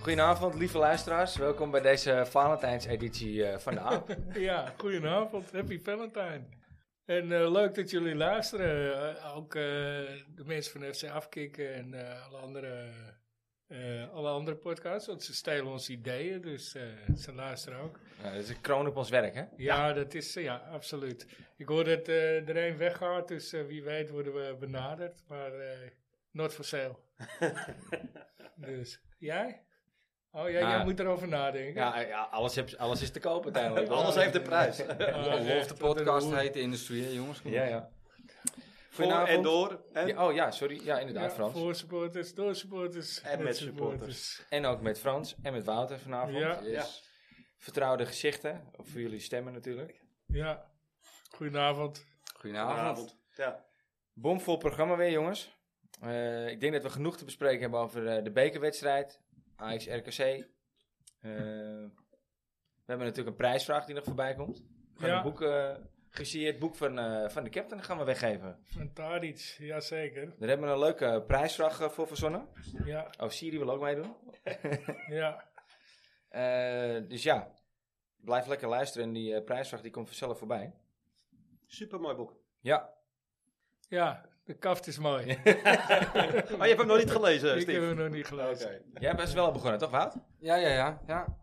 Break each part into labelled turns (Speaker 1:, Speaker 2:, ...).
Speaker 1: Goedenavond, lieve luisteraars. Welkom bij deze Valentijnseditie eh, van de AAP.
Speaker 2: Ja, goedenavond. Happy Valentine. En eh, leuk dat jullie luisteren. Eh, ook eh, de mensen van FC Afkikken en eh, alle, andere, eh, alle andere podcasts. Want ze stelen ons ideeën, dus eh, ze luisteren ook.
Speaker 1: nou, dit is een kroon op ons werk, hè?
Speaker 2: Ja, dat is, eh, ja, absoluut. Ik hoor dat eh, er een weggaat, dus eh, wie weet worden we benaderd. Maar eh not for sale. dus, jij? Oh ja, jij
Speaker 3: Nou,
Speaker 1: Ah.
Speaker 2: moet erover nadenken.
Speaker 1: Ja, eh, ja alles, heb, alles is te koop uiteindelijk.
Speaker 4: Alles heeft een prijs.
Speaker 2: Ah,
Speaker 3: Of de
Speaker 2: echt, wat een
Speaker 3: podcast
Speaker 2: hoer.
Speaker 3: heet de industrie, hè, jongens.
Speaker 1: Ja, ja.
Speaker 4: Voor en door. En
Speaker 1: Ja, oh ja, sorry. Ja, inderdaad,
Speaker 2: Ja,
Speaker 1: Frans.
Speaker 2: Voor supporters, door supporters.
Speaker 4: En met supporters.
Speaker 1: En ook met Frans en met Wouter vanavond.
Speaker 2: Ja.
Speaker 1: Yes. Vertrouwde gezichten. Of voor jullie stemmen natuurlijk.
Speaker 2: Ja. Goedenavond.
Speaker 3: Goedenavond.
Speaker 4: Goedenavond. Ja.
Speaker 1: Bomvol programma weer, jongens. Eh, ik denk dat we genoeg te bespreken hebben over eh, de bekerwedstrijd. AX-RKC. Eh, we hebben natuurlijk een prijsvraag die nog voorbij komt. We gaan
Speaker 2: Ja.
Speaker 1: een boek, eh gesigneerd boek van, eh, van de captain gaan we weggeven.
Speaker 2: Van Tadic, jazeker.
Speaker 1: Daar hebben we een leuke prijsvraag eh, voor verzonnen.
Speaker 2: Ja,
Speaker 1: Oh, Siri wil ook meedoen.
Speaker 2: ja.
Speaker 1: Eh, dus ja, blijf lekker luisteren en die eh, prijsvraag die komt vanzelf voorbij.
Speaker 4: Supermooi boek.
Speaker 1: Ja,
Speaker 2: Ja, de kaft is mooi.
Speaker 4: Maar je hebt hem nog niet gelezen,
Speaker 2: Ik eh, heb
Speaker 4: Steve.
Speaker 2: hem nog niet gelezen.
Speaker 1: jij bent wel al begonnen, toch Wout?
Speaker 3: Ja, ja, ja, ja.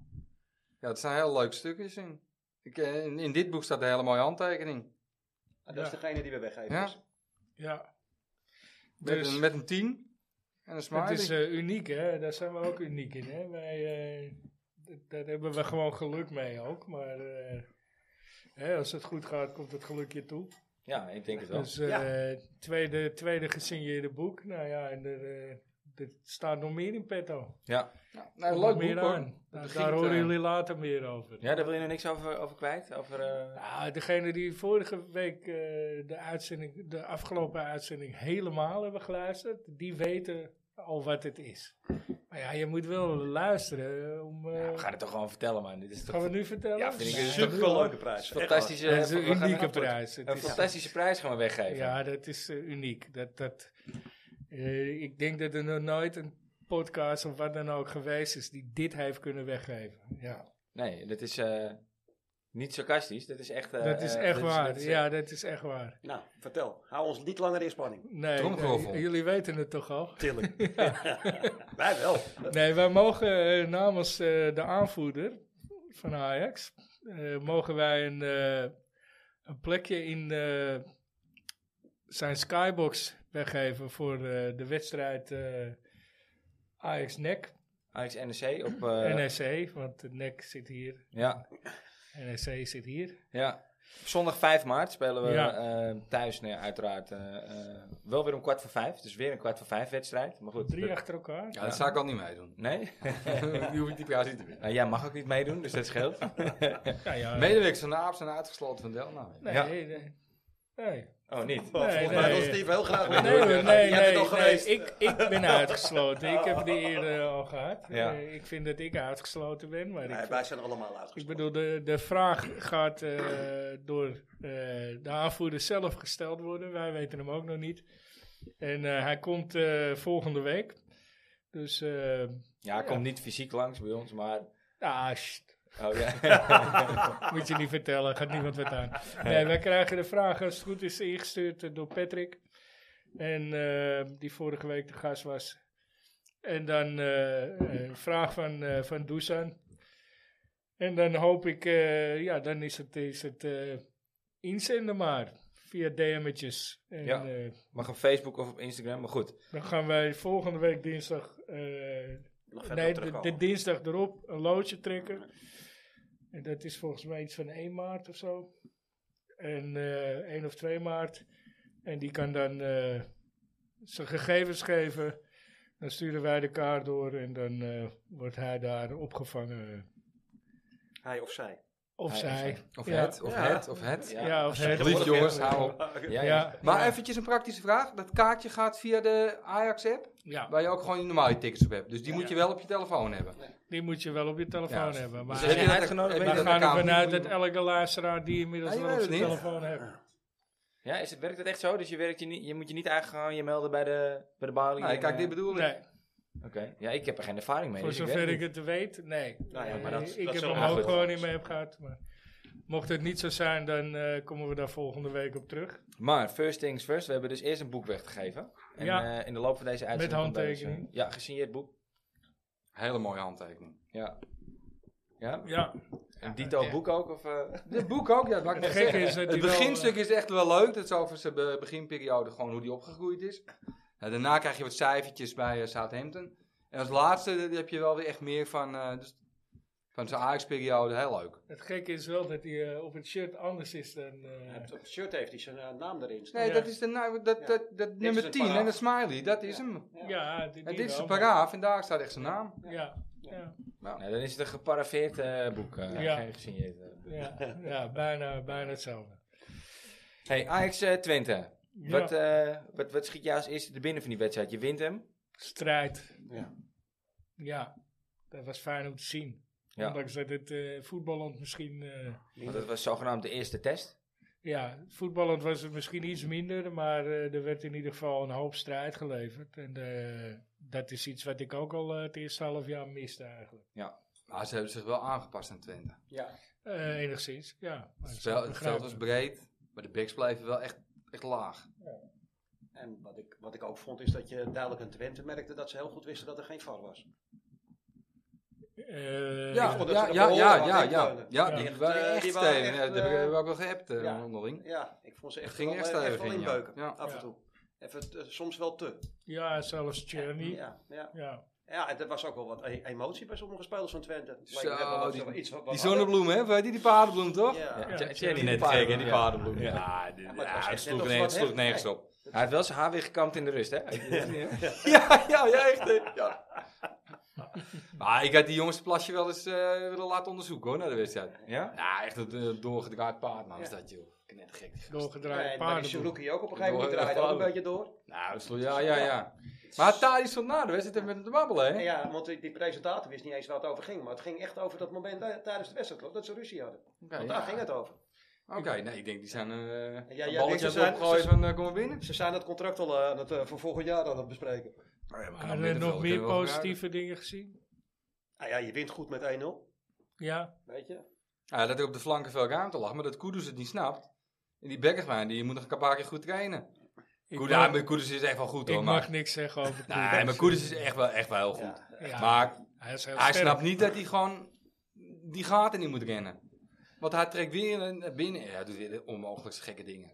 Speaker 3: Ja, het zijn heel leuke stukjes in. Ik, eh, in in dit boek staat een hele mooie handtekening.
Speaker 4: Ah, Dat is
Speaker 2: Ja.
Speaker 4: degene die we weggeven.
Speaker 3: Ja.
Speaker 4: dus.
Speaker 2: Ja.
Speaker 3: Met,
Speaker 2: Dus
Speaker 3: een, met een 10 en een
Speaker 2: het
Speaker 3: smiley.
Speaker 2: is eh, uniek, hè. Daar zijn we ook uniek in, hè. Wij, eh, d- daar hebben we gewoon geluk mee ook. Maar eh, hè, als het goed gaat, komt het geluk je toe.
Speaker 1: Ja, ik denk het wel.
Speaker 2: Dus eh, tweede, tweede gesigneerde boek. Nou ja, en er, eh, er staat nog meer in petto.
Speaker 1: Ja.
Speaker 3: Ja, nou,
Speaker 2: Nog
Speaker 3: leuk
Speaker 2: meer
Speaker 3: boek, hoor.
Speaker 2: aan.
Speaker 3: Het
Speaker 2: Daar,
Speaker 3: begint,
Speaker 2: daar horen
Speaker 3: eh,
Speaker 2: jullie later meer over.
Speaker 1: ja, daar wil je nog niks over, over kwijt? Over, eh,
Speaker 2: Nou, degene die vorige week eh, de, uitzending, de afgelopen uitzending helemaal hebben geluisterd, die weten al wat het is. Maar ja, je moet wel luisteren eh, om... eh,
Speaker 1: ja, we gaan het toch gewoon vertellen, man. Dit is toch
Speaker 2: gaan we het nu vertellen?
Speaker 1: Ja, vind ik
Speaker 2: Nee,
Speaker 1: een
Speaker 4: Super leuke prijs.
Speaker 1: een fantastische,
Speaker 2: Het is
Speaker 1: eh, we
Speaker 2: een
Speaker 1: gaan
Speaker 2: unieke
Speaker 1: een-
Speaker 2: prijs. Het
Speaker 1: Een
Speaker 2: is-
Speaker 1: fantastische prijs gaan we weggeven.
Speaker 2: ja, dat is eh, uniek. Dat, dat, eh, ik denk dat er nog nooit een podcast of wat dan ook geweest is die dit heeft kunnen weggeven. Ja.
Speaker 1: Nee, dat is eh, niet sarcastisch. Dat is echt... eh,
Speaker 2: Dat is
Speaker 1: eh,
Speaker 2: echt waar.
Speaker 1: dat is, eh,
Speaker 2: ja, dat is echt waar.
Speaker 4: Nou, vertel. Hou ons niet langer in spanning.
Speaker 2: Nee,
Speaker 3: Tromgeroffel.
Speaker 2: nee, jullie weten het toch al?
Speaker 4: Tillen. Wij wel.
Speaker 2: Nee, wij mogen eh, namens eh, de aanvoerder van Ajax, eh, mogen wij een, eh, een plekje in eh, zijn skybox weggeven voor eh, de wedstrijd eh, E Ajax-NEC,
Speaker 1: Ajax NEC op... eh,
Speaker 2: NEC, E want de NEC zit hier,
Speaker 1: ja,
Speaker 2: NEC zit hier.
Speaker 1: ja. Op zondag 5 maart spelen we
Speaker 2: Ja.
Speaker 1: eh, thuis, nee, uiteraard. eh, eh, wel weer om kwart voor vijf. Dus weer een kwart voor vijf wedstrijd. Maar goed.
Speaker 2: Drie achter elkaar.
Speaker 3: Ja, dat zou ik al niet meedoen.
Speaker 1: Nee?
Speaker 3: die hoef ik die prijs niet te winnen.
Speaker 1: Nou, jij mag ook niet meedoen, dus dat scheelt.
Speaker 2: Ja, ja.
Speaker 3: Medewerkers van de AAP zijn uitgesloten van Nou, Delna.
Speaker 2: Nee,
Speaker 1: Ja.
Speaker 2: nee, nee. Nee.
Speaker 1: Oh, niet?
Speaker 4: Maar
Speaker 2: Nee,
Speaker 4: Volgens mij
Speaker 2: nee.
Speaker 4: wil Steve heel graag
Speaker 2: Nee, nee,
Speaker 4: winnen.
Speaker 2: nee,
Speaker 4: hoor.
Speaker 2: nee,
Speaker 4: Jij bent al
Speaker 2: nee,
Speaker 4: geweest.
Speaker 2: Ik, ik ben uitgesloten. Ik heb die eerder eh, al gehad.
Speaker 1: Ja.
Speaker 2: Eh, ik vind dat ik uitgesloten ben, maar
Speaker 4: Nee,
Speaker 2: ik,
Speaker 4: wij zijn allemaal
Speaker 2: ik
Speaker 4: uitgesproken.
Speaker 2: bedoel, de, de vraag gaat eh, door eh, de aanvoerder zelf gesteld worden. Wij weten hem ook nog niet. En eh, hij komt eh, volgende week. Dus, eh
Speaker 1: Ja, hij komt niet fysiek langs bij ons, maar...
Speaker 2: ah, sst.
Speaker 1: Oh ja.
Speaker 2: Moet je niet vertellen, gaat niemand wat aan. Nee, wij krijgen de vraag als het goed is ingestuurd eh, door Patrick. En eh, die vorige week de gast was. En dan eh, een vraag van, eh van Dusan. En dan hoop ik, eh, ja, dan is het, is het eh, inzenden maar. Via DM'tjes. En,
Speaker 1: Ja.
Speaker 2: eh,
Speaker 1: Mag op Facebook of op Instagram, maar goed.
Speaker 2: dan gaan wij volgende week dinsdag eh,
Speaker 4: Nog verder
Speaker 2: Nee, de, de
Speaker 4: op terugkomen.
Speaker 2: dinsdag erop een loodje trekken. En dat is volgens mij iets van 1 maart of zo. En eh 1 of 2 maart. En die kan dan eh, zijn gegevens geven. Dan sturen wij de kaart door en dan eh, wordt hij daar opgevangen.
Speaker 4: Hij of zij.
Speaker 1: Hij
Speaker 2: Of
Speaker 1: of
Speaker 2: zij.
Speaker 1: zij.
Speaker 3: Of
Speaker 2: Ja.
Speaker 3: het, of
Speaker 4: Ja.
Speaker 3: het, of het.
Speaker 1: Ja.
Speaker 2: Ja, of het.
Speaker 3: Alsjeblieft, jongens, hou op.
Speaker 1: Ja, ja.
Speaker 2: Ja,
Speaker 3: Maar
Speaker 2: ja.
Speaker 3: eventjes een praktische vraag. Dat kaartje gaat via de Ajax-app,
Speaker 2: Ja,
Speaker 3: waar je ook gewoon je normale tickets op hebt. Dus die moet je wel op je telefoon hebben.
Speaker 2: die moet je wel op je telefoon
Speaker 3: Ja,
Speaker 2: hebben.
Speaker 3: Dus
Speaker 2: Maar
Speaker 1: heb je
Speaker 2: we
Speaker 1: dat-
Speaker 3: uitgenodigd?
Speaker 1: heb je
Speaker 2: gaan ervan uit dat elke luisteraar die inmiddels
Speaker 3: Ja, je
Speaker 2: wel op
Speaker 3: weet
Speaker 2: zijn
Speaker 3: het niet.
Speaker 2: telefoon heeft.
Speaker 1: Ja, is het, werkt het echt zo? Dus je, werkt je, niet, je moet je niet eigenlijk gewoon je melden bij de, bij de balie?
Speaker 3: Nee,
Speaker 1: en,
Speaker 3: Nou, kijk,
Speaker 1: eh,
Speaker 3: dit bedoel ik.
Speaker 2: Nee.
Speaker 1: Oké. Ja, ik heb er geen ervaring mee.
Speaker 2: Voor
Speaker 1: dus ik
Speaker 2: zover
Speaker 1: weet
Speaker 2: ik het weet, nee.
Speaker 4: Nou ja, maar
Speaker 2: Eh,
Speaker 4: dat-
Speaker 2: ik
Speaker 4: dat
Speaker 2: heb
Speaker 4: zullen
Speaker 2: hem
Speaker 1: we-
Speaker 2: ook
Speaker 1: Goed.
Speaker 2: gewoon niet mee op gehad. Maar mocht het niet zo zijn, dan eh, komen we daar volgende week op terug.
Speaker 1: niet. Maar first things first, we hebben dus eerst een boek weggegeven. En
Speaker 2: Ja.
Speaker 1: eh, in de loop van deze uitzending... komt deze-
Speaker 2: handtekening.
Speaker 1: ja, gesigneerd boek.
Speaker 3: Hele mooie handtekening.
Speaker 1: Ja. Ja?
Speaker 2: Ja,
Speaker 1: Een dito
Speaker 3: echt.
Speaker 1: boek ook? Of, eh?
Speaker 3: Het boek ook, ja, dat maakt
Speaker 2: het
Speaker 3: het
Speaker 2: gekke is dat
Speaker 3: Het
Speaker 2: hij wel,
Speaker 3: beginstuk is echt wel leuk. Dat is over zijn be- beginperiode gewoon hoe die opgegroeid is. Nou, daarna krijg je wat cijfertjes bij eh, Southampton. En als laatste eh, heb je wel weer echt meer van, eh, dus van zijn Ajax-periode. Heel leuk.
Speaker 2: eh, het gekke is wel dat hij eh, op het shirt anders is dan... eh,
Speaker 4: Hij heeft Op het shirt heeft hij zijn eh, naam erin staan.
Speaker 3: Nee,
Speaker 2: Ja.
Speaker 3: dat is de, nou, dat,
Speaker 4: Ja.
Speaker 3: dat, dat nummer
Speaker 4: een
Speaker 3: 10
Speaker 4: paraaf.
Speaker 3: en dat smiley. Dat is
Speaker 4: Ja.
Speaker 3: hem.
Speaker 4: Ja.
Speaker 2: ja, dit,
Speaker 3: En
Speaker 2: hier
Speaker 3: dit is een
Speaker 2: wel.
Speaker 3: paraaf en daar staat echt zijn naam.
Speaker 2: Ja, ja,
Speaker 1: Nou, dan is het een geparafeerd eh, boek. eh,
Speaker 2: Ja.
Speaker 1: Geen gesigneerd. eh.
Speaker 2: ja, ja, bijna, bijna hetzelfde.
Speaker 1: Hey, Ajax eh, Twente.
Speaker 2: Ja,
Speaker 1: Wat, eh, wat, wat schiet jij als eerste er binnen van die wedstrijd? Je wint hem.
Speaker 2: strijd.
Speaker 4: Ja.
Speaker 2: Ja, dat was fijn om te zien.
Speaker 1: Ja.
Speaker 2: Ondanks dat het eh voetballend misschien... eh,
Speaker 1: Want dat was zogenaamd de eerste test.
Speaker 2: Ja, voetballend was het misschien iets minder, maar eh, er werd in ieder geval een hoop strijd geleverd. En eh, dat is iets wat ik ook al eh, het eerste half jaar miste eigenlijk.
Speaker 3: Maar ze hebben zich wel aangepast aan Twente.
Speaker 4: Ja.
Speaker 2: Eh, enigszins, ja. Maar
Speaker 3: Het,
Speaker 2: dat is
Speaker 3: spel,
Speaker 2: ook
Speaker 3: het veld was
Speaker 2: begrijpelijk.
Speaker 3: breed, maar de backs bleven wel echt, echt laag.
Speaker 4: En wat ik, wat ik ook vond is dat je duidelijk aan Twente merkte dat ze heel goed wisten dat er geen VAR was.
Speaker 2: Eh,
Speaker 3: Ja,
Speaker 4: vond dat
Speaker 3: ja, ja,
Speaker 4: ze
Speaker 3: ja,
Speaker 4: de
Speaker 3: ja,
Speaker 4: bal
Speaker 3: ja,
Speaker 4: hadden
Speaker 3: ja,
Speaker 4: kunnen.
Speaker 3: die
Speaker 4: Echt,
Speaker 3: waren
Speaker 4: eh,
Speaker 3: echt
Speaker 4: die waren
Speaker 3: stevig.
Speaker 4: echt,
Speaker 3: Ja, Dat hebben
Speaker 4: eh,
Speaker 3: we ook wel geappt eh,
Speaker 4: ja.
Speaker 3: onderling.
Speaker 4: Ja, ik vond ze echt,
Speaker 3: Het ging
Speaker 4: wel,
Speaker 3: echt
Speaker 4: eh,
Speaker 3: stevig
Speaker 4: wel
Speaker 3: in, ja.
Speaker 4: inbeuken.
Speaker 3: Ja.
Speaker 4: Af
Speaker 2: Ja.
Speaker 4: en toe. Even, eh, soms wel te.
Speaker 2: ja, zelfs Cherny. Ja,
Speaker 4: Ja, ja.
Speaker 2: ja.
Speaker 4: ja, en er was ook wel wat e- emotie bij sommige spelers van Twente. Maar ik
Speaker 3: Zo,
Speaker 4: heb wel wat-
Speaker 3: die-
Speaker 4: iets wat- wat
Speaker 3: Die
Speaker 4: hadden.
Speaker 3: zonnebloem, hè? Of, eh, Die, die paardenbloem, toch?
Speaker 4: Ja.
Speaker 2: Ja.
Speaker 1: Tja-
Speaker 2: Tja-
Speaker 1: Tjerny
Speaker 3: Die
Speaker 1: de
Speaker 3: net gek, hè,
Speaker 1: paardenbloem,
Speaker 3: die
Speaker 1: ja.
Speaker 3: paardenbloem.
Speaker 1: Ja.
Speaker 3: Ja, die-
Speaker 4: Ja, maar het
Speaker 3: ja,
Speaker 4: was
Speaker 3: het
Speaker 4: echt
Speaker 3: sloeg
Speaker 4: net of
Speaker 3: nergens-
Speaker 4: wat
Speaker 3: sloeg nergens
Speaker 4: heeft.
Speaker 3: op.
Speaker 1: Hij heeft wel zijn haar weer gekamd in de rust, hè?
Speaker 3: Ja, ja, ja, echt. hè. Ja. Maar ik had die jongens plasje wel eens eh, willen laten onderzoeken, hoor, naar de wedstrijd.
Speaker 1: ja?
Speaker 3: Ja, echt een eh, doorgedraaid paard, man.
Speaker 4: Ja.
Speaker 3: Is dat, joh. Knettergek. die gast.
Speaker 2: doorgedraaide
Speaker 4: Nee, maar die
Speaker 2: paarden.
Speaker 4: Suzuki ook op een gegeven moment
Speaker 3: Door-
Speaker 4: draaide ook een
Speaker 3: door-
Speaker 4: beetje door.
Speaker 3: Nou, dat sloeg- ja, ja, ja. Maar Tari stond na de wedstrijd even met hem te babbelen, hè?
Speaker 4: En ja, want die die presentator wist niet eens waar het over ging. Maar het ging echt over dat moment daar- tijdens de wedstrijd, geloof ik, dat ze ruzie hadden.
Speaker 3: Oké,
Speaker 4: Want
Speaker 3: ja.
Speaker 4: daar ging het over.
Speaker 3: Oké, nee, ik denk die zijn eh
Speaker 4: jij
Speaker 3: een
Speaker 4: denkt
Speaker 3: balletje
Speaker 4: ze
Speaker 3: aan
Speaker 4: zijn-
Speaker 3: het opgooien
Speaker 4: ze-
Speaker 3: van eh, kom maar binnen.
Speaker 4: Ze zijn het contract al eh, aan het, eh, voor volgend jaar aan het bespreken.
Speaker 2: Hadden we eh, nog meer positieve dingen gezien?
Speaker 4: Nou ja, je wint goed met 1-0.
Speaker 2: Ja,
Speaker 4: Weet je?
Speaker 3: Ja, dat er op de flanken veel ruimte lag, maar dat Kudus het niet snapt. En die Beckerwijn, die moet nog een paar keer goed trainen.
Speaker 2: ik,
Speaker 3: Kudus, ja,
Speaker 2: mag,
Speaker 3: maar Kudus is echt wel goed
Speaker 2: ik
Speaker 3: hoor,
Speaker 2: mag
Speaker 3: maar...
Speaker 2: niks zeggen over
Speaker 3: Nee,
Speaker 2: Koeders.
Speaker 3: maar Kudus is echt wel, echt wel heel goed.
Speaker 4: Ja.
Speaker 2: Ja,
Speaker 3: Maar
Speaker 2: hij is heel
Speaker 3: hij
Speaker 2: sterk.
Speaker 3: snapt niet dat hij gewoon die gaten niet moet rennen. Want hij trekt weer een- naar binnen. Ja, hij doet weer de onmogelijkste gekke dingen.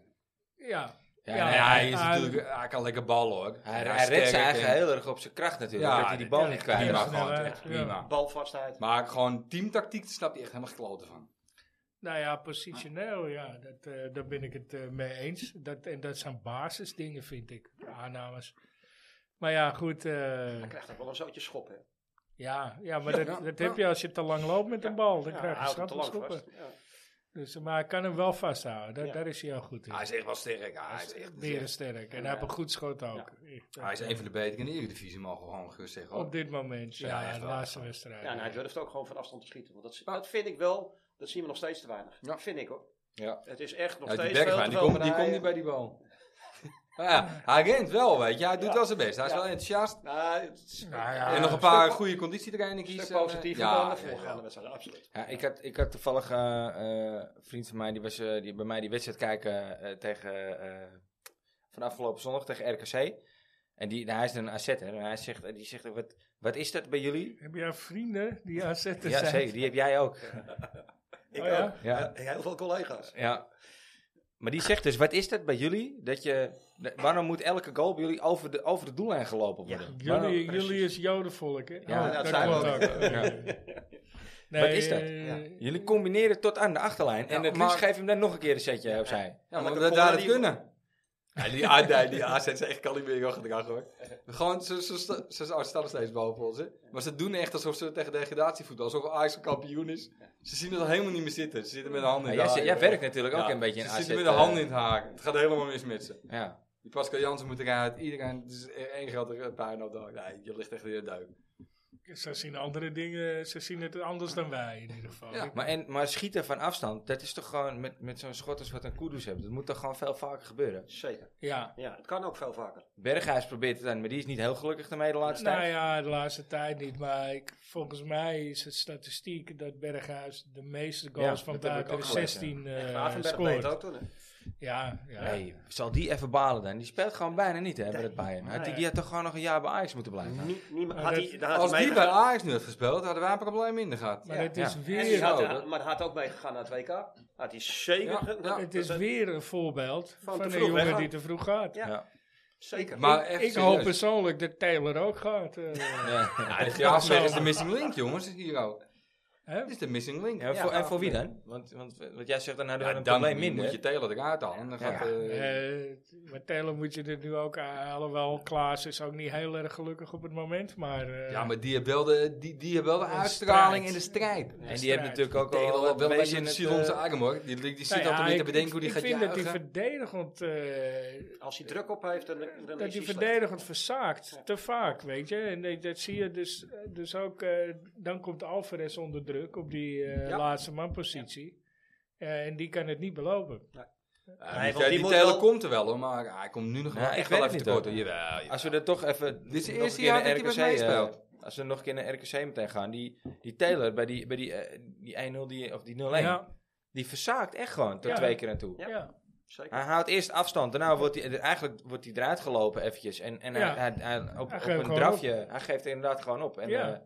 Speaker 2: Ja,
Speaker 1: Ja,
Speaker 3: Ja,
Speaker 1: nee,
Speaker 3: hij, is
Speaker 2: hij-
Speaker 3: natuurlijk, hij kan lekker ballen hoor.
Speaker 1: Hij,
Speaker 3: Ja,
Speaker 1: hij redt
Speaker 3: sterk
Speaker 1: zijn eigen
Speaker 3: en-
Speaker 1: heel erg op zijn kracht natuurlijk.
Speaker 3: Ja,
Speaker 1: dat hij die bal
Speaker 2: ja,
Speaker 1: niet kwijt
Speaker 3: Prima
Speaker 2: Ja,
Speaker 1: mag.
Speaker 3: gewoon,
Speaker 2: snelheid,
Speaker 3: echt prima.
Speaker 4: Balvastheid.
Speaker 3: Maar gewoon teamtactiek snapt hij echt helemaal gekloten van.
Speaker 2: Nou ja,
Speaker 4: Ah.
Speaker 2: positioneel, ja, dat, eh, daar ben ik het eh, mee eens. Dat, en dat zijn basisdingen, vind ik, aannames. Maar ja, goed, eh,
Speaker 4: Hij krijgt ook wel een zootje schop, hè?
Speaker 2: ja, ja, maar
Speaker 3: Ja,
Speaker 2: dat,
Speaker 3: ja,
Speaker 2: dat
Speaker 3: ja.
Speaker 2: heb je als je te lang loopt met een bal. Dan
Speaker 4: Ja, hij
Speaker 2: krijg je
Speaker 4: houdt het te
Speaker 2: stappen
Speaker 4: lang
Speaker 2: schoppen.
Speaker 4: vast. Ja.
Speaker 2: Dus, maar hij kan hem wel vasthouden, daar,
Speaker 4: Ja.
Speaker 2: daar is hij al goed in.
Speaker 3: Hij is echt wel sterk. Hij is echt
Speaker 2: Meer dan sterk. En hij heeft een goed schot ook. Echt,
Speaker 3: Hij is
Speaker 2: eh,
Speaker 3: een van de betere in de Eredivisie, mogen we gewoon gerust zeggen.
Speaker 4: Oh,
Speaker 3: hoor.
Speaker 2: Op dit moment, ja,
Speaker 3: Ja, echt
Speaker 2: de
Speaker 3: wel.
Speaker 2: laatste wedstrijd.
Speaker 4: Ja, en hij durft ook gewoon van afstand te schieten. Want dat,
Speaker 3: Ja.
Speaker 4: dat vind ik wel, dat zien we nog steeds te weinig.
Speaker 3: Ja.
Speaker 4: Vind ik hoor.
Speaker 1: Ja.
Speaker 4: Het is echt nog
Speaker 3: Ja, die
Speaker 4: steeds veel te
Speaker 3: Bergwijn, die
Speaker 4: veel
Speaker 3: komt die komt
Speaker 4: draaien.
Speaker 3: niet bij die bal. ja, hij rent wel, weet je. Hij doet
Speaker 4: Ja.
Speaker 3: wel zijn best. Hij is
Speaker 4: Ja.
Speaker 3: wel enthousiast.
Speaker 4: Nou, het is
Speaker 2: Nou ja,
Speaker 3: en nog een
Speaker 2: een
Speaker 3: paar
Speaker 4: stuk-
Speaker 3: goede conditietrainingen
Speaker 4: een
Speaker 3: kiezen.
Speaker 4: stuk positiever
Speaker 3: Ja,
Speaker 4: dan de
Speaker 3: ja,
Speaker 4: voorgaande
Speaker 3: ja.
Speaker 4: wedstrijd, absoluut.
Speaker 1: Ja, ik, had, ik had toevallig eh, eh, een vriend van mij, die, was, eh, die bij mij die wedstrijd kijken eh, tegen, eh, van afgelopen zondag tegen RKC. En die, nou, hij is een assetter. En hij zegt, die zegt ook, wat, wat is dat bij jullie?
Speaker 2: Heb jij vrienden die aanzetten
Speaker 1: ja,
Speaker 2: zijn?
Speaker 1: zeker. Die heb jij ook.
Speaker 4: Ik
Speaker 2: Oh ja?
Speaker 4: ook.
Speaker 1: Ja.
Speaker 4: Ja, Heel veel collega's.
Speaker 1: Ja. Maar die zegt dus, wat is dat bij jullie? Dat je, de- waarom moet elke goal bij jullie over de, over de doellijn gelopen worden? Waarom?
Speaker 2: Jullie, jullie is jodenvolk, hè? Oh,
Speaker 1: Ja,
Speaker 4: dat zijn we
Speaker 2: klopt
Speaker 4: ook.
Speaker 2: Nee,
Speaker 1: Wat is dat?
Speaker 2: eh,
Speaker 4: Ja.
Speaker 1: Jullie combineren tot aan de achterlijn. En
Speaker 3: Ja,
Speaker 1: het liefst
Speaker 3: maar-
Speaker 1: geef je hem dan nog een keer een setje opzij.
Speaker 3: Ja, maar
Speaker 4: Elke
Speaker 3: dat daar
Speaker 4: corner
Speaker 3: het
Speaker 4: die-
Speaker 3: kunnen. Ja, die A- nee, die AZ is echt Calimero gedrag hoor. Gewoon, ze, ze, sta- ze, ze staan nog steeds boven ons. Hè. Maar ze doen echt alsof ze tegen degradatie voetbal, alsof Ajax een kampioen is. Ze zien het al helemaal niet meer zitten. Ze zitten met de handen
Speaker 1: Ja,
Speaker 3: in
Speaker 1: jij,
Speaker 3: het haar.
Speaker 1: zit- jij werkt natuurlijk ook
Speaker 3: Ja,
Speaker 1: een beetje in
Speaker 3: Ze
Speaker 1: AZ.
Speaker 3: zitten met de
Speaker 1: eh,
Speaker 3: handen in het haar. Het gaat helemaal mis met ze.
Speaker 1: Ja.
Speaker 3: Die e- Pascal Jansen moet eruit. Iedereen, het is één grote puin op de Nee, je ligt echt weer duik.
Speaker 2: Ze zien andere dingen, ze zien het anders dan wij in ieder geval.
Speaker 3: Ja.
Speaker 2: Ik-
Speaker 1: Maar, en, maar schieten van afstand, dat is toch gewoon met, met zo'n schot als wat een Kudus hebben. Dat moet toch gewoon veel vaker gebeuren.
Speaker 4: Zeker.
Speaker 2: ja.
Speaker 4: Ja, het kan ook veel vaker.
Speaker 1: Berghuis probeert het dan, maar die is niet heel gelukkig ermee de laatste
Speaker 2: Nou
Speaker 1: tijd.
Speaker 2: ja, de laatste tijd niet, maar ik, volgens mij is het statistiek dat Berghuis de meeste goals
Speaker 1: Ja,
Speaker 2: van
Speaker 1: dat heb ik
Speaker 2: buiten de
Speaker 1: ook gelezen.
Speaker 2: 16 eh,
Speaker 4: En Gravenberg deed het
Speaker 2: scoort.
Speaker 4: ook toen. hè.
Speaker 2: Ja, ja.
Speaker 1: Hey, zal die even balen dan? Die speelt gewoon bijna niet hè, bij het Bayern. Had die,
Speaker 2: Nee.
Speaker 1: die had toch gewoon nog een jaar bij Ajax moeten blijven?
Speaker 4: Nie- niemand-
Speaker 2: Maar
Speaker 4: had
Speaker 2: dat-
Speaker 4: hij- daar had
Speaker 3: Als
Speaker 4: hij
Speaker 3: die bij
Speaker 4: meegegaan.
Speaker 3: Ajax nu had gespeeld, hadden wij een probleem minder gehad.
Speaker 2: Maar
Speaker 4: Ja.
Speaker 2: het is
Speaker 1: Ja.
Speaker 4: En die
Speaker 2: weer,
Speaker 4: had-
Speaker 3: Zo,
Speaker 4: ja,
Speaker 3: dat-
Speaker 4: maar had ook meegegaan naar het WK. Had hij zeker.
Speaker 3: Ja,
Speaker 4: ge-
Speaker 3: ja.
Speaker 2: het is
Speaker 4: dat-
Speaker 2: weer een voorbeeld van,
Speaker 4: te
Speaker 2: een
Speaker 4: vroeg
Speaker 2: jongen
Speaker 4: weggaan.
Speaker 2: die te vroeg gaat.
Speaker 4: Ja.
Speaker 1: Ja.
Speaker 4: Zeker.
Speaker 3: Maar
Speaker 2: ik
Speaker 3: echt
Speaker 2: ik
Speaker 3: serieus.
Speaker 2: hoop persoonlijk dat Taylor ook gaat. eh,
Speaker 1: Ja.
Speaker 3: Ja, de graafspeler is de missing link, jongens. Hier ook.
Speaker 2: hè?
Speaker 3: Dit is de missing link.
Speaker 1: Ja, maar voor, en voor wie dan? Want, want, want jij zegt dan, nou,
Speaker 3: Ja,
Speaker 1: daar een
Speaker 3: dan
Speaker 1: probleem
Speaker 3: moet
Speaker 1: minder.
Speaker 3: je Taylor eruit halen. Dan
Speaker 1: Ja.
Speaker 3: gaat, eh,
Speaker 2: Eh, maar Taylor moet je er nu ook halen. Wel, Klaas is ook niet heel erg gelukkig op het moment. Maar, eh,
Speaker 3: ja, maar die heeft wel de, die, die heeft wel de
Speaker 2: Een
Speaker 3: uitstraling
Speaker 2: strijd.
Speaker 3: en de strijd.
Speaker 1: en die hebben natuurlijk ook
Speaker 3: Taylor
Speaker 1: al
Speaker 3: heeft wel een beetje een
Speaker 1: het,
Speaker 3: ziel om
Speaker 1: eh,
Speaker 3: zijn adem, hoor. Die, die, die zit
Speaker 2: Nou ja,
Speaker 3: altijd weer te
Speaker 2: ik-
Speaker 3: bedenken hoe die
Speaker 2: ik
Speaker 3: gaat
Speaker 2: vind dat hij
Speaker 3: jagen.
Speaker 2: verdedigend, eh,
Speaker 4: Als hij druk op heeft, dan, dan
Speaker 2: dat
Speaker 4: is
Speaker 2: hij
Speaker 4: hij slecht.
Speaker 2: verdedigend verzaakt.
Speaker 4: Ja.
Speaker 2: Te vaak, weet je. En dat, dat zie je dus, dus ook. eh, dan komt Alvarez onder druk op die eh,
Speaker 4: Ja.
Speaker 2: laatste manpositie. Eh, en die kan het niet belopen.
Speaker 3: Ja,
Speaker 4: Nee,
Speaker 3: Eh, die-
Speaker 4: want die
Speaker 3: die
Speaker 4: moet
Speaker 3: Taylor
Speaker 4: wel-
Speaker 3: komt er wel, hoor. Maar ah, hij komt nu nog
Speaker 1: Nou,
Speaker 3: wel
Speaker 1: ik
Speaker 3: echt
Speaker 1: weet
Speaker 3: wel
Speaker 1: het
Speaker 3: even
Speaker 1: niet, hoor.
Speaker 3: tekort. hoor. Jawel, jawel.
Speaker 1: Als we er toch even.
Speaker 3: Dit is het
Speaker 1: nog
Speaker 3: eerste
Speaker 1: een keer
Speaker 3: jaar
Speaker 1: naar
Speaker 3: dat hij
Speaker 1: RKC,
Speaker 3: bij mij
Speaker 1: eh,
Speaker 3: speelt.
Speaker 1: Als we nog een keer naar RKC meteen gaan. Die, die Taylor bij die, bij die, eh, die 1-0 die, of die 0-1.
Speaker 2: Ja,
Speaker 1: Die verzaakt echt gewoon tot
Speaker 2: Ja.
Speaker 1: twee keer aan toe.
Speaker 4: Ja.
Speaker 2: ja.
Speaker 4: Zeker.
Speaker 1: Hij houdt eerst afstand. Daarna wordt hij eigenlijk wordt hij eruit gelopen eventjes. En, en hij-
Speaker 2: Ja.
Speaker 1: hij, hij, op,
Speaker 2: Hij
Speaker 1: op
Speaker 2: geeft
Speaker 1: een
Speaker 2: gewoon
Speaker 1: drafje. Hij geeft inderdaad gewoon op. En,
Speaker 2: Ja.
Speaker 1: eh,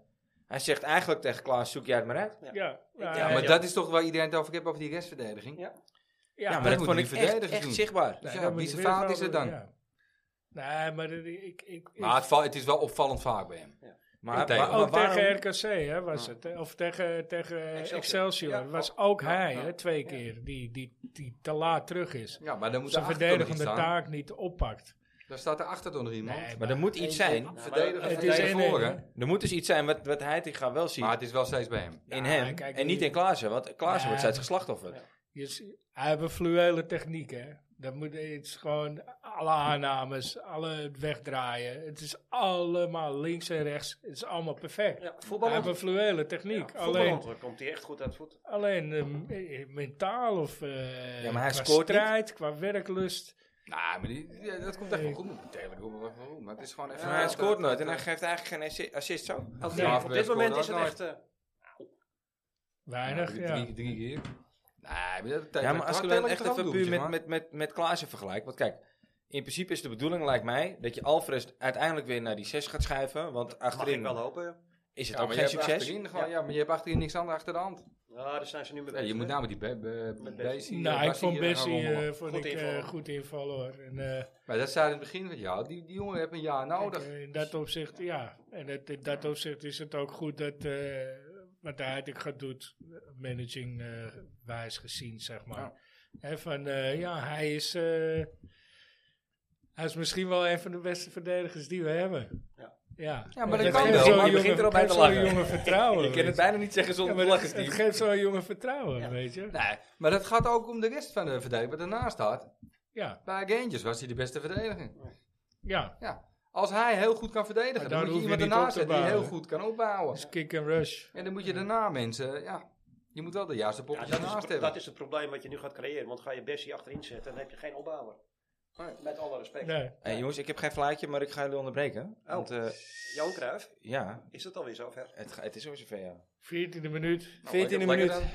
Speaker 1: hij zegt eigenlijk tegen Klaas, zoek jij het maar uit.
Speaker 2: ja.
Speaker 4: Ja,
Speaker 3: Ja,
Speaker 2: eh,
Speaker 3: maar
Speaker 4: ja.
Speaker 3: dat is toch waar iedereen het over heeft, over die restverdediging.
Speaker 4: Ja.
Speaker 1: Ja,
Speaker 2: ja,
Speaker 1: maar dat
Speaker 3: moeten
Speaker 1: vond
Speaker 3: die
Speaker 1: ik echt,
Speaker 3: verdedigers
Speaker 1: echt
Speaker 3: doen.
Speaker 1: zichtbaar.
Speaker 3: Dus
Speaker 2: Nee,
Speaker 3: ja,
Speaker 2: dat moet
Speaker 3: wie
Speaker 2: je
Speaker 3: zijn
Speaker 2: weer
Speaker 3: fout is het dan?
Speaker 2: ja. Nee, maar dat- ik, ik, ik,
Speaker 3: Maar het, va- het is wel opvallend vaak bij hem.
Speaker 1: Maar,
Speaker 3: Tegen-
Speaker 1: maar- maar
Speaker 2: ook
Speaker 1: waarom-
Speaker 2: tegen RKC hè, was het. hè? Of tegen, tegen
Speaker 4: Excelsior.
Speaker 2: Excelsior.
Speaker 4: Ja,
Speaker 2: was
Speaker 4: ook.
Speaker 2: ook
Speaker 4: Ja,
Speaker 2: hij
Speaker 4: ja.
Speaker 2: hè, twee keer die, die, die te laat terug is.
Speaker 3: Ja, maar dan moet
Speaker 2: Zijn
Speaker 3: er achter toch nog iets
Speaker 2: verdedigende
Speaker 3: staan.
Speaker 2: taak niet oppakt.
Speaker 3: Daar staat er achter toch nog iemand.
Speaker 2: Nee,
Speaker 1: Maar er moet iets zijn.
Speaker 4: maar
Speaker 3: Verdedigen,
Speaker 4: het is
Speaker 3: verdedigen
Speaker 2: één,
Speaker 3: voor,
Speaker 2: één,
Speaker 3: hè?
Speaker 2: hè?
Speaker 1: Er moet dus iets zijn wat, wat hij tegen wel ziet.
Speaker 3: Maar het is wel steeds bij hem.
Speaker 1: in
Speaker 2: Ja,
Speaker 1: hem.
Speaker 2: kijk,
Speaker 1: en niet
Speaker 2: die-
Speaker 1: in Klaassen. Want Klaassen
Speaker 2: Ja,
Speaker 1: wordt steeds
Speaker 2: maar-
Speaker 1: geslachtofferd.
Speaker 2: Je z- hij heeft een fluwele techniek, hè. Dat moet het is gewoon alle aannames, alle wegdraaien. Het is allemaal links en rechts. Het is allemaal perfect.
Speaker 4: Ja,
Speaker 2: Hij heeft een
Speaker 4: voetballend.
Speaker 2: fluwele techniek.
Speaker 4: Ja,
Speaker 2: alleen,
Speaker 4: voetballend komt hij echt goed aan het voet.
Speaker 2: alleen eh, m- eh, mentaal of eh
Speaker 1: Ja, maar hij
Speaker 2: qua
Speaker 1: scoort niet.
Speaker 2: strijd, qua werklust.
Speaker 3: Nou, maar die, ja, dat komt echt wel goed. Maar Taylor komt wel goed. Maar het is gewoon even...
Speaker 1: Maar hij scoort nooit en hij geeft eigenlijk geen assi- assist zo.
Speaker 3: Als
Speaker 2: Nee,
Speaker 3: hij
Speaker 4: Op dit moment is het
Speaker 3: scoort,
Speaker 4: echt... eh,
Speaker 3: dan-
Speaker 2: Weinig,
Speaker 3: drie,
Speaker 2: ja.
Speaker 3: Nou, Drie, drie keer. Nee, maar dat
Speaker 1: Ja, maar als je dan echt even puur met,
Speaker 3: met...
Speaker 1: met, met, met Klaassen vergelijkt. Want kijk, in principe is de bedoeling, lijkt mij, dat je Alvarez uiteindelijk weer naar die 6 gaat schuiven. Want
Speaker 4: Mag ik wel
Speaker 1: achterin
Speaker 4: hopen. ja.
Speaker 1: is het
Speaker 3: Ja,
Speaker 1: ook
Speaker 3: maar je
Speaker 1: geen
Speaker 3: hebt
Speaker 1: succes.
Speaker 3: achterin gewoon- Ja, maar je hebt achterin niks aan achter de hand.
Speaker 4: Ja, daar zijn ze nu mee
Speaker 3: Ja,
Speaker 4: bezig.
Speaker 3: je moet
Speaker 4: hè.
Speaker 3: nou met die Be- Be-
Speaker 4: Met
Speaker 3: Bessie, eh,
Speaker 2: Nou, ik
Speaker 3: Bassie
Speaker 2: vond
Speaker 3: hier gaan
Speaker 2: Bessie
Speaker 3: rommelen.
Speaker 2: eh, vond
Speaker 4: Goed
Speaker 2: ik, eh,
Speaker 4: invallen.
Speaker 2: goed invallen hoor. En, eh,
Speaker 3: Maar dat zei in het begin van ja, die, die jongen heeft een jaar nodig.
Speaker 2: kijk, eh, in dat opzicht, ja. En het- in dat opzicht is het ook goed dat eh, wat hij eigenlijk gaat doen, managing eh, wijs gezien, zeg maar.
Speaker 3: Ja.
Speaker 2: Hè, van, eh, ja, hij is, eh, hij is misschien wel een van de beste verdedigers die we hebben.
Speaker 4: Ja.
Speaker 2: ja.
Speaker 3: Ja, maar dat
Speaker 2: En
Speaker 3: kan
Speaker 2: geeft
Speaker 3: wel,
Speaker 2: zo'n
Speaker 3: maar je
Speaker 2: jongen-
Speaker 1: begint er al bij
Speaker 2: geeft
Speaker 1: te
Speaker 2: zo'n
Speaker 1: lachen.
Speaker 2: jongen vertrouwen.
Speaker 1: Je kan het
Speaker 2: Oh, weet
Speaker 1: bijna niet zeggen
Speaker 2: je. Ja,
Speaker 1: zonder
Speaker 2: maar
Speaker 1: te
Speaker 2: dat-
Speaker 1: lachen,
Speaker 2: het
Speaker 1: Steve.
Speaker 2: geeft zo'n jongen vertrouwen,
Speaker 4: Ja.
Speaker 2: weet je.
Speaker 3: Nee, maar dat gaat ook om de rest van de verdediging. Wat ernaast staat,
Speaker 2: Ja,
Speaker 3: bij Geentjes was hij de beste verdediger.
Speaker 2: ja.
Speaker 3: Ja. Als hij heel goed kan verdedigen,
Speaker 2: Maar
Speaker 3: dan
Speaker 2: daar
Speaker 3: moet je
Speaker 2: hoef je
Speaker 3: iemand
Speaker 2: niet
Speaker 3: ernaast
Speaker 2: op te
Speaker 3: zetten die heel
Speaker 2: bouwen.
Speaker 3: goed kan opbouwen.
Speaker 2: Dus kick and rush.
Speaker 3: En dan moet je daarna mensen, ja, je moet wel de juiste
Speaker 4: Ja,
Speaker 3: poppetjes
Speaker 4: dat, is, het
Speaker 3: ernaast
Speaker 4: pro-
Speaker 3: hebben.
Speaker 4: dat is het probleem wat je nu gaat creëren. Want ga je Bessie achterin zetten, dan heb je geen opbouwer. Met alle respect.
Speaker 2: Nee.
Speaker 1: Hey, jongens, ik heb geen flaatje, maar ik ga jullie onderbreken.
Speaker 2: Oh.
Speaker 1: Want eh,
Speaker 4: Johan Cruijff,
Speaker 1: ja,
Speaker 4: is het alweer zover?
Speaker 1: het, ga- het is zo zover, ja.
Speaker 2: 14e minuut.
Speaker 3: Nou, lekker-
Speaker 1: 14e
Speaker 3: lekker
Speaker 1: minuut.
Speaker 3: dan.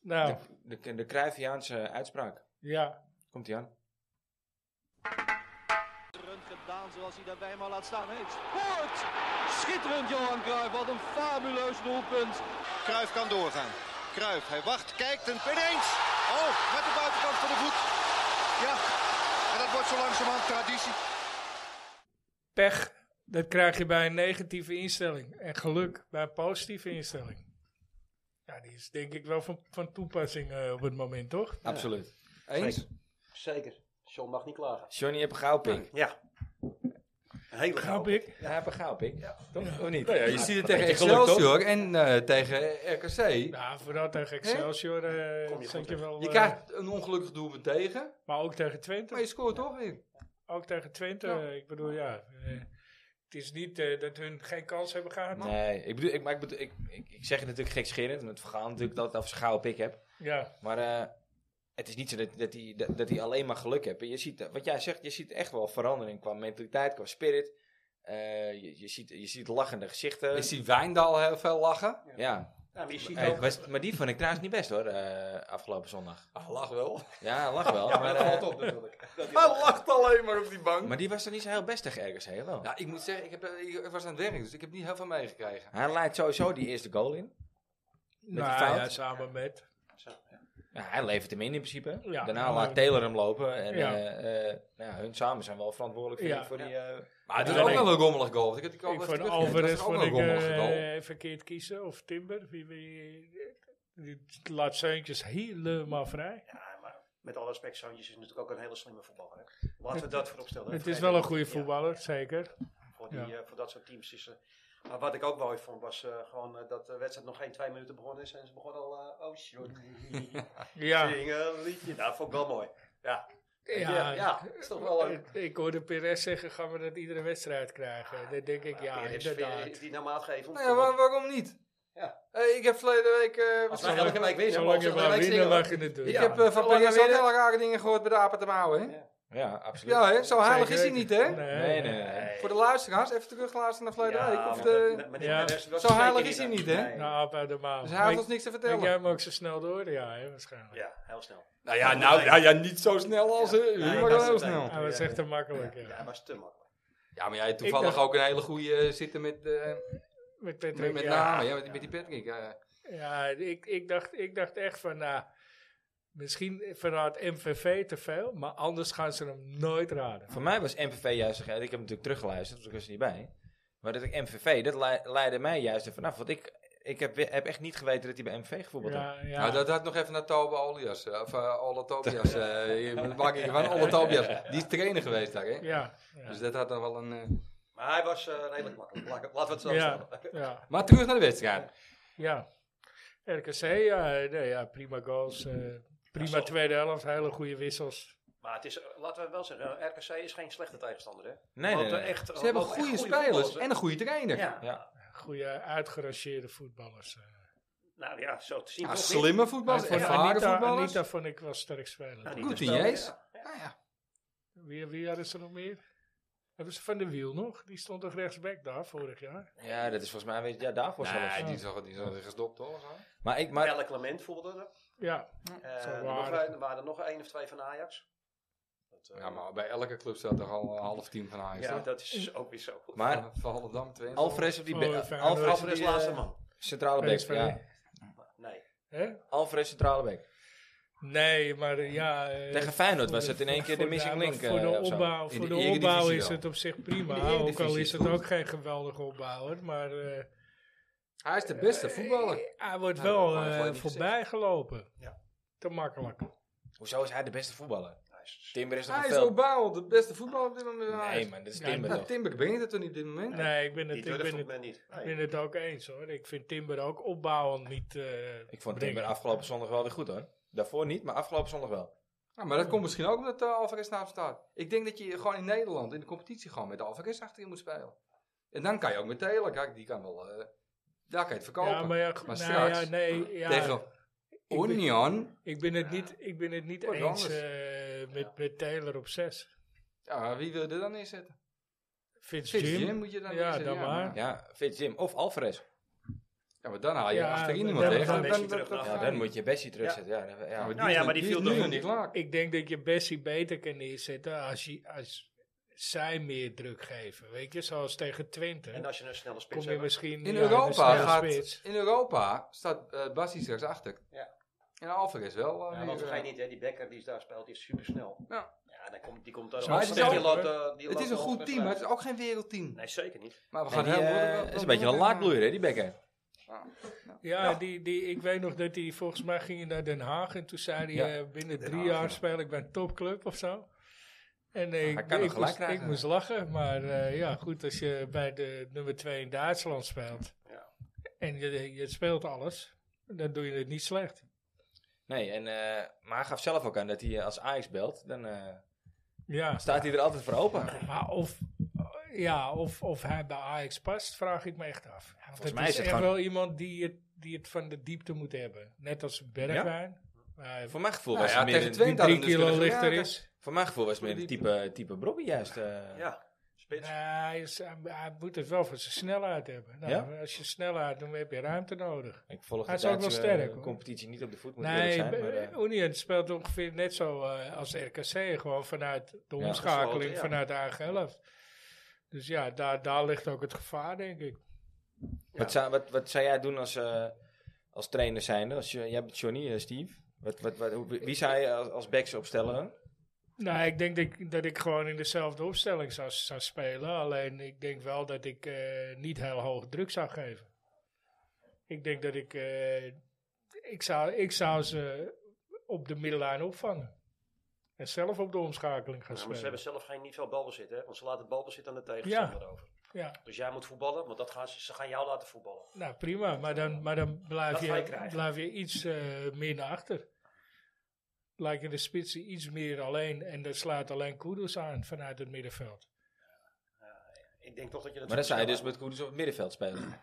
Speaker 2: Nou,
Speaker 1: De, de, de Cruyffiaanse uitspraak.
Speaker 2: ja.
Speaker 1: Komt ie aan.
Speaker 5: schitterend gedaan zoals hij daarbij maar laat staan heeft. Scoort! Schitterend Johan Cruijff, wat een fabuleus doelpunt.
Speaker 6: Kruif kan doorgaan. Kruif, hij wacht, kijkt en ineens. Oh, met de buitenkant van de voet. Ja, en dat wordt zo langzamerhand traditie.
Speaker 2: Pech, dat krijg je bij een negatieve instelling. En geluk bij een positieve instelling. Ja, die is denk ik wel van, van toepassing eh, op het moment, toch?
Speaker 1: Absoluut.
Speaker 3: Eens?
Speaker 4: Zeker. John mag niet klagen.
Speaker 1: Johnny, heb een gauw pik.
Speaker 4: Ja. Een hele
Speaker 2: Grap
Speaker 4: gouden.
Speaker 2: ik.
Speaker 1: Ja, heb een gauw pik. Toch? Of niet?
Speaker 3: Je ziet het
Speaker 1: Beetje
Speaker 3: tegen
Speaker 1: geluk, toch?
Speaker 3: Excelsior en eh, tegen RKC.
Speaker 2: Ja, Nou, vooral tegen Excelsior. eh,
Speaker 4: Kom je
Speaker 2: zat
Speaker 4: goed
Speaker 2: je
Speaker 4: weg.
Speaker 2: wel,
Speaker 3: Je
Speaker 2: eh,
Speaker 3: krijgt een ongelukkig doelpunt tegen,
Speaker 2: maar ook tegen
Speaker 3: maar
Speaker 2: Twente.
Speaker 3: je scoort toch weer.
Speaker 2: Ook tegen Twente.
Speaker 3: Ja.
Speaker 2: eh, Ik bedoel, ja. eh, het is niet eh, dat hun geen kans hebben gehad.
Speaker 1: Nee, ik bedoel, ik, maar ik, bedoel ik, ik, ik zeg het natuurlijk gekscherend, want we gaan natuurlijk dat ik het over schaal pik heb.
Speaker 2: Ja,
Speaker 1: Maar eh, het is niet zo dat, dat, hij, dat, dat hij alleen maar geluk heeft. Je ziet, eh, wat jij zegt, je ziet echt wel verandering qua mentaliteit, qua spirit. Eh, je, je, ziet, je ziet lachende gezichten.
Speaker 3: Ik zie Wijndal heel veel lachen.
Speaker 1: ja.
Speaker 4: Ja, maar je ziet
Speaker 1: Hey,
Speaker 4: ook...
Speaker 1: was- maar die vond ik trouwens niet best hoor, eh, afgelopen zondag.
Speaker 3: Ah, lach wel.
Speaker 1: Ja, lach wel.
Speaker 4: Ja, maar
Speaker 1: maar,
Speaker 4: dat
Speaker 1: eh,
Speaker 4: valt op natuurlijk. Dat die-
Speaker 3: Hij
Speaker 2: Oh.
Speaker 3: lacht alleen maar op die bank.
Speaker 1: maar die was er niet zo heel best tegen ergens heel wel.
Speaker 3: Ja, ik moet zeggen, ik, heb, eh, ik was aan het werk, dus ik heb niet heel veel meegekregen.
Speaker 1: Hij leidt sowieso die eerste goal in. die
Speaker 2: nou,
Speaker 1: fout?
Speaker 2: ja, samen met.
Speaker 1: Ja, hij levert hem in in principe.
Speaker 2: Ja. nou, eh,
Speaker 1: Daarna laat Taylor hem lopen. En
Speaker 2: Ja.
Speaker 1: eh, eh, nou, ja, hun samen zijn wel verantwoordelijk vind
Speaker 2: Ja.
Speaker 1: ik, voor die... eh,
Speaker 3: Maar het
Speaker 2: Ja,
Speaker 3: is ook
Speaker 2: nee.
Speaker 3: wel een rommelig goal. want Ik, had die goal
Speaker 2: Ik
Speaker 3: even
Speaker 2: vond
Speaker 3: teruggekeken.
Speaker 2: Alvarez
Speaker 3: Dat was ook
Speaker 2: vond
Speaker 3: wel
Speaker 2: ik
Speaker 3: een rommelige goal.
Speaker 2: eh, verkeerd kiezen. Of Timber. Wie, wie, die laat Seuntjes helemaal vrij.
Speaker 4: Ja, maar met alle respect, Sanchez is natuurlijk ook een hele slimme voetballer. hè. Laten we dat voorop stellen.
Speaker 2: Het is
Speaker 4: Vergeet
Speaker 2: wel
Speaker 4: dat
Speaker 2: een goede
Speaker 4: niet. Ja.
Speaker 2: voetballer, zeker.
Speaker 4: voor, die,
Speaker 2: Ja.
Speaker 4: eh, voor dat soort teams. Is, eh, maar wat ik ook mooi vond, was eh, gewoon eh, dat de wedstrijd nog geen twee minuten begonnen is. En ze begonnen al, eh, oh short,
Speaker 2: Ja,
Speaker 4: zing een liedje. Nou, vond ik wel mooi. Ja,
Speaker 2: ja,
Speaker 4: is toch wel leuk.
Speaker 2: Ik, ik hoorde Perez zeggen, gaan we dat iedere wedstrijd krijgen? Dan denk ik, ja,
Speaker 4: Ja,
Speaker 2: inderdaad.
Speaker 4: Die normaal geven.
Speaker 3: Nou ja, waar- waarom niet?
Speaker 4: Ja.
Speaker 3: Eh, ik heb verleden week... eh,
Speaker 4: Als wij elke week winnen,
Speaker 2: Zolang
Speaker 4: mogen
Speaker 2: je
Speaker 4: ze elke
Speaker 2: maar
Speaker 4: week
Speaker 2: winnen,
Speaker 4: zingen.
Speaker 2: mag je het doen.
Speaker 3: ik
Speaker 2: Ja.
Speaker 3: heb eh, van
Speaker 4: Zolang we
Speaker 3: PSV
Speaker 4: winnen-
Speaker 3: hele rare dingen gehoord bij de apen te mouwen, hè?
Speaker 4: Ja.
Speaker 1: ja, absoluut.
Speaker 3: Ja, hè? Zo heilig is hij
Speaker 2: Zeker
Speaker 3: niet,
Speaker 2: weten.
Speaker 3: hè?
Speaker 1: Nee,
Speaker 2: Nee,
Speaker 1: nee, nee.
Speaker 3: Voor de luisteraars, even terugluisteren naar verleden week. Of de...
Speaker 2: Ja.
Speaker 3: Zo heilig is hij niet, hè?
Speaker 2: Nou, op uit de maan.
Speaker 3: Dus hij heeft
Speaker 2: Ik-
Speaker 3: ons niks te
Speaker 2: Denk jij
Speaker 3: vertellen.
Speaker 2: hem ook zo snel door? Ja, hè, waarschijnlijk.
Speaker 4: Ja, heel snel.
Speaker 3: Nou ja, nou, ja, ja, niet zo snel als... eh,
Speaker 4: Nee, dat
Speaker 3: maar wel
Speaker 4: is
Speaker 3: heel
Speaker 4: het
Speaker 3: snel.
Speaker 4: eigenlijk.
Speaker 2: Hij was echt te makkelijk,
Speaker 4: Ja,
Speaker 2: ja.
Speaker 4: hij was te makkelijk.
Speaker 3: Ja, maar jij hebt toevallig
Speaker 2: Ik dacht-
Speaker 3: ook een hele goede eh, zitten met, eh,
Speaker 2: Met Patrick,
Speaker 3: met, met
Speaker 2: ja.
Speaker 3: namen. Ja, met, met die Patrick. ja.
Speaker 2: Ja, ik, ik, dacht, ik dacht echt van, nou, misschien verraadt MVV te veel, maar anders gaan ze hem nooit raden.
Speaker 1: Voor mij was MVV juist... Ik heb hem natuurlijk teruggeluisterd, dus ik was er niet bij. Maar dat ik MVV, dat lei- leidde mij juist ervan af. Want ik, ik heb, we- heb echt niet geweten dat hij bij MVV gevoetbald had.
Speaker 2: Ja, ja.
Speaker 3: Nou, dat had nog even naar Tobe Olias. eh, Of eh, Ola Tobias. eh, je- maak ik van Ola Tobias. Die is trainer geweest daar, hè?
Speaker 2: ja, ja.
Speaker 3: Dus dat had dan wel een... eh,
Speaker 4: Maar hij was eh, redelijk makkelijk. Laat- Laten we het zo
Speaker 2: Ja,
Speaker 4: stellen.
Speaker 2: ja,
Speaker 3: Maar terug naar de wedstrijd.
Speaker 2: ja. RKC, ja, nee, ja prima goals. eh, prima
Speaker 4: zo.
Speaker 2: tweede helft, hele goede wissels.
Speaker 4: Maar het is, eh, laten we wel zeggen, eh, RKC is geen slechte tegenstander, hè?
Speaker 1: Nee,
Speaker 4: Want,
Speaker 1: nee, nee.
Speaker 4: eh, echt,
Speaker 3: Ze hebben
Speaker 4: want echt
Speaker 3: goede spelers
Speaker 4: voetballers,
Speaker 3: en een goede trainer.
Speaker 4: hè? Ja.
Speaker 1: Ja.
Speaker 2: Goede uitgerangeerde voetballers. eh.
Speaker 4: Nou ja, zo te zien.
Speaker 3: Ja,
Speaker 4: toch niet.
Speaker 3: slimme voetballers,
Speaker 2: Ik vond
Speaker 3: ervaren
Speaker 2: Anita,
Speaker 3: voetballers.
Speaker 2: Anita vond ik wel sterk spelen.
Speaker 4: Nou, niet
Speaker 3: Goed,
Speaker 4: te spelen,
Speaker 3: Jees.
Speaker 4: ja.
Speaker 3: Ja, ja.
Speaker 2: Wie, wie hadden ze nog meer? Hebben ze Van de Wiel nog? Die stond toch rechtsback daar vorig jaar?
Speaker 1: ja, dat is volgens mij... weet- Ja, daarvoor zelfs.
Speaker 3: Nee, die is al die is al gestopt, hoor. zo.
Speaker 1: Maar ik... Maar,
Speaker 4: Melle Clement voelde
Speaker 2: Ja,
Speaker 4: Eh,
Speaker 2: Zo
Speaker 4: er
Speaker 2: waren.
Speaker 4: nog een- er waren er nog één of twee van Ajax. Dat, eh,
Speaker 3: Ja, maar bij elke club staat toch al een half team van Ajax.
Speaker 4: ja,
Speaker 3: Ja,
Speaker 4: dat is ook weer zo.
Speaker 1: maar
Speaker 3: Van Volendam, Twente.
Speaker 1: Alvarez op die... be-
Speaker 2: Oh, Feyenoord.
Speaker 1: Alvarez op
Speaker 4: Alvarez
Speaker 1: die,
Speaker 4: is laatste
Speaker 1: eh,
Speaker 4: man.
Speaker 1: Centrale back,
Speaker 2: PSV.
Speaker 1: ja.
Speaker 4: Nee.
Speaker 2: Hè?
Speaker 1: Alvarez centrale back.
Speaker 2: Nee, maar eh, ja... eh,
Speaker 1: Tegen Feyenoord
Speaker 2: voor
Speaker 1: was het in één keer de
Speaker 2: voor-
Speaker 1: missing
Speaker 2: ja, maar
Speaker 1: link.
Speaker 2: Voor
Speaker 1: eh,
Speaker 2: de
Speaker 1: of zo.
Speaker 2: opbouw,
Speaker 3: In
Speaker 2: voor
Speaker 3: de
Speaker 2: de
Speaker 3: Eredivisie
Speaker 2: opbouw is
Speaker 3: wel.
Speaker 2: het op zich
Speaker 3: In
Speaker 2: prima.
Speaker 3: de
Speaker 2: Ook al
Speaker 3: Eredivisie
Speaker 2: is
Speaker 3: is
Speaker 2: het
Speaker 3: goed.
Speaker 2: ook geen geweldige opbouw, hoor. Maar eh,
Speaker 3: Hij is de beste voetballer.
Speaker 2: hij wordt
Speaker 3: Nou, dat
Speaker 2: wel
Speaker 3: had ik
Speaker 2: eh,
Speaker 3: voorheen niet
Speaker 2: voorbij gelopen.
Speaker 4: Ja.
Speaker 2: Te makkelijk.
Speaker 1: Hoezo is hij de beste voetballer?
Speaker 4: Hij is-
Speaker 1: Timber is nog
Speaker 3: Hij
Speaker 1: een
Speaker 3: is
Speaker 1: veld.
Speaker 3: opbouwend, de beste voetballer op dit moment. bij Ajax.
Speaker 1: Nee man, dat is
Speaker 2: Ja,
Speaker 1: Timber
Speaker 3: Nou,
Speaker 1: toch?
Speaker 3: Timber brengt het toch niet op dit moment?
Speaker 2: Nee, ik ben
Speaker 4: Die
Speaker 2: het, ik
Speaker 4: durft
Speaker 2: ben
Speaker 4: op
Speaker 2: het,
Speaker 4: men niet.
Speaker 2: ik
Speaker 4: Nee.
Speaker 2: ben het ook eens, hoor. Ik vind Timber ook opbouwend niet... eh,
Speaker 1: Ik vond
Speaker 2: brengen.
Speaker 1: Timber afgelopen zondag wel weer goed hoor. Daarvoor niet, maar afgelopen zondag wel.
Speaker 3: Nou, maar dat komt misschien ook omdat eh, Alvarez naast staat. Ik denk dat je gewoon in Nederland in de competitie gewoon met Alvarez achterin moet spelen. En dan kan je ook met Taylor, kijk, die kan wel, eh, daar kan je het verkopen.
Speaker 2: Ja, maar ja, goed,
Speaker 3: Maar
Speaker 2: nou
Speaker 3: straks
Speaker 2: ja, nee, ja,
Speaker 3: Tegen
Speaker 2: ben-
Speaker 3: Union,
Speaker 2: ik ben het niet, ik ben het niet
Speaker 3: Wordt
Speaker 2: eens
Speaker 3: anders.
Speaker 2: eh, met, met Taylor op 6.
Speaker 3: ja, wie wil je er dan inzetten?
Speaker 2: Vince
Speaker 3: Fitz
Speaker 2: Jim.
Speaker 3: Jim moet je dan
Speaker 2: Ja,
Speaker 3: inzetten.
Speaker 2: dan maar.
Speaker 1: Ja, Fitz Jim of Alvarez.
Speaker 3: Ja, maar dan haal je
Speaker 2: Ja,
Speaker 3: achterin
Speaker 2: dan-
Speaker 3: iemand
Speaker 2: dan-
Speaker 3: weg.
Speaker 2: dan-
Speaker 3: Dan-
Speaker 4: dan-
Speaker 3: dan-
Speaker 4: dan-
Speaker 3: dan-
Speaker 1: Ja, dan moet je Bessie terugzetten. Ja. dan-
Speaker 3: Ja,
Speaker 1: Ja,
Speaker 3: die is
Speaker 4: ja,
Speaker 3: dan-
Speaker 4: maar die viel
Speaker 3: is nu
Speaker 4: er
Speaker 3: nog
Speaker 4: niet.
Speaker 3: niet klaar.
Speaker 2: Ik denk dat je Bessie beter kan neerzetten als, je, als zij meer druk geven. Weet je, zoals tegen
Speaker 4: En
Speaker 2: Twente.
Speaker 4: als je een snelle
Speaker 2: Kom
Speaker 4: spits
Speaker 2: je
Speaker 4: hebt.
Speaker 2: misschien
Speaker 3: In
Speaker 2: ja, een
Speaker 3: Europa
Speaker 2: snelle
Speaker 3: gaat,
Speaker 2: spits.
Speaker 3: in Europa staat eh Bassi straks achter.
Speaker 4: Ja.
Speaker 3: En Alvarez wel. eh,
Speaker 4: Ja, want
Speaker 3: weer,
Speaker 4: vergeet
Speaker 3: eh,
Speaker 4: niet, hè, die Becker die is daar speelt, die is supersnel.
Speaker 3: Ja.
Speaker 4: ja dan komt, die komt daar
Speaker 2: Zo
Speaker 4: ook
Speaker 3: is het
Speaker 4: snel.
Speaker 3: ook,
Speaker 4: Die loopt,
Speaker 2: hè?
Speaker 4: eh, die
Speaker 3: Het is
Speaker 4: loopt
Speaker 3: een
Speaker 4: wel
Speaker 3: goed
Speaker 4: terug
Speaker 3: team, maar
Speaker 4: naar-
Speaker 3: het is ook geen wereldteam.
Speaker 4: Nee, zeker niet.
Speaker 3: Maar we
Speaker 1: En
Speaker 3: gaan
Speaker 1: die,
Speaker 3: heel
Speaker 1: eh,
Speaker 3: moeilijk-
Speaker 1: is een beetje een laadbloeier hè, die bekken.
Speaker 2: Ja,
Speaker 1: Nou.
Speaker 2: Die, die, ik weet nog dat hij volgens mij ging hij naar Den Haag. En toen zei hij,
Speaker 1: Ja, Nou,
Speaker 2: eh, binnen
Speaker 4: Den
Speaker 2: drie
Speaker 4: Haag,
Speaker 2: jaar
Speaker 4: ja.
Speaker 2: speel ik bij een topclub of zo. En eh, ik,
Speaker 1: kan nog
Speaker 2: ik,
Speaker 1: gelijk
Speaker 2: moest,
Speaker 1: krijgen.
Speaker 2: ik moest lachen. Maar eh, ja, goed, als je bij de nummer twee in Duitsland speelt.
Speaker 4: Ja.
Speaker 2: En je, je speelt alles. Dan doe je het niet slecht.
Speaker 1: Nee, en, eh, maar hij gaf zelf ook aan dat hij eh, als Ajax belt, dan eh,
Speaker 2: Ja.
Speaker 1: staat hij er altijd voor open.
Speaker 2: Maar of, Ja, of, of hij bij Ajax past, vraag ik me echt af. Want het
Speaker 1: mij
Speaker 2: is,
Speaker 1: is het
Speaker 2: echt
Speaker 1: gewoon-
Speaker 2: wel iemand die het, die het van de diepte moet hebben. Net als Bergwijn. Hij heeft
Speaker 1: Voor mijn gevoel
Speaker 3: Nou
Speaker 1: was
Speaker 3: ja,
Speaker 1: het meer
Speaker 3: tegen
Speaker 1: een-
Speaker 3: Twente
Speaker 2: drie
Speaker 3: hadden we dus
Speaker 2: kilo
Speaker 3: kunnen-
Speaker 2: lichter
Speaker 3: Ja,
Speaker 2: is.
Speaker 1: Voor mijn gevoel was het meer een type, type Brobby juist. eh.
Speaker 4: Ja, spits.
Speaker 2: Nee, hij, is- hij- hij moet het wel voor zijn snelheid hebben. Nou,
Speaker 1: Ja?
Speaker 2: Als je snelheid, dan heb je ruimte nodig.
Speaker 1: Ik volg
Speaker 2: Hij
Speaker 1: de
Speaker 2: is ook wel
Speaker 1: Duitse,
Speaker 2: sterk,
Speaker 1: eh,
Speaker 2: hoor.
Speaker 1: competitie niet op de voet, moet ik eerlijk
Speaker 2: nee,
Speaker 1: zijn. maar,
Speaker 2: Be-
Speaker 1: eh,
Speaker 2: Union speelt ongeveer net zo eh, als RKC. Gewoon vanuit de
Speaker 1: Ja,
Speaker 2: omschakeling
Speaker 4: gesloten, ja.
Speaker 2: vanuit de eigen helft. Dus ja, daar, daar ligt ook het gevaar, denk ik.
Speaker 1: Wat, zou, wat, wat zou jij doen als, eh, als trainer zijnde? Als je, jij bent Johnny, eh, Steve. Wat, wat, wat, hoe- wie zou je als, als backs opstellen?
Speaker 2: Nou, ik denk dat ik, dat ik gewoon in dezelfde opstelling zou, zou spelen. Alleen ik denk wel dat ik eh, niet heel hoog druk zou geven. Ik denk dat ik. eh, ik, zou, ik zou ze op de middellijn opvangen. En zelf op de omschakeling gaan
Speaker 4: Ja, maar ze
Speaker 2: spelen.
Speaker 4: hebben zelf geen, niet veel balbezit, hè? Want ze laten het balbezit aan de tegenstander over.
Speaker 2: Ja,
Speaker 4: Dus jij moet voetballen, want dat gaan ze, ze gaan jou laten voetballen.
Speaker 2: nou prima. Maar dan, maar dan blijf,
Speaker 4: Dat ga je
Speaker 2: je,
Speaker 4: krijgen.
Speaker 2: blijf je iets eh, meer naar achter. Lijkt in de spitsen iets meer alleen. En dat slaat alleen Kudus aan vanuit het middenveld.
Speaker 4: Ik denk toch dat je dat...
Speaker 1: Maar dan zou je dus
Speaker 4: zelf-
Speaker 1: met Koeders op het middenveld spelen.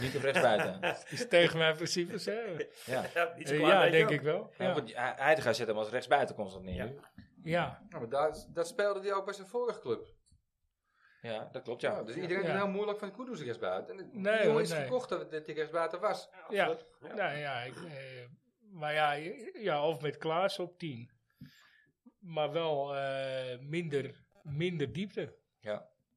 Speaker 1: Niet op rechtsbuiten.
Speaker 2: is tegen mijn principes, hè?
Speaker 1: ja.
Speaker 4: Ja, niet zo
Speaker 2: Eh,
Speaker 4: klaar,
Speaker 2: ja,
Speaker 4: weet je
Speaker 2: denk
Speaker 4: wel.
Speaker 2: ik wel.
Speaker 1: Ja,
Speaker 2: Ja.
Speaker 1: want hij hij gaat zetten hem als rechtsbuiten constant neer. Ja,
Speaker 2: Ja.
Speaker 3: Ja, maar daar, daar speelde hij ook bij zijn vorige club.
Speaker 1: dat klopt,
Speaker 3: Ja,
Speaker 1: ja.
Speaker 3: dus iedereen doet
Speaker 2: Ja.
Speaker 3: heel moeilijk van Kudus rechtsbuiten. En
Speaker 2: Nee,
Speaker 3: die jongen
Speaker 2: hoor,
Speaker 3: is
Speaker 2: nee.
Speaker 3: gekocht dat dat hij rechtsbuiten was.
Speaker 2: Ja.
Speaker 4: Ja.
Speaker 2: Nou ja, ik, eh, maar ja, je- ja, of met Klaas op 10. Maar wel eh, minder, minder diepte.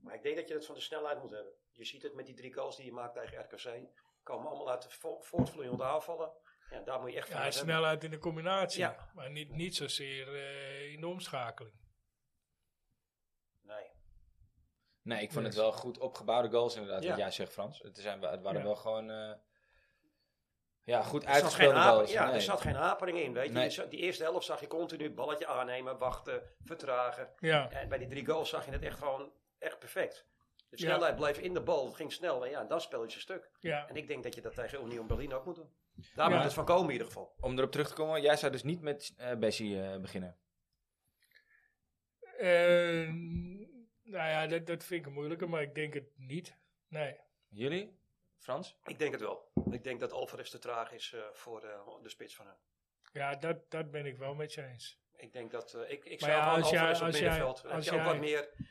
Speaker 4: Maar ik denk dat je het van de snelheid moet hebben. Je ziet het met die drie goals die je maakt tegen RKC. Komen allemaal uit de vo- voortvloeiende aanvallen. Ja, daar moet je echt van
Speaker 2: Ja,
Speaker 4: hebben.
Speaker 2: snelheid in de combinatie.
Speaker 4: Ja.
Speaker 2: Maar niet, niet zozeer eh, in de omschakeling.
Speaker 4: Nee.
Speaker 1: Nee, ik vond het wel goed opgebouwde goals inderdaad,
Speaker 4: Ja.
Speaker 1: wat jij zegt Frans. Het, zijn, het waren
Speaker 2: Ja.
Speaker 1: wel gewoon eh, ja, goed
Speaker 4: Er zat, geen
Speaker 1: uitgespeelde
Speaker 4: hapering,
Speaker 1: goals.
Speaker 4: ja,
Speaker 1: nee.
Speaker 4: er zat geen hapering in, weet je.
Speaker 1: Nee.
Speaker 4: Die, die eerste helft zag je continu balletje aannemen, wachten, vertragen.
Speaker 2: Ja,
Speaker 4: En bij die drie goals zag je het echt gewoon echt perfect. De
Speaker 2: Ja.
Speaker 4: snelheid bleef in de bal, het ging snel. En ja, dan speel je zijn stuk.
Speaker 2: ja.
Speaker 4: En ik denk dat je dat tegen Union Berlin ook moet doen. Daar
Speaker 2: Ja.
Speaker 4: moet het van komen in ieder geval.
Speaker 1: Om erop terug te komen, jij zou dus niet met eh Bessie eh, beginnen.
Speaker 2: Eh, nou ja, dat, dat vind ik een moeilijke, maar ik denk het niet. Nee.
Speaker 1: Jullie? Frans?
Speaker 4: Ik denk het wel. Ik denk dat Alvarez te traag is eh, voor eh, de spits van hem.
Speaker 2: Ja, dat, dat ben ik wel met je eens.
Speaker 4: Ik denk dat eh, ik, ik
Speaker 2: Maar
Speaker 4: zou
Speaker 2: ja,
Speaker 4: gewoon
Speaker 2: als jij-
Speaker 4: Alvarez op
Speaker 2: als jij-
Speaker 4: middenveld. Dan
Speaker 2: als
Speaker 4: heb je ook
Speaker 2: jij-
Speaker 4: wat meer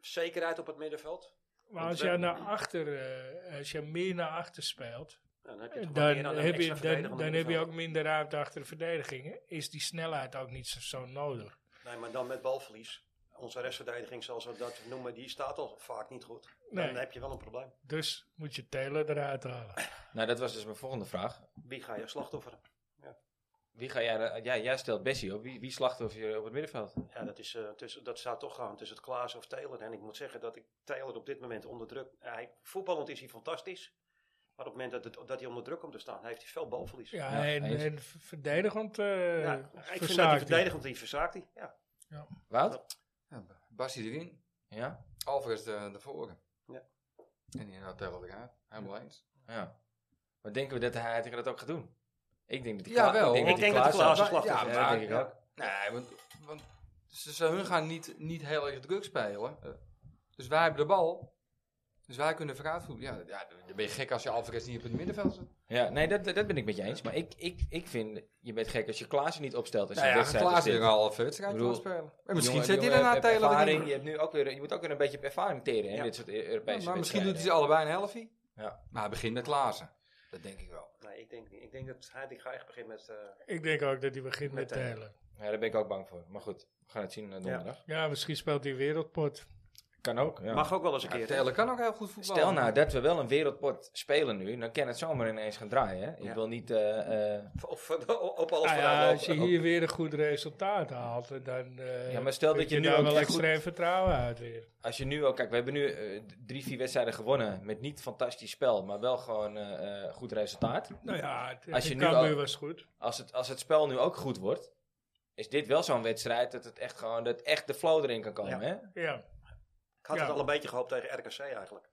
Speaker 4: zekerheid op het middenveld.
Speaker 2: Maar
Speaker 4: Want
Speaker 2: als
Speaker 4: we-
Speaker 2: jij naar achter, eh, als je meer naar achter speelt,
Speaker 4: Dan heb je, toch
Speaker 2: Dan,
Speaker 4: wat meer aan een
Speaker 2: heb, je,
Speaker 4: extra
Speaker 2: dan,
Speaker 4: verdedigende
Speaker 2: dan heb je
Speaker 4: middenveld.
Speaker 2: ook minder ruimte achter de verdedigingen. Is die snelheid ook niet zo, zo nodig?
Speaker 4: Nee, maar dan met balverlies. Onze restverdediging, zoals we dat noemen, die staat al vaak niet goed.
Speaker 2: Nee.
Speaker 4: Dan heb je wel een probleem.
Speaker 2: Dus moet je Taylor eruit halen.
Speaker 1: Nou, dat was dus mijn volgende vraag.
Speaker 4: Wie ga je slachtofferen?
Speaker 1: Wie ga jij, eh, jij, jij stelt Bessie op. Wie, wie slachtoffer je op het middenveld?
Speaker 4: Ja, dat, is, eh, tussen, dat staat toch gewoon tussen het Klaas of Taylor. En ik moet zeggen dat ik Taylor op dit moment onder druk... eh, Hij, voetballend is hij fantastisch. Maar op het moment dat, het- dat hij onder druk komt te staan, heeft hij veel balverlies. Ja,
Speaker 2: Ja,
Speaker 1: Ja,
Speaker 2: en,
Speaker 1: eens.
Speaker 2: en v- verdedigend eh
Speaker 4: ik vind dat hij
Speaker 2: verzaakt hij.
Speaker 4: verdedigend die verzaakt hij. Ja.
Speaker 1: Wout?
Speaker 3: Ja, Bassi erin.
Speaker 1: Ja?
Speaker 3: Alvarez de, daarvoor.
Speaker 4: Ja.
Speaker 3: En die nou had Taylor eruit. Helemaal eens.
Speaker 1: Ja. Maar denken we dat hij tegen dat ook gaat doen? Ik denk dat die
Speaker 3: Ja,
Speaker 1: Kla-
Speaker 3: wel.
Speaker 4: Ik denk dat de
Speaker 1: Klaas-
Speaker 4: Klaas-
Speaker 3: Maar-
Speaker 4: slachtoffer.
Speaker 1: Ja,
Speaker 3: maar-
Speaker 1: dat denk ik ook.
Speaker 3: Nee, want, want ze, ze- hun gaan niet, niet heel erg druk spelen. Eh, Dus wij hebben de bal. Dus wij kunnen vooruit voetballen. Ja, ja, dan ben je gek als je Alvarez niet op het middenveld zet.
Speaker 1: Ja, nee, dat, dat ben ik met je eens. Maar ik, ik, ik vind, je bent gek als je Klaas niet opstelt. Als je
Speaker 3: Nou ja,
Speaker 1: wedstrijd
Speaker 3: Klaas
Speaker 1: is
Speaker 3: er
Speaker 1: dit.
Speaker 3: al een wedstrijd
Speaker 1: Ik bedoel,
Speaker 3: voor spelen. En misschien
Speaker 1: Jongen,
Speaker 3: zet hij
Speaker 1: jongen,
Speaker 3: daarna
Speaker 1: heb
Speaker 3: Taylor
Speaker 1: ervaring.
Speaker 3: erin.
Speaker 1: Je, hebt nu ook weer, je moet ook weer een beetje op ervaring teren in
Speaker 4: Ja.
Speaker 1: dit soort E- Europese
Speaker 3: Ja, maar misschien doet hij ze
Speaker 1: wedstrijden.
Speaker 3: allebei een helftje.
Speaker 1: Ja.
Speaker 3: Maar hij begint met Klaassen. Dat denk ik wel.
Speaker 4: Nee, ik denk, ik denk dat hij... Ik ga echt beginnen met... eh,
Speaker 2: Ik denk ook dat hij begint met,
Speaker 4: Met
Speaker 2: Taylor.
Speaker 4: Taylor.
Speaker 1: Ja, daar ben ik ook bang voor. Maar goed, we gaan het zien eh, donderdag.
Speaker 2: Ja, misschien speelt hij wereldpot.
Speaker 1: Kan ook, ja.
Speaker 4: Mag ook wel eens een
Speaker 3: Ja,
Speaker 4: keer. hè?
Speaker 3: Taylor kan ook heel goed voetballen.
Speaker 1: Stel nou dat we wel een wereldpot spelen nu, dan kan het zomaar ineens gaan draaien. hè. Ik
Speaker 4: Ja.
Speaker 1: wil niet... eh, eh,
Speaker 4: Of eh, op alles
Speaker 2: Nou ja,
Speaker 4: vooruit
Speaker 2: als je
Speaker 4: lopen.
Speaker 2: hier weer een goed resultaat haalt, dan eh
Speaker 1: Ja, maar stel
Speaker 2: put
Speaker 1: dat je nu
Speaker 2: daar
Speaker 1: ook
Speaker 2: wel
Speaker 1: echt
Speaker 2: extreem vertrouwen uit weer.
Speaker 1: als je nu ook... Kijk, we hebben nu eh, d- drie, vier wedstrijden gewonnen met niet fantastisch spel, maar wel gewoon eh, eh, goed resultaat.
Speaker 2: Nou ja, het,
Speaker 1: Als
Speaker 2: als
Speaker 1: je
Speaker 2: je
Speaker 1: nu al-
Speaker 2: was goed.
Speaker 1: Als het, als het spel nu ook goed wordt, is dit wel zo'n wedstrijd dat het echt gewoon... Dat echt de flow erin kan komen,
Speaker 4: Ja.
Speaker 1: hè?
Speaker 2: Ja,
Speaker 4: Ik had
Speaker 2: Ja.
Speaker 4: het al een beetje gehoopt tegen RKC eigenlijk.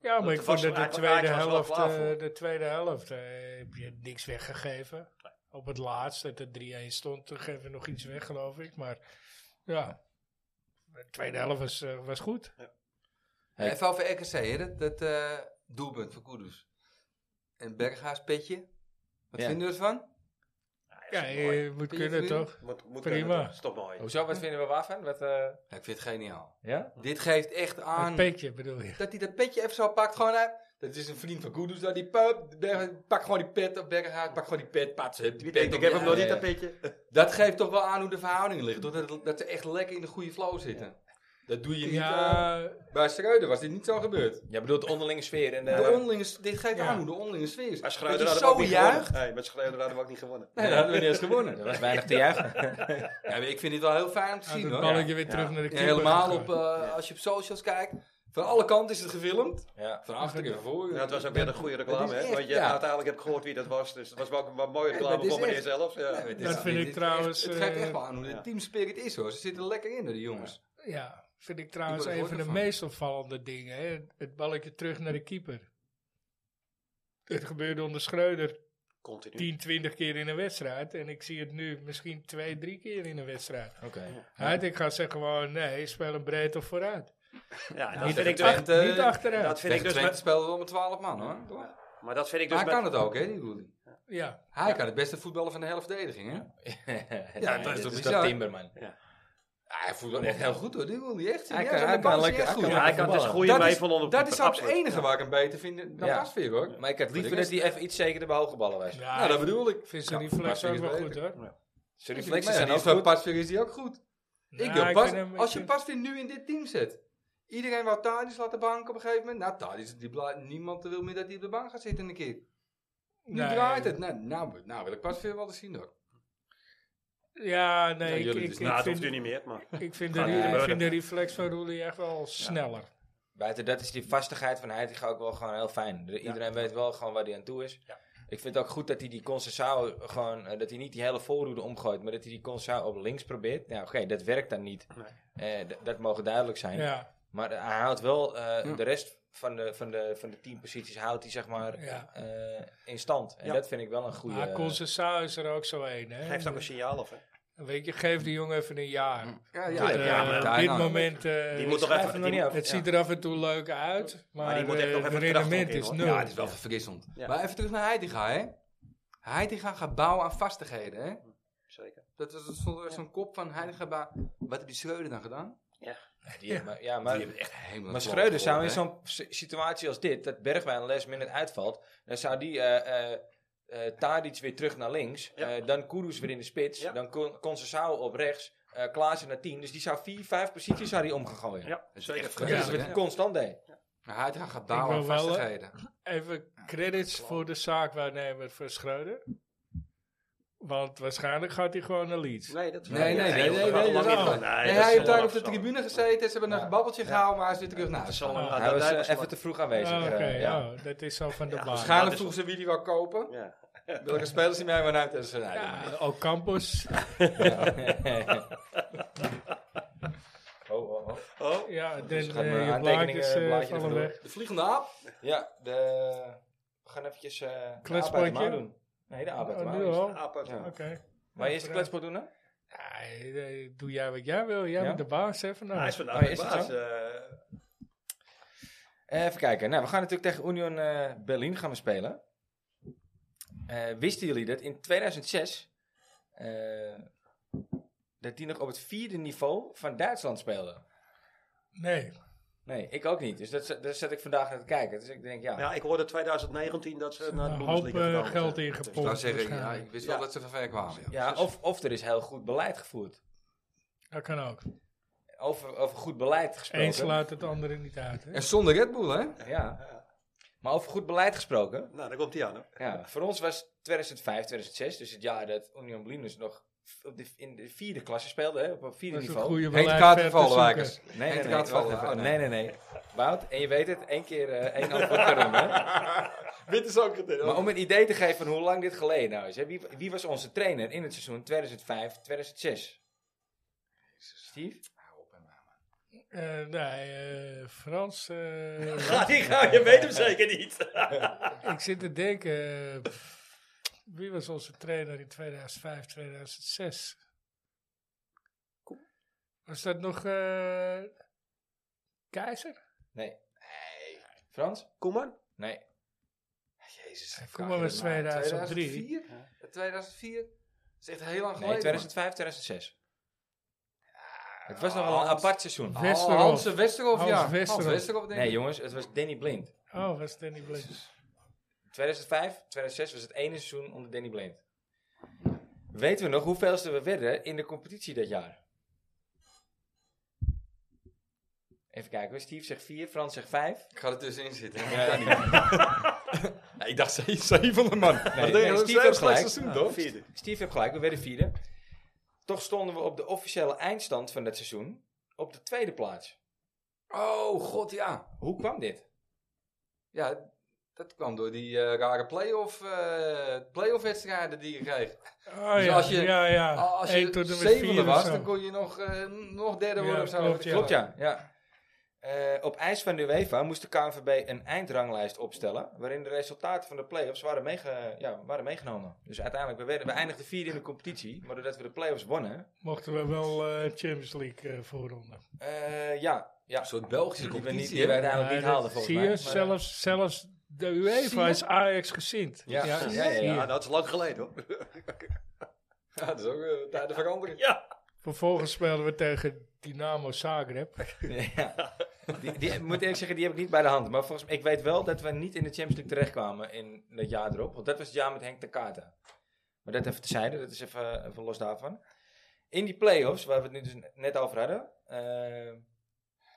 Speaker 2: ja maar
Speaker 4: Dat
Speaker 2: ik
Speaker 4: was
Speaker 2: vond dat de
Speaker 4: eigenlijk-
Speaker 2: tweede
Speaker 4: eigenlijk was
Speaker 2: helft,
Speaker 4: het wel
Speaker 2: eh,
Speaker 4: klaar voor.
Speaker 2: de tweede helft eh, heb je niks weggegeven. Op het laatst, dat het 3-1 stond, toen geven we nog iets weg, geloof ik. Maar ja, de tweede helft was, eh, was goed.
Speaker 1: Hey.
Speaker 3: Even over RKC, hè? dat, dat eh, doelpunt van Kudus. En Berghuis petje. Wat
Speaker 1: Ja.
Speaker 3: vinden we ervan?
Speaker 2: Ja, je moet
Speaker 3: Vind je
Speaker 2: kunnen
Speaker 3: het goed?
Speaker 2: toch?
Speaker 4: Moet, moet
Speaker 2: Prima.
Speaker 4: kunnen, dat is toch
Speaker 3: Oh,
Speaker 4: mooi.
Speaker 1: Hoezo, wat vinden we waarvan? Wat, eh,
Speaker 3: Ja, ik vind het geniaal.
Speaker 1: ja?
Speaker 3: Dit geeft echt aan
Speaker 2: Een petje bedoel je.
Speaker 3: dat hij dat petje even zo pakt. Gewoon, hè? dat is een vriend van Kudus. Dat die pup, Berghuis, pak gewoon die pet op Berghuis, pak gewoon die pet, pats, hup, die pet op, ja, ja, ja.
Speaker 4: petje.
Speaker 3: Dat geeft toch wel aan hoe de verhoudingen liggen. toch? Dat, dat ze echt lekker in de goede flow zitten. Dat doe je niet.
Speaker 2: Ja,
Speaker 3: eh, bij Schreuder was dit niet zo gebeurd.
Speaker 1: Jij bedoelt de onderlinge sfeer en de...
Speaker 3: De onderlinge, s- dit geeft
Speaker 2: Ja.
Speaker 3: aan hoe de onderlinge sfeer is.
Speaker 4: Maar
Speaker 3: Dat
Speaker 4: Schreuder
Speaker 3: je
Speaker 4: hadden we ook
Speaker 3: zo
Speaker 4: niet gewonnen.
Speaker 3: juicht.
Speaker 4: Nee, met Schreuder hadden we ook niet gewonnen.
Speaker 3: Nee, dat hadden we niet eens gewonnen.
Speaker 1: Er was weinig te juichen.
Speaker 3: Ja, maar ik vind dit wel heel fijn om te
Speaker 2: aan
Speaker 3: zien
Speaker 2: het
Speaker 3: hoor.
Speaker 2: balletje weer
Speaker 4: Ja.
Speaker 2: terug naar de
Speaker 3: Ja,
Speaker 2: keeper.
Speaker 3: helemaal op, eh,
Speaker 2: gegaan.
Speaker 3: als je op socials kijkt. Van alle kanten is het gefilmd.
Speaker 1: Ja.
Speaker 3: Van achter en van voor.
Speaker 4: Ja, het was ook weer een goede reclame,
Speaker 3: Het is
Speaker 4: hè? Want je,
Speaker 3: echt, ja.
Speaker 4: uiteindelijk heb ik gehoord wie dat was. Dus het was wel ook een mooie
Speaker 3: maar het
Speaker 4: reclame
Speaker 3: is
Speaker 4: voor meneer
Speaker 3: echt.
Speaker 4: zelf. Ja.
Speaker 3: Nee, maar het is-
Speaker 2: Dat
Speaker 3: ja,
Speaker 2: vind
Speaker 3: dit
Speaker 2: ik
Speaker 3: is echt-
Speaker 2: trouwens,
Speaker 3: Het geeft echt
Speaker 2: eh,
Speaker 3: wel aan hoe de
Speaker 4: ja.
Speaker 3: teamspirit is hoor. Ze zitten er lekker in door die jongens.
Speaker 4: eh,
Speaker 2: Ja, vind ik trouwens
Speaker 3: Ik word er
Speaker 2: een van de
Speaker 3: hoorder van.
Speaker 2: meest opvallende dingen. Hè? Het balletje terug naar de keeper. Het gebeurde onder Schreuder
Speaker 4: Continu.
Speaker 2: 10, 20 keer in een wedstrijd. En ik zie het nu misschien 2, 3 keer in een wedstrijd.
Speaker 1: Oké.
Speaker 2: Hij Ik ga zeggen gewoon, nee, speel hem breed of vooruit.
Speaker 4: Ja, dat
Speaker 2: Niet,
Speaker 4: vind ik
Speaker 2: achter-
Speaker 4: dus,
Speaker 3: echt, eh,
Speaker 2: niet achteruit.
Speaker 4: dat vind ik
Speaker 3: Tegen
Speaker 4: dus
Speaker 3: Twente
Speaker 4: met,
Speaker 3: speelden we wel met 12 man hoor. Toch?
Speaker 4: maar dat vind ik dus
Speaker 3: Maar hij kan
Speaker 4: met,
Speaker 3: het ook hè, die Rudy.
Speaker 2: ja.
Speaker 3: Hij kan het beste voetballen van de hele verdediging hè.
Speaker 1: ja,
Speaker 3: dat is toch
Speaker 1: dit
Speaker 3: bizar?
Speaker 1: Timberman.
Speaker 3: Hij voetbalt echt heel goed hoor, die Rudy. Echt
Speaker 1: Hij
Speaker 3: serieus.
Speaker 1: kan-
Speaker 3: Aan de
Speaker 1: hij kan
Speaker 3: bal is
Speaker 1: lekker-
Speaker 3: echt
Speaker 1: hij
Speaker 3: goed.
Speaker 1: kan
Speaker 4: ja, hij kan dus
Speaker 1: voetballen.
Speaker 4: goede
Speaker 3: Dat
Speaker 4: mee
Speaker 3: is-
Speaker 4: van onder
Speaker 3: Dat is ook het
Speaker 4: absoluut.
Speaker 3: enige waar ik hem beter vind dan
Speaker 1: Ja.
Speaker 3: Pasveer hoor.
Speaker 1: Maar ik had liever dat hij even iets zekerder bij honkballen was.
Speaker 2: Ja,
Speaker 3: Nou, dat bedoel ik.
Speaker 2: ik vind zijn
Speaker 3: Ja,
Speaker 2: reflex
Speaker 3: Pasveer
Speaker 2: ook
Speaker 3: is
Speaker 2: wel
Speaker 3: beter.
Speaker 2: goed hoor.
Speaker 1: Zijn
Speaker 3: Maar
Speaker 1: reflexen
Speaker 3: ja,
Speaker 1: zijn
Speaker 3: die
Speaker 1: ook
Speaker 3: is van
Speaker 1: goed.
Speaker 3: Pasveer is die ook goed. Ik
Speaker 2: Nou,
Speaker 3: wil
Speaker 2: vind
Speaker 3: pas,
Speaker 2: hem-
Speaker 3: als
Speaker 2: ik
Speaker 3: je
Speaker 2: vind-
Speaker 3: Pasveer nu in dit team zet. Iedereen wou Tadis laten banken op een gegeven moment. Nou, Tadis, die bla- niemand wil meer dat hij op de bank gaat zitten een keer. Nu
Speaker 2: Nee.
Speaker 3: draait het. Nou, nou, nou wil ik Pasveer wel eens zien hoor.
Speaker 2: Ja, nee,
Speaker 3: Ja,
Speaker 2: ik,
Speaker 3: jullie
Speaker 2: ik,
Speaker 3: dus.
Speaker 2: ik
Speaker 4: Nou, dat hoeft
Speaker 2: vind,
Speaker 4: u niet meer, maar...
Speaker 2: ik vind de,
Speaker 4: Gaat niet
Speaker 2: ik
Speaker 4: gebeuren.
Speaker 2: vind de reflex van Roelie echt wel sneller.
Speaker 1: Buiten dat is die vastigheid van Heitinga ook wel gewoon heel fijn. De- Iedereen weet wel gewoon waar hij aan toe is. Ik vind het ook goed dat hij die Concessao gewoon... eh, dat hij niet die hele voorroede omgooit, maar dat hij die Concessao op links probeert. Nou, oké, dat werkt dan niet. Eh, d- dat mogen duidelijk zijn.
Speaker 2: Ja,
Speaker 1: Maar hij houdt wel eh, de rest van de, van de, van de teamposities houdt hij zeg maar
Speaker 2: Ja.
Speaker 1: eh, in stand. En dat vind ik wel een goede...
Speaker 3: eh,
Speaker 2: maar Concessao is er ook zo een. Hè?
Speaker 4: Geeft ook een signaal af, hè?
Speaker 2: Weet je, geef die jongen even een jaar.
Speaker 3: Ja,
Speaker 2: Tot,
Speaker 4: ja,
Speaker 2: eh,
Speaker 4: ja, maar
Speaker 2: op
Speaker 3: daar
Speaker 2: dit
Speaker 3: nou.
Speaker 2: moment, eh,
Speaker 4: Die moet toch
Speaker 1: schrijf
Speaker 4: even...
Speaker 1: hem nog
Speaker 4: die-
Speaker 1: niet af.
Speaker 2: het ziet er af en toe leuk uit, maar,
Speaker 4: die moet echt
Speaker 2: eh,
Speaker 4: nog even
Speaker 2: het
Speaker 4: de kracht
Speaker 2: rendement
Speaker 4: nog in,
Speaker 2: is
Speaker 4: hoor.
Speaker 2: nul.
Speaker 3: Ja, dus- het is wel verfrissend.
Speaker 4: Ja.
Speaker 3: Maar even terug naar Heitinga, hè. Heitinga gaat bouwen aan vastigheden, hè.
Speaker 4: Zeker.
Speaker 3: Dat was dat stond er echt zo'n kop van Heitinga. bouwen. Wat heeft die Schreuder dan gedaan?
Speaker 1: Die hebben- ja, maar,
Speaker 3: die hebben echt helemaal...
Speaker 1: maar
Speaker 3: het
Speaker 1: Schreuder zou in
Speaker 3: gehoord, hè.
Speaker 1: zo'n s- situatie als dit, dat Bergwijn les minute uitvalt, dan zou die eh eh eh, Tadic weer terug naar links,
Speaker 4: Ja.
Speaker 1: eh, dan Kudus weer in de spits,
Speaker 4: Ja.
Speaker 1: dan Con- Conceição op rechts, eh Klaassen naar 10. Dus die zou vier, vijf posities zou die omgegooid.
Speaker 4: Ja,
Speaker 3: is
Speaker 4: zeker.
Speaker 3: echt
Speaker 1: Dat is
Speaker 3: Ja,
Speaker 1: wat
Speaker 3: ja.
Speaker 1: hij constant deed.
Speaker 3: Maar Heitinga gaat bouwen aan
Speaker 2: wil wel, hè.
Speaker 3: vastigheden.
Speaker 2: Even credits voor de zaakwaarnemer voor Schreuder. Want waarschijnlijk gaat hij gewoon naar Leeds.
Speaker 4: Nee, dat is
Speaker 3: Nee, nee,
Speaker 4: Ja,
Speaker 3: nee,
Speaker 4: dat
Speaker 3: nee,
Speaker 4: is
Speaker 3: nee,
Speaker 4: wel
Speaker 3: nee,
Speaker 4: lang
Speaker 3: dat is
Speaker 4: niet.
Speaker 3: wel-
Speaker 4: Nee,
Speaker 3: Nee,
Speaker 4: dat is
Speaker 3: hij heeft
Speaker 4: wel
Speaker 3: daar
Speaker 4: lang
Speaker 3: op de
Speaker 4: verstandig.
Speaker 3: tribune gezeten, ze hebben een babbeltje gehouden, maar hij zit terug naar
Speaker 4: Dat
Speaker 3: huis.
Speaker 4: zal hem-
Speaker 2: Hij
Speaker 4: dat-
Speaker 1: Hij
Speaker 4: dat-
Speaker 1: was
Speaker 4: dat
Speaker 1: eh,
Speaker 4: is
Speaker 1: even
Speaker 4: wel-
Speaker 1: te vroeg aanwezig.
Speaker 2: Ah,
Speaker 1: eh,
Speaker 2: Oké,
Speaker 1: ja.
Speaker 2: oh, dat is al van de baan.
Speaker 3: Waarschijnlijk
Speaker 4: dat is-
Speaker 3: vroegen ze wie die wou kopen.
Speaker 4: Ja.
Speaker 3: Welke spelers die mij maar uit hebben
Speaker 2: eh,
Speaker 3: nee,
Speaker 2: Ja, Ocampos.
Speaker 1: Oh, oh, oh.
Speaker 4: Oh,
Speaker 2: Ja, den,
Speaker 1: Dus we gaan
Speaker 2: eh,
Speaker 1: maar
Speaker 2: je blaadjes
Speaker 1: aantekeningen,
Speaker 2: eh,
Speaker 1: blaadje
Speaker 2: vallen
Speaker 1: ervan
Speaker 2: weg.
Speaker 3: De vliegende aap.
Speaker 1: Ja, de, we gaan eventjes eh, de
Speaker 2: Kletspotje?
Speaker 1: arbeid maar doen. Nee, de arbeid
Speaker 2: Oh,
Speaker 1: maar
Speaker 2: nu
Speaker 1: eerst.
Speaker 2: al? Oké.
Speaker 4: apart.
Speaker 1: Ja. Maar eerst de kletspot doen, hè?
Speaker 2: Ja, eh, doe jij wat jij wil. Jij
Speaker 1: Ja?
Speaker 2: bent de baas, hè?
Speaker 4: Hij is
Speaker 2: Vandaag.
Speaker 4: vandaag
Speaker 1: Oh,
Speaker 4: de
Speaker 1: is het
Speaker 4: baas.
Speaker 1: zo?
Speaker 4: eh,
Speaker 1: Even kijken. Nou, we gaan natuurlijk tegen Union eh, Berlin gaan we spelen. Eh, wisten jullie dat in 2006 eh, dat die nog op het vierde niveau van Duitsland speelde?
Speaker 2: Nee.
Speaker 1: Nee, ik ook niet. Dus dat, z- daar zat ik vandaag naar te kijken. Dus ik denk, ja.
Speaker 4: Ja, ik hoorde 2019 dat ze naar de
Speaker 2: Een hoop
Speaker 4: Bundesliga
Speaker 2: eh,
Speaker 4: gekomen zijn.
Speaker 2: geld
Speaker 3: Ik
Speaker 2: ingepompt.
Speaker 3: zou zeggen, ja,
Speaker 2: waarschijnlijk.
Speaker 3: ik wist wel
Speaker 4: Ja.
Speaker 3: dat ze van ver kwamen. ja.
Speaker 1: ja of, of er is heel goed beleid gevoerd.
Speaker 2: Dat kan ook.
Speaker 1: Over, over goed beleid gesproken.
Speaker 2: Eén slaat het andere niet uit. Hè?
Speaker 3: En zonder Red Bull, hè?
Speaker 1: Ja. Maar over goed beleid gesproken.
Speaker 4: Nou, daar komt hij aan. Hè.
Speaker 1: Ja, voor ons was 2005, 2006, dus het jaar dat Union Berliners nog f- op de, in de vierde klasse speelde, hè, op het vierde
Speaker 2: Dat is een
Speaker 1: niveau.
Speaker 2: goede
Speaker 3: Henk de
Speaker 2: beleid
Speaker 3: Kater
Speaker 2: ver
Speaker 3: van
Speaker 2: te zoeken.
Speaker 3: Walwijkers.
Speaker 1: Nee, nee,
Speaker 3: Henk de
Speaker 1: nee,
Speaker 3: Kater
Speaker 1: wacht
Speaker 3: vallen.
Speaker 1: even.
Speaker 3: Oh,
Speaker 1: nee, nee, nee. Wout, en je weet het, één keer eh, één antwoord per ronde, hè?
Speaker 3: Wit is ook het
Speaker 1: Maar om een idee te geven van hoe lang dit geleden nou is, hè, wie, wie was onze trainer in het seizoen 2005, 2006? Steve?
Speaker 2: Eh, nee, eh, Frans. eh,
Speaker 4: Gaat hij gaan? Je weet hem zeker niet.
Speaker 2: ik zit te denken. eh, wie was onze trainer in 2005, 2006? Was dat nog eh, Keizer?
Speaker 1: Nee. Nee. Frans?
Speaker 4: Koeman?
Speaker 1: Nee. Jezus.
Speaker 2: Koeman was 2003.
Speaker 3: 2004? 2004? Dat is echt heel lang
Speaker 1: Nee,
Speaker 3: geleden.
Speaker 1: 2005, 2006. Het was nogal een apart seizoen.
Speaker 3: man.
Speaker 2: Westerhof.
Speaker 3: Oh, Hans Westerhof,
Speaker 2: Hans
Speaker 3: ja.
Speaker 2: Westerhof.
Speaker 3: Hans Westerhof, denk ik.
Speaker 1: Nee jongens, het was Danny Blind.
Speaker 2: Oh, was Danny Blind.
Speaker 1: 2005, 2006 was het ene seizoen onder Danny Blind. Weten we nog hoeveelste we werden in de competitie dat jaar? Even kijken hoor. Steve zegt 4, Frans zegt 5.
Speaker 3: Ik ga er tussenin zitten.
Speaker 1: Ja,
Speaker 3: Nee, ik dacht ze- zevende, man. Nee,
Speaker 1: nee, Steve heeft gelijk.
Speaker 3: seizoen, toch?
Speaker 4: Vierde.
Speaker 1: Steve heeft gelijk, we werden vierde. Toch stonden we op de officiële eindstand van dat seizoen op de tweede plaats.
Speaker 3: Oh, god, ja.
Speaker 1: Hoe kwam dit?
Speaker 3: Ja, dat kwam door die eh, rare play-off eh, play-off wedstrijden die je kreeg.
Speaker 2: Oh
Speaker 3: Dus
Speaker 2: ja,
Speaker 3: als je-
Speaker 2: ja, ja.
Speaker 3: Als
Speaker 2: Eén tot
Speaker 3: je
Speaker 2: en met
Speaker 3: zevende
Speaker 2: vier of
Speaker 3: was,
Speaker 2: zo.
Speaker 3: dan kon je nog, eh, nog derde
Speaker 2: Ja,
Speaker 3: worden of zo.
Speaker 2: klopt, ja.
Speaker 1: Klopt ja. ja. Eh, op eis van de UEFA moest de KNVB een eindranglijst opstellen. waarin de resultaten van de play-offs waren, meege, ja, waren meegenomen. Dus uiteindelijk, we, werden, we eindigden vierde in de competitie. maar doordat we de play-offs wonnen.
Speaker 2: Mochten we wel eh, Champions League eh, voorronden.
Speaker 1: eh, ja, ja.
Speaker 3: Een soort Belgische
Speaker 1: Die we, niet,
Speaker 3: competitie,
Speaker 1: die we
Speaker 3: hè?
Speaker 1: uiteindelijk
Speaker 2: Ja,
Speaker 1: niet
Speaker 2: dat
Speaker 1: haalden volgens
Speaker 2: zie
Speaker 1: mij.
Speaker 2: je,
Speaker 1: Maar, eh,
Speaker 2: zelfs, zelfs de UEFA is Ajax gezind.
Speaker 1: Ja, ja, ja, ja.
Speaker 2: zie je.
Speaker 4: Ja, dat is lang geleden hoor.
Speaker 3: Ja, dat is ook eh, tijden veranderen.
Speaker 2: Vervolgens speelden we tegen Dynamo Zagreb.
Speaker 1: Ja. Die, die, moet eerlijk zeggen, die heb ik niet bij de hand. Maar volgens mij, ik weet wel dat we niet in de Champions League terechtkwamen in dat jaar erop. Want dat was het jaar met Henk de Kaarten. Maar dat even tezijde, dat is even, even los daarvan. In die play-offs, waar we het nu dus net over hadden. eh,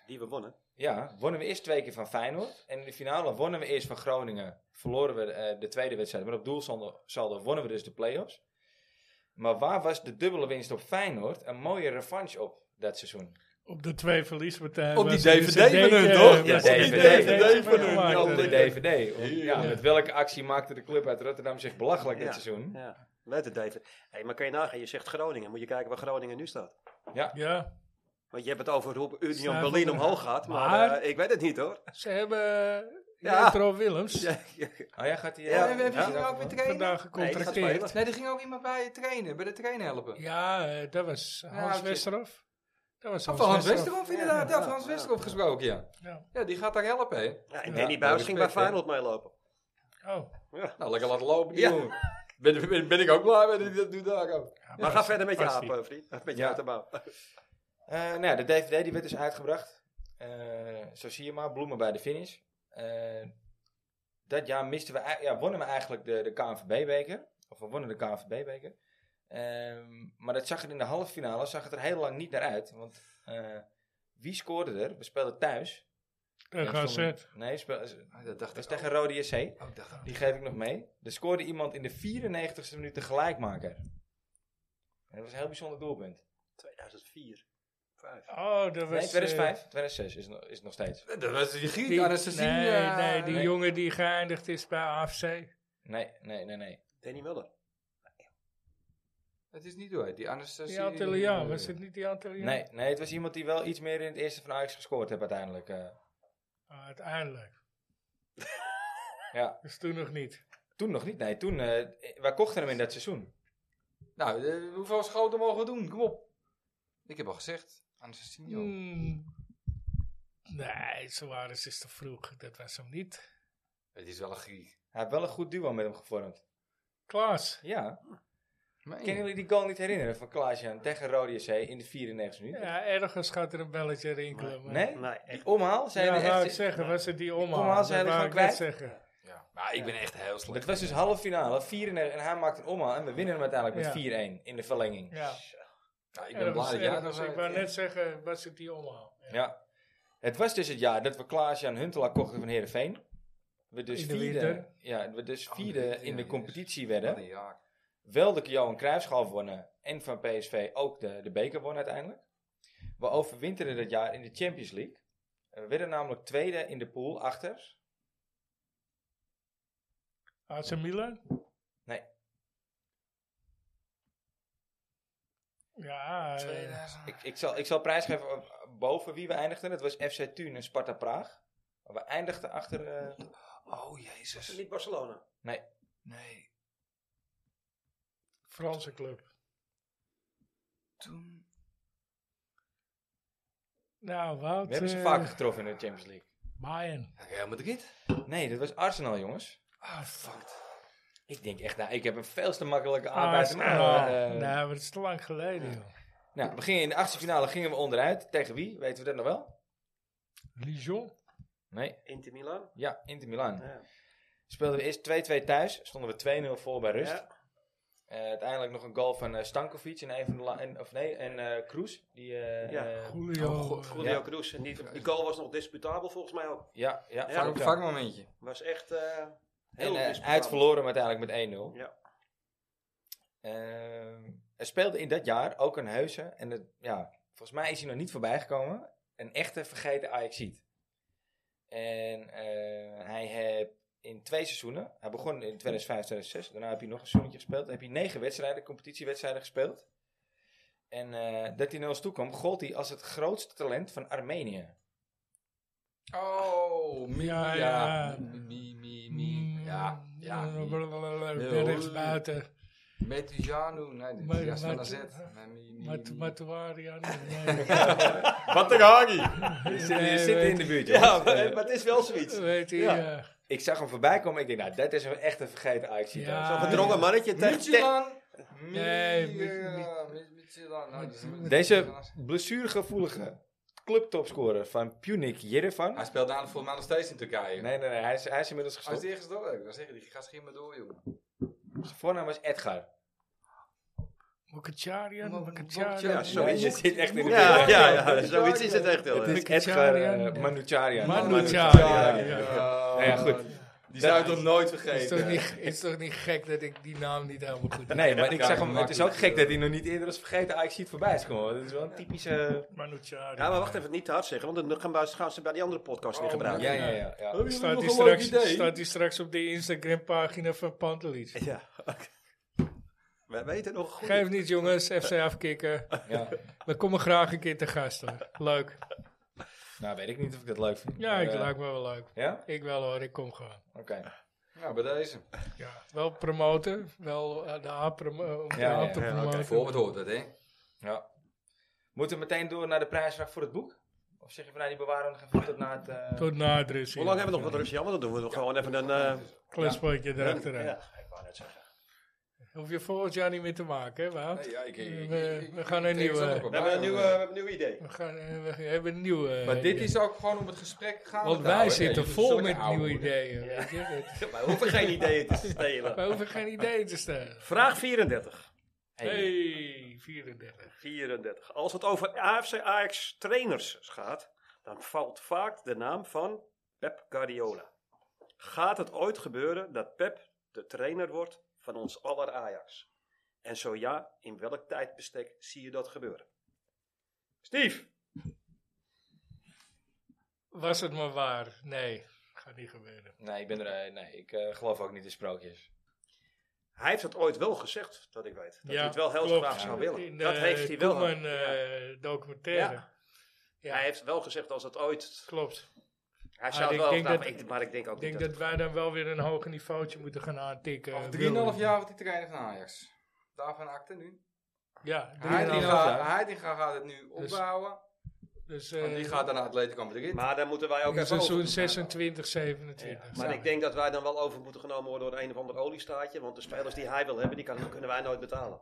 Speaker 4: Die we wonnen.
Speaker 1: ja, wonnen we eerst twee keer van Feyenoord. En in de finale wonnen we eerst van Groningen. Verloren we eh, de tweede wedstrijd. Maar op doelsaldo saldo wonnen we dus de play-offs. Maar waar was de dubbele winst op Feyenoord een mooie revanche op dat seizoen?
Speaker 2: Op de twee verliespartijen.
Speaker 3: Op die
Speaker 2: was er een
Speaker 3: DVD
Speaker 2: cd'tje,
Speaker 3: van hun,
Speaker 2: eh,
Speaker 3: toch?
Speaker 1: Ja,
Speaker 2: was er een
Speaker 1: DVD.
Speaker 2: cd'tje
Speaker 3: van hun,
Speaker 2: gemaakt.
Speaker 3: ja,
Speaker 1: Op de DVD. Om- ja,
Speaker 3: Ja.
Speaker 1: met welke actie maakte de club uit Rotterdam zich belachelijk dit
Speaker 4: Ja.
Speaker 1: seizoen?
Speaker 4: Ja. Met het David. Hey, maar kan je nagaan, je zegt Groningen. Moet je kijken waar Groningen nu staat.
Speaker 2: Ja,
Speaker 4: Want je hebt het over hoe Union
Speaker 2: Staan
Speaker 4: Berlin
Speaker 2: voor de-
Speaker 4: omhoog gaat. Maar,
Speaker 2: Maar-
Speaker 4: eh, ik weet het niet hoor.
Speaker 2: ze hebben
Speaker 4: Ja.
Speaker 2: Jetro Willems
Speaker 4: Ja, ja.
Speaker 1: Oh ja, gaat hij...
Speaker 4: Ja,
Speaker 1: eh,
Speaker 3: en heb je
Speaker 1: ja.
Speaker 3: ze er ook weer trainen?
Speaker 2: vandaag
Speaker 4: Nee, die gaat
Speaker 2: gecontracteerd.
Speaker 4: spelen.
Speaker 3: Nee, er ging ook iemand bij je trainen, bij de trainen helpen.
Speaker 2: Ja, eh, dat was Hans
Speaker 3: oké.
Speaker 2: Westerhof. Dat was
Speaker 3: Of
Speaker 2: Hans,
Speaker 3: van Hans
Speaker 2: Westerhof.
Speaker 3: Westerhof, inderdaad.
Speaker 4: Ja,
Speaker 3: Ja,
Speaker 4: ja,
Speaker 3: van Hans
Speaker 4: ja.
Speaker 3: Westerhof gesproken, ja.
Speaker 2: Ja.
Speaker 3: Ja, die gaat daar helpen, hè.
Speaker 4: Ja, en
Speaker 2: Ja,
Speaker 4: Danny
Speaker 3: wel
Speaker 4: Buis ging bij
Speaker 3: respect, hè.
Speaker 4: Feyenoord meelopen.
Speaker 2: Oh,
Speaker 4: Ja.
Speaker 3: Nou, lekker laten lopen, die
Speaker 4: Ja.
Speaker 3: jongen. Ben, ben, ben ik ook blij mee dat hij dat doet daar ook.
Speaker 4: Maar ga verder met je
Speaker 2: past
Speaker 4: aap,
Speaker 2: niet.
Speaker 4: eh, vriend. Met je
Speaker 1: Ja.
Speaker 4: ja. uiterbouw.
Speaker 1: Eh, nou ja, de DVD die werd dus uitgebracht. Eh, zo zie je maar, bloemen bij de finish. Eh, dat jaar misten we, ei- ja, wonnen we eigenlijk de, de KNVB-beker. Of we wonnen de KNVB-beker. Ehm, maar dat zag er in de halve finale zag het er heel lang niet naar uit. Want eh, wie scoorde er? We speelden thuis.
Speaker 2: een
Speaker 1: Ja, stonden-
Speaker 2: gazet.
Speaker 1: Nee, speel, dat
Speaker 3: Ah, dat dacht
Speaker 1: was
Speaker 3: ik ook.
Speaker 1: tegen Rode JC.
Speaker 3: Oh, ik dacht ook.
Speaker 1: Die geef ik nog mee. Er scoorde iemand in de 94ste minuut de gelijkmaker. En dat was een heel bijzonder doelpunt.
Speaker 4: 2004. Vijf.
Speaker 2: Oh, dat was...
Speaker 1: Nee,
Speaker 2: eh,
Speaker 1: 2005, 2006 is, no- is het nog steeds.
Speaker 3: Dat was die Griek
Speaker 2: die,
Speaker 3: aan het zien.
Speaker 2: nee,
Speaker 3: eh,
Speaker 2: nee, die
Speaker 1: nee.
Speaker 2: jongen die geëindigd is bij AFC.
Speaker 1: Nee, nee, nee, nee.
Speaker 4: Danny Muller.
Speaker 3: Het is niet door, die Anastasie.
Speaker 2: Die Antilliaan,
Speaker 3: eh,
Speaker 2: was het niet die Antilliaan?
Speaker 1: Nee, nee, het was iemand die wel iets meer in het eerste van Ajax gescoord heeft uiteindelijk. eh.
Speaker 2: Ah, uiteindelijk.
Speaker 1: ja,
Speaker 2: Dus toen nog niet.
Speaker 1: toen nog niet. Nee, toen, eh, wij kochten hem in dat seizoen.
Speaker 3: Nou, eh, hoeveel schoten mogen we doen? Kom op. Ik heb al gezegd, Anastasinho.
Speaker 2: Hmm. Nee, Suarez is te vroeg. Dat was hem niet.
Speaker 3: Het is wel een Griek.
Speaker 1: Hij heeft wel een goed duo met hem gevormd.
Speaker 2: Klaas.
Speaker 1: Ja.
Speaker 3: Meen je?
Speaker 1: Kennen jullie die goal niet herinneren van Klaas-Jan tegen Rode JC in de 94 minuut?
Speaker 2: Ja, ergens gaat er een belletje rinkelen. maar-
Speaker 1: Nee?
Speaker 4: Nee,
Speaker 1: Die
Speaker 4: echt.
Speaker 1: omhaal? Zijn
Speaker 2: Ja,
Speaker 1: jullie
Speaker 2: wou ik
Speaker 1: echt...
Speaker 2: zeggen, was het die omhaal?
Speaker 1: omhaal zijn
Speaker 2: Dat
Speaker 1: we
Speaker 2: wou
Speaker 1: gewoon
Speaker 2: ik net
Speaker 1: kwijt.
Speaker 2: zeggen.
Speaker 3: Ja, maar ik ben echt heel slecht.
Speaker 1: Het was dus halve finale, 94, en hij maakt een omhaal en we winnen hem uiteindelijk met 4-1 in de verlenging.
Speaker 2: Ja,
Speaker 3: Ja, ik ben
Speaker 2: ergens,
Speaker 3: blij dat jij
Speaker 2: ergens.
Speaker 3: dat
Speaker 2: dus Ik wou net zeggen, was het die omhaal? Ja.
Speaker 1: Ja. Het was dus het jaar dat we Klaas-Jan Huntelaar kochten van Heerenveen. We dus
Speaker 2: In de
Speaker 1: vierde,
Speaker 2: winter.
Speaker 1: ja, we dus
Speaker 3: Oh, in de
Speaker 1: vierde
Speaker 3: winter,
Speaker 1: in
Speaker 3: ja,
Speaker 1: de
Speaker 3: yes.
Speaker 1: competitie
Speaker 3: Wat
Speaker 1: werden.
Speaker 3: een jaar.
Speaker 1: Wel de Johan Cruijffschaal wonnen en van PSV ook de, de beker wonnen uiteindelijk. We overwinterden dat jaar in de Champions League. We werden namelijk tweede in de pool achter.
Speaker 2: AC Milan?
Speaker 1: Nee.
Speaker 2: Ja, eh,
Speaker 1: Ik, ik, zal, ik zal prijsgeven eh, boven wie we eindigden. Dat was FC Thun en Sparta Praag. Maar We eindigden achter... eh,
Speaker 3: Oh, jezus.
Speaker 4: Niet Barcelona.
Speaker 1: nee,
Speaker 3: Nee.
Speaker 2: Franse club.
Speaker 3: Toen...
Speaker 2: Nou, Wout.
Speaker 1: We hebben ze
Speaker 2: eh,
Speaker 1: vaker getroffen in de Champions League.
Speaker 2: Bayern.
Speaker 3: Real Madrid?
Speaker 1: Nee, dat was Arsenal, jongens.
Speaker 2: Ah, fuck.
Speaker 1: Ik denk echt, nou, ik heb een veel te makkelijke
Speaker 2: Ah,
Speaker 1: arbeid. eh.
Speaker 2: nou, nou, maar het is te lang geleden, joh.
Speaker 1: Nou, we gingen in de achtste finale gingen we onderuit. Tegen wie? Weten we dat nog wel?
Speaker 2: Lijon.
Speaker 1: Nee.
Speaker 4: Inter Milan.
Speaker 1: Ja, Inter Milan.
Speaker 4: Ja.
Speaker 1: Speelden we eerst 2-2 thuis. Stonden we 2-0 voor bij rust.
Speaker 4: Ja.
Speaker 1: Eh, uiteindelijk nog een goal van eh, Stankovic en een van de la- en, of nee, en eh Kroes. Die, eh,
Speaker 4: Ja,
Speaker 1: eh,
Speaker 2: Julio.
Speaker 3: Oh, go-
Speaker 4: Julio
Speaker 1: Ja.
Speaker 4: Cruz. En die, die goal was nog disputabel volgens mij ook.
Speaker 1: ja, ja,
Speaker 4: Ja,
Speaker 1: vaak
Speaker 3: Vak-
Speaker 1: ook zo.
Speaker 3: Vakmomentje.
Speaker 4: Was echt eh heel
Speaker 1: En eh,
Speaker 4: disputabel.
Speaker 1: uit verloren we uiteindelijk met 1-0.
Speaker 4: Ja.
Speaker 1: Ehm, er speelde in dat jaar ook een heuse. En het, ja, volgens mij is hij nog niet voorbij gekomen. Een echte vergeten Ajaxiet. En eh, hij heeft in twee seizoenen. Hij begon in 2005, 2006. Daarna heb hij nog een seizoentje gespeeld. Dan heb hij negen wedstrijden, competitiewedstrijden gespeeld. En eh, dat hij naar ons toe kwam, gold hij als het grootste talent van Armenië.
Speaker 3: Oh, mi,
Speaker 2: Ja,
Speaker 3: ja,
Speaker 2: ja.
Speaker 3: Mi, mi,
Speaker 2: eh,
Speaker 3: mi, mi. Ja, ja. mi.
Speaker 2: Ben rechts buiten.
Speaker 3: Metujanu, nee, dit
Speaker 2: Maar-
Speaker 3: is juist van
Speaker 2: maar-
Speaker 3: AZ. Nee, mi, mi,
Speaker 2: Mat-
Speaker 3: mi.
Speaker 2: Matuari. ja, nee,
Speaker 1: Wat een hagi! Je zit,
Speaker 2: Nee,
Speaker 1: je zit
Speaker 2: weet-
Speaker 1: in de buurt,
Speaker 4: Ja,
Speaker 1: jongens.
Speaker 4: maar
Speaker 1: Eh,
Speaker 4: Oh, maar het is wel zoiets.
Speaker 2: nee. Weet je,
Speaker 1: Ja.
Speaker 2: ja.
Speaker 1: Ik zag hem voorbij komen. Ik denk, nou, dat is een echte vergeten Ajax.
Speaker 2: Ja.
Speaker 1: Ja.
Speaker 4: Zo'n gedrongen mannetje. tegen- tegen-
Speaker 3: Midtjylland. Mi-
Speaker 2: Nee,
Speaker 3: eh,
Speaker 2: Mid-
Speaker 3: Mid- Midtjylland. Nou, die is-
Speaker 1: Deze blessuregevoelige clubtopscorer van Punic Jerevan.
Speaker 3: Hij speelt namelijk volgens mij nog steeds in Turkije.
Speaker 1: Nee, nee, nee. Hij is, hij is inmiddels
Speaker 3: Als
Speaker 1: gestopt.
Speaker 3: die ergens door ik dan zeggen die gaat geen maar door, jongen.
Speaker 1: Zijn voornaam was Edgar.
Speaker 2: Mokacharian.
Speaker 3: Mo-
Speaker 2: Mokacharian.
Speaker 3: Ja,
Speaker 4: Ja,
Speaker 1: Ja, je
Speaker 4: zoiets.
Speaker 1: zit echt in de
Speaker 4: Ja,
Speaker 1: buurt.
Speaker 4: ja, ja, zoiets is het echt wel.
Speaker 1: Het is
Speaker 2: Ja.
Speaker 1: Edgar
Speaker 2: Manucharian.
Speaker 1: eh, Manucharian.
Speaker 2: Manucharian. ja,
Speaker 1: Nou ja, goed.
Speaker 3: Die
Speaker 1: zou
Speaker 3: zou
Speaker 1: ik
Speaker 3: ik
Speaker 1: toch
Speaker 3: nog nooit
Speaker 2: Is toch,
Speaker 3: vergeten.
Speaker 2: niet, is toch niet gek dat ik die naam niet helemaal goed heb?
Speaker 1: Nee, maar ik
Speaker 3: Ja,
Speaker 1: zag hem. Het is ook
Speaker 3: makkelijk.
Speaker 1: gek dat hij nog niet eerder als vergeten Ajax ziet voorbij is gekomen. Dat is wel een typische.
Speaker 2: Manucharian.
Speaker 4: Ja, maar wacht even, niet te hard zeggen, want dan gaan, we, gaan ze bij die andere podcast weer
Speaker 1: Ja,
Speaker 4: gebruiken.
Speaker 1: ja, ja. ja.
Speaker 2: Staat die, straks, staat die straks op de Instagram-pagina van Pantelis.
Speaker 4: Ja, oké. Wij weten nog goed.
Speaker 2: Geef niet, jongens. FC afkicken.
Speaker 1: ja.
Speaker 2: We komen graag een keer te gast, hoor. Leuk.
Speaker 1: Nou, weet ik niet of ik dat leuk vind.
Speaker 2: Ja,
Speaker 1: Maar,
Speaker 2: ik
Speaker 1: eh,
Speaker 2: lijkt me wel leuk.
Speaker 1: Ja?
Speaker 2: Ik wel, hoor. Ik kom gewoon.
Speaker 1: Oké.
Speaker 3: Nou, bij deze.
Speaker 2: Ja, wel promoten. Wel eh, de A, promo om de
Speaker 1: Ja,
Speaker 2: A
Speaker 1: ja,
Speaker 2: te
Speaker 1: ja, oké.
Speaker 2: promoten.
Speaker 3: Voor wat hoort dat, hè?
Speaker 1: Ja. Moeten we meteen door naar de prijsvraag voor het boek? Of zeg je van nou, die bewaren we nog even tot na het... eh,
Speaker 2: Tot nader is
Speaker 4: Hoe lang hebben we nog wat rust? Ja, want dan doen we nog gewoon even een... eh,
Speaker 2: Kluspootje erachteraan.
Speaker 4: ja, ik wou net zeggen.
Speaker 2: Hoef je volgend jaar niet meer te maken, hè, Wout?
Speaker 3: Nee, ja, ik- ik- ik-
Speaker 2: we,
Speaker 3: ik-
Speaker 2: we gaan een
Speaker 3: ik- ik- ik- ik- ik-
Speaker 2: nieuwe...
Speaker 3: ik-
Speaker 4: We hebben een nieuw, eh, we hebben een nieuw idee.
Speaker 2: We, gaan, eh, we hebben een nieuwe...
Speaker 3: Maar dit
Speaker 2: eh,
Speaker 3: is ook gewoon om het gesprek gaan.
Speaker 2: Want wij
Speaker 4: Nou,
Speaker 2: zitten
Speaker 4: eh,
Speaker 2: vol met nieuwe ideeën, weet je. Dat-
Speaker 4: Wij hoeven geen ideeën te stelen.
Speaker 2: Wij hoeven geen ideeën te stellen.
Speaker 4: Vraag 34.
Speaker 1: hey.
Speaker 2: Hey, 34.
Speaker 4: 34. Als het over AFC Ajax trainers gaat, dan valt vaak de naam van Pep Guardiola. Gaat het ooit gebeuren dat Pep de trainer wordt van ons aller Ajax? En zo ja, in welk tijdbestek zie je dat gebeuren? Steve!
Speaker 2: Was het maar waar. Nee, gaat niet gebeuren.
Speaker 1: Nee, ik ben er... eh, nee, ik eh, geloof ook niet in sprookjes.
Speaker 4: Hij heeft dat ooit wel gezegd, dat ik weet. Dat
Speaker 2: Ja,
Speaker 4: hij het wel heel
Speaker 2: klopt.
Speaker 4: graag zou willen.
Speaker 2: In de
Speaker 4: dat heeft hij wel.
Speaker 2: Koeman,
Speaker 4: Ja.
Speaker 2: eh, documentaire.
Speaker 4: Ja.
Speaker 2: Ja,
Speaker 4: Hij heeft wel gezegd als het ooit...
Speaker 2: klopt.
Speaker 4: Hij
Speaker 2: Ah,
Speaker 4: zou het
Speaker 2: ik
Speaker 4: wel
Speaker 2: denk
Speaker 4: graag...
Speaker 2: dat-
Speaker 4: maar ik- maar ik denk ook
Speaker 2: Ik denk
Speaker 4: niet dat...
Speaker 2: dat wij dan wel weer een hoger niveautje moeten gaan aantikken. Wil-
Speaker 3: 3,5 jaar wordt die trainer van Ajax. Daarvan akte nu.
Speaker 2: Ja, 3,5 jaar.
Speaker 3: Heitinga Heitinga gaat het nu opbouwen.
Speaker 2: Dus
Speaker 3: Want die
Speaker 2: eh
Speaker 3: gaat dan naar Atletico Madrid.
Speaker 4: Maar daar moeten wij ook even over
Speaker 2: seizoen
Speaker 4: doen.
Speaker 2: 26, 27.
Speaker 4: Maar
Speaker 2: Ja.
Speaker 4: ik denk dat wij dan wel over moeten genomen worden door een of ander oliestaatje. Want de spelers die hij wil hebben, die kan, kunnen wij nooit betalen.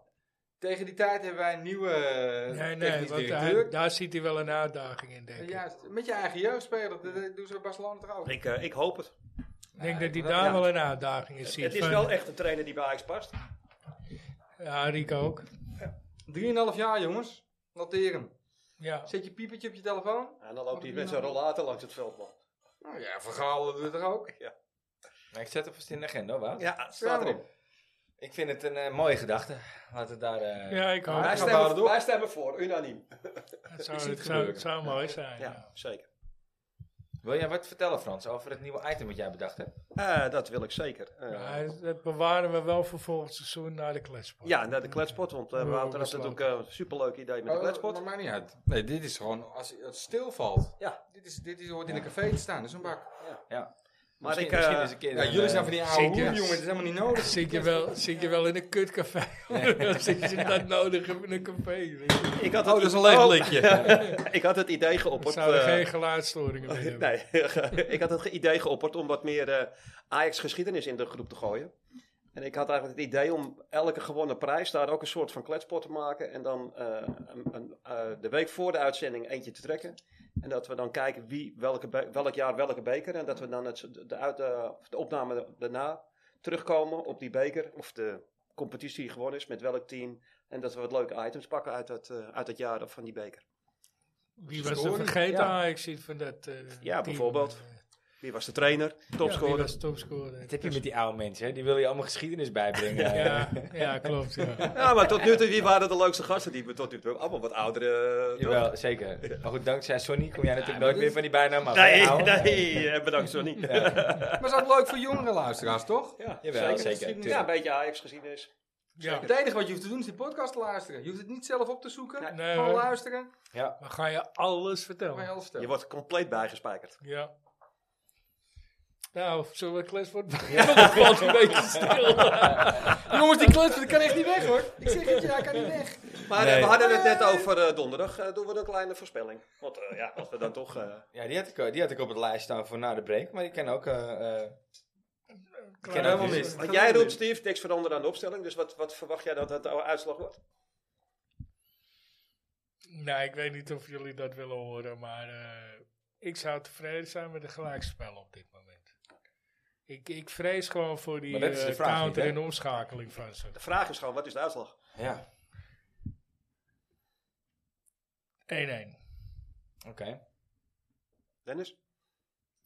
Speaker 3: Tegen die tijd hebben wij een nieuwe eh,
Speaker 2: Nee, nee,
Speaker 3: technisch
Speaker 2: want hij-
Speaker 3: directeur. Eh,
Speaker 2: daar ziet hij wel een uitdaging in, denk ik.
Speaker 3: Juist, met je eigen jeugdspeler. Dat dat doen ze bij Barcelona toch ook.
Speaker 4: Ik, eh, ik hoop het.
Speaker 2: Ik denk dat hij
Speaker 3: dat-
Speaker 2: daar
Speaker 4: ja.
Speaker 2: wel een uitdaging in ziet.
Speaker 4: Het is
Speaker 2: van-
Speaker 4: wel echt een trainer die bij Ajax past.
Speaker 2: Ja, Rico ook.
Speaker 3: 3,5 jaar, jongens. Noteren.
Speaker 2: Ja.
Speaker 3: Zet je piepertje op je telefoon.
Speaker 4: En dan loopt hij met zijn rollator langs het veld, man.
Speaker 3: Nou ja, vergalen doet het toch ook.
Speaker 1: Maar ik zet het vast in de agenda, hoor, Wout.
Speaker 4: Ja,
Speaker 3: Staat
Speaker 4: staat
Speaker 3: erop.
Speaker 4: erin.
Speaker 1: Ik vind het een eh, mooie gedachte. Laten we daar... eh,
Speaker 2: ja, ik ook.
Speaker 3: hij
Speaker 4: Wij
Speaker 3: is-
Speaker 2: Het
Speaker 3: bouwen het
Speaker 4: stemmen,
Speaker 3: op.
Speaker 4: wij stemmen voor, unaniem.
Speaker 2: zou,
Speaker 3: zie het
Speaker 2: het zou,
Speaker 3: gebeuren.
Speaker 2: zou mooi zijn. Ja.
Speaker 4: Ja, zeker.
Speaker 1: Wil jij wat vertellen, Frans, over het nieuwe item wat jij bedacht hebt?
Speaker 4: Eh, dat wil ik zeker. Eh,
Speaker 2: Ja, dat bewaren we wel voor volgend seizoen naar de kletspot.
Speaker 4: ja, naar de kletspot. Want eh,
Speaker 2: Ja,
Speaker 4: Wouter had
Speaker 2: besloten.
Speaker 4: natuurlijk eh, een superleuk idee met de
Speaker 3: Oh,
Speaker 4: kletspot.
Speaker 3: maakt mij niet uit. Nee, dit is gewoon als het stilvalt.
Speaker 4: Ja.
Speaker 3: Dit, is, dit is, hoort in een café te staan, dat is een bak.
Speaker 1: Ja.
Speaker 4: Maar ik,
Speaker 1: misschien, misschien
Speaker 4: eh,
Speaker 1: eens een keer.
Speaker 3: Ja,
Speaker 1: een,
Speaker 3: jullie
Speaker 1: eh,
Speaker 3: zijn van die oude
Speaker 2: zeker.
Speaker 3: hoeren, jongen. Dat is helemaal niet nodig.
Speaker 2: Zit je wel, zit je wel in een kutcafé? Dan zit je dat nodig hebben in een café? weet je.
Speaker 4: ik had
Speaker 3: Oh, dat is een leeg
Speaker 4: Oh,
Speaker 3: likje.
Speaker 4: ik had het idee
Speaker 2: Dan
Speaker 4: geopperd.
Speaker 2: zouden
Speaker 4: eh,
Speaker 2: geen geluidsstoringen meer hebben.
Speaker 4: Nee, ik had het ge- idee geopperd om wat meer eh, Ajax-geschiedenis in de groep te gooien. En ik had eigenlijk het idee om elke gewonnen prijs daar ook een soort van kletspot te maken. En dan eh, een, een, eh, de week voor de uitzending eentje te trekken. En dat we dan kijken wie, welke be- welk jaar welke beker. En dat we dan het, de, uit, eh, de opname daarna terugkomen op die beker. Of de competitie die gewonnen is, met welk team. En dat we wat leuke items pakken uit dat, eh, uit dat jaar van die beker.
Speaker 2: Wie was er
Speaker 3: Storing,
Speaker 2: vergeten?
Speaker 3: ja.
Speaker 2: Ah, ik zie van dat eh,
Speaker 4: Ja,
Speaker 2: team.
Speaker 4: bijvoorbeeld.
Speaker 2: Ja,
Speaker 4: Wie was de trainer?
Speaker 2: wie
Speaker 4: Topscorer?
Speaker 2: was topscorer?
Speaker 1: Wat heb je met die oude mensen? hè? Die willen je allemaal geschiedenis bijbrengen.
Speaker 2: Ja, ja, klopt. Ja.
Speaker 4: Ja, maar tot nu toe, wie waren de leukste gasten die we tot nu toe hebben? Allemaal wat oudere... eh, toch?
Speaker 1: Jawel, zeker. Maar goed, dankzij Sonny kom jij natuurlijk nooit meer van die bijnaam af. hè,
Speaker 4: Nee,
Speaker 1: ouwe?
Speaker 4: nee, eh, bedankt Sonny. Ja,
Speaker 3: Maar is ook leuk voor jongere luisteraars, toch?
Speaker 1: Jawel, zeker,
Speaker 4: Ja,
Speaker 1: tuurlijk.
Speaker 4: een beetje Ajax geschiedenis.
Speaker 2: Ja.
Speaker 3: Het enige wat je hoeft te doen is die podcast te luisteren. Je hoeft het niet zelf op te zoeken.
Speaker 2: Nee,
Speaker 3: Gewoon
Speaker 2: hoor.
Speaker 3: luisteren.
Speaker 1: Ja.
Speaker 2: Maar ga je alles
Speaker 3: Maar je
Speaker 2: vertellen?
Speaker 3: alles
Speaker 4: Je
Speaker 3: vertellen.
Speaker 4: wordt compleet bijgespijkerd.
Speaker 2: Ja. Nou, zullen we klets worden? Ja. Dat valt een beetje stil.
Speaker 3: Jongens, die kluts, dat kan echt niet weg, hoor. Ik zeg het, ja, hij kan niet weg.
Speaker 4: Maar eh, we hadden het net over eh, donderdag. Eh, doen we een kleine voorspelling. Want eh, ja, als we dan toch... eh,
Speaker 1: Ja, die had, ik, eh, die had ik op het lijst staan voor na de break. Maar die kan ook... eh, eh, ik ken helemaal mis.
Speaker 4: want jij roept, Steve, niks veranderen aan de opstelling. Dus wat, wat verwacht jij dat het de uitslag wordt?
Speaker 2: Nou, ik weet niet of jullie dat willen horen, maar eh, ik zou tevreden zijn met een gelijkspel op dit moment. Ik, ik vrees gewoon voor die
Speaker 1: Maar dat is de
Speaker 2: eh,
Speaker 1: vraag
Speaker 2: counter
Speaker 1: niet,
Speaker 2: en
Speaker 1: hè?
Speaker 2: omschakeling van ze.
Speaker 4: De vraag is gewoon, wat is de uitslag?
Speaker 1: Ja,
Speaker 2: 1-1.
Speaker 1: oké.
Speaker 4: Dennis?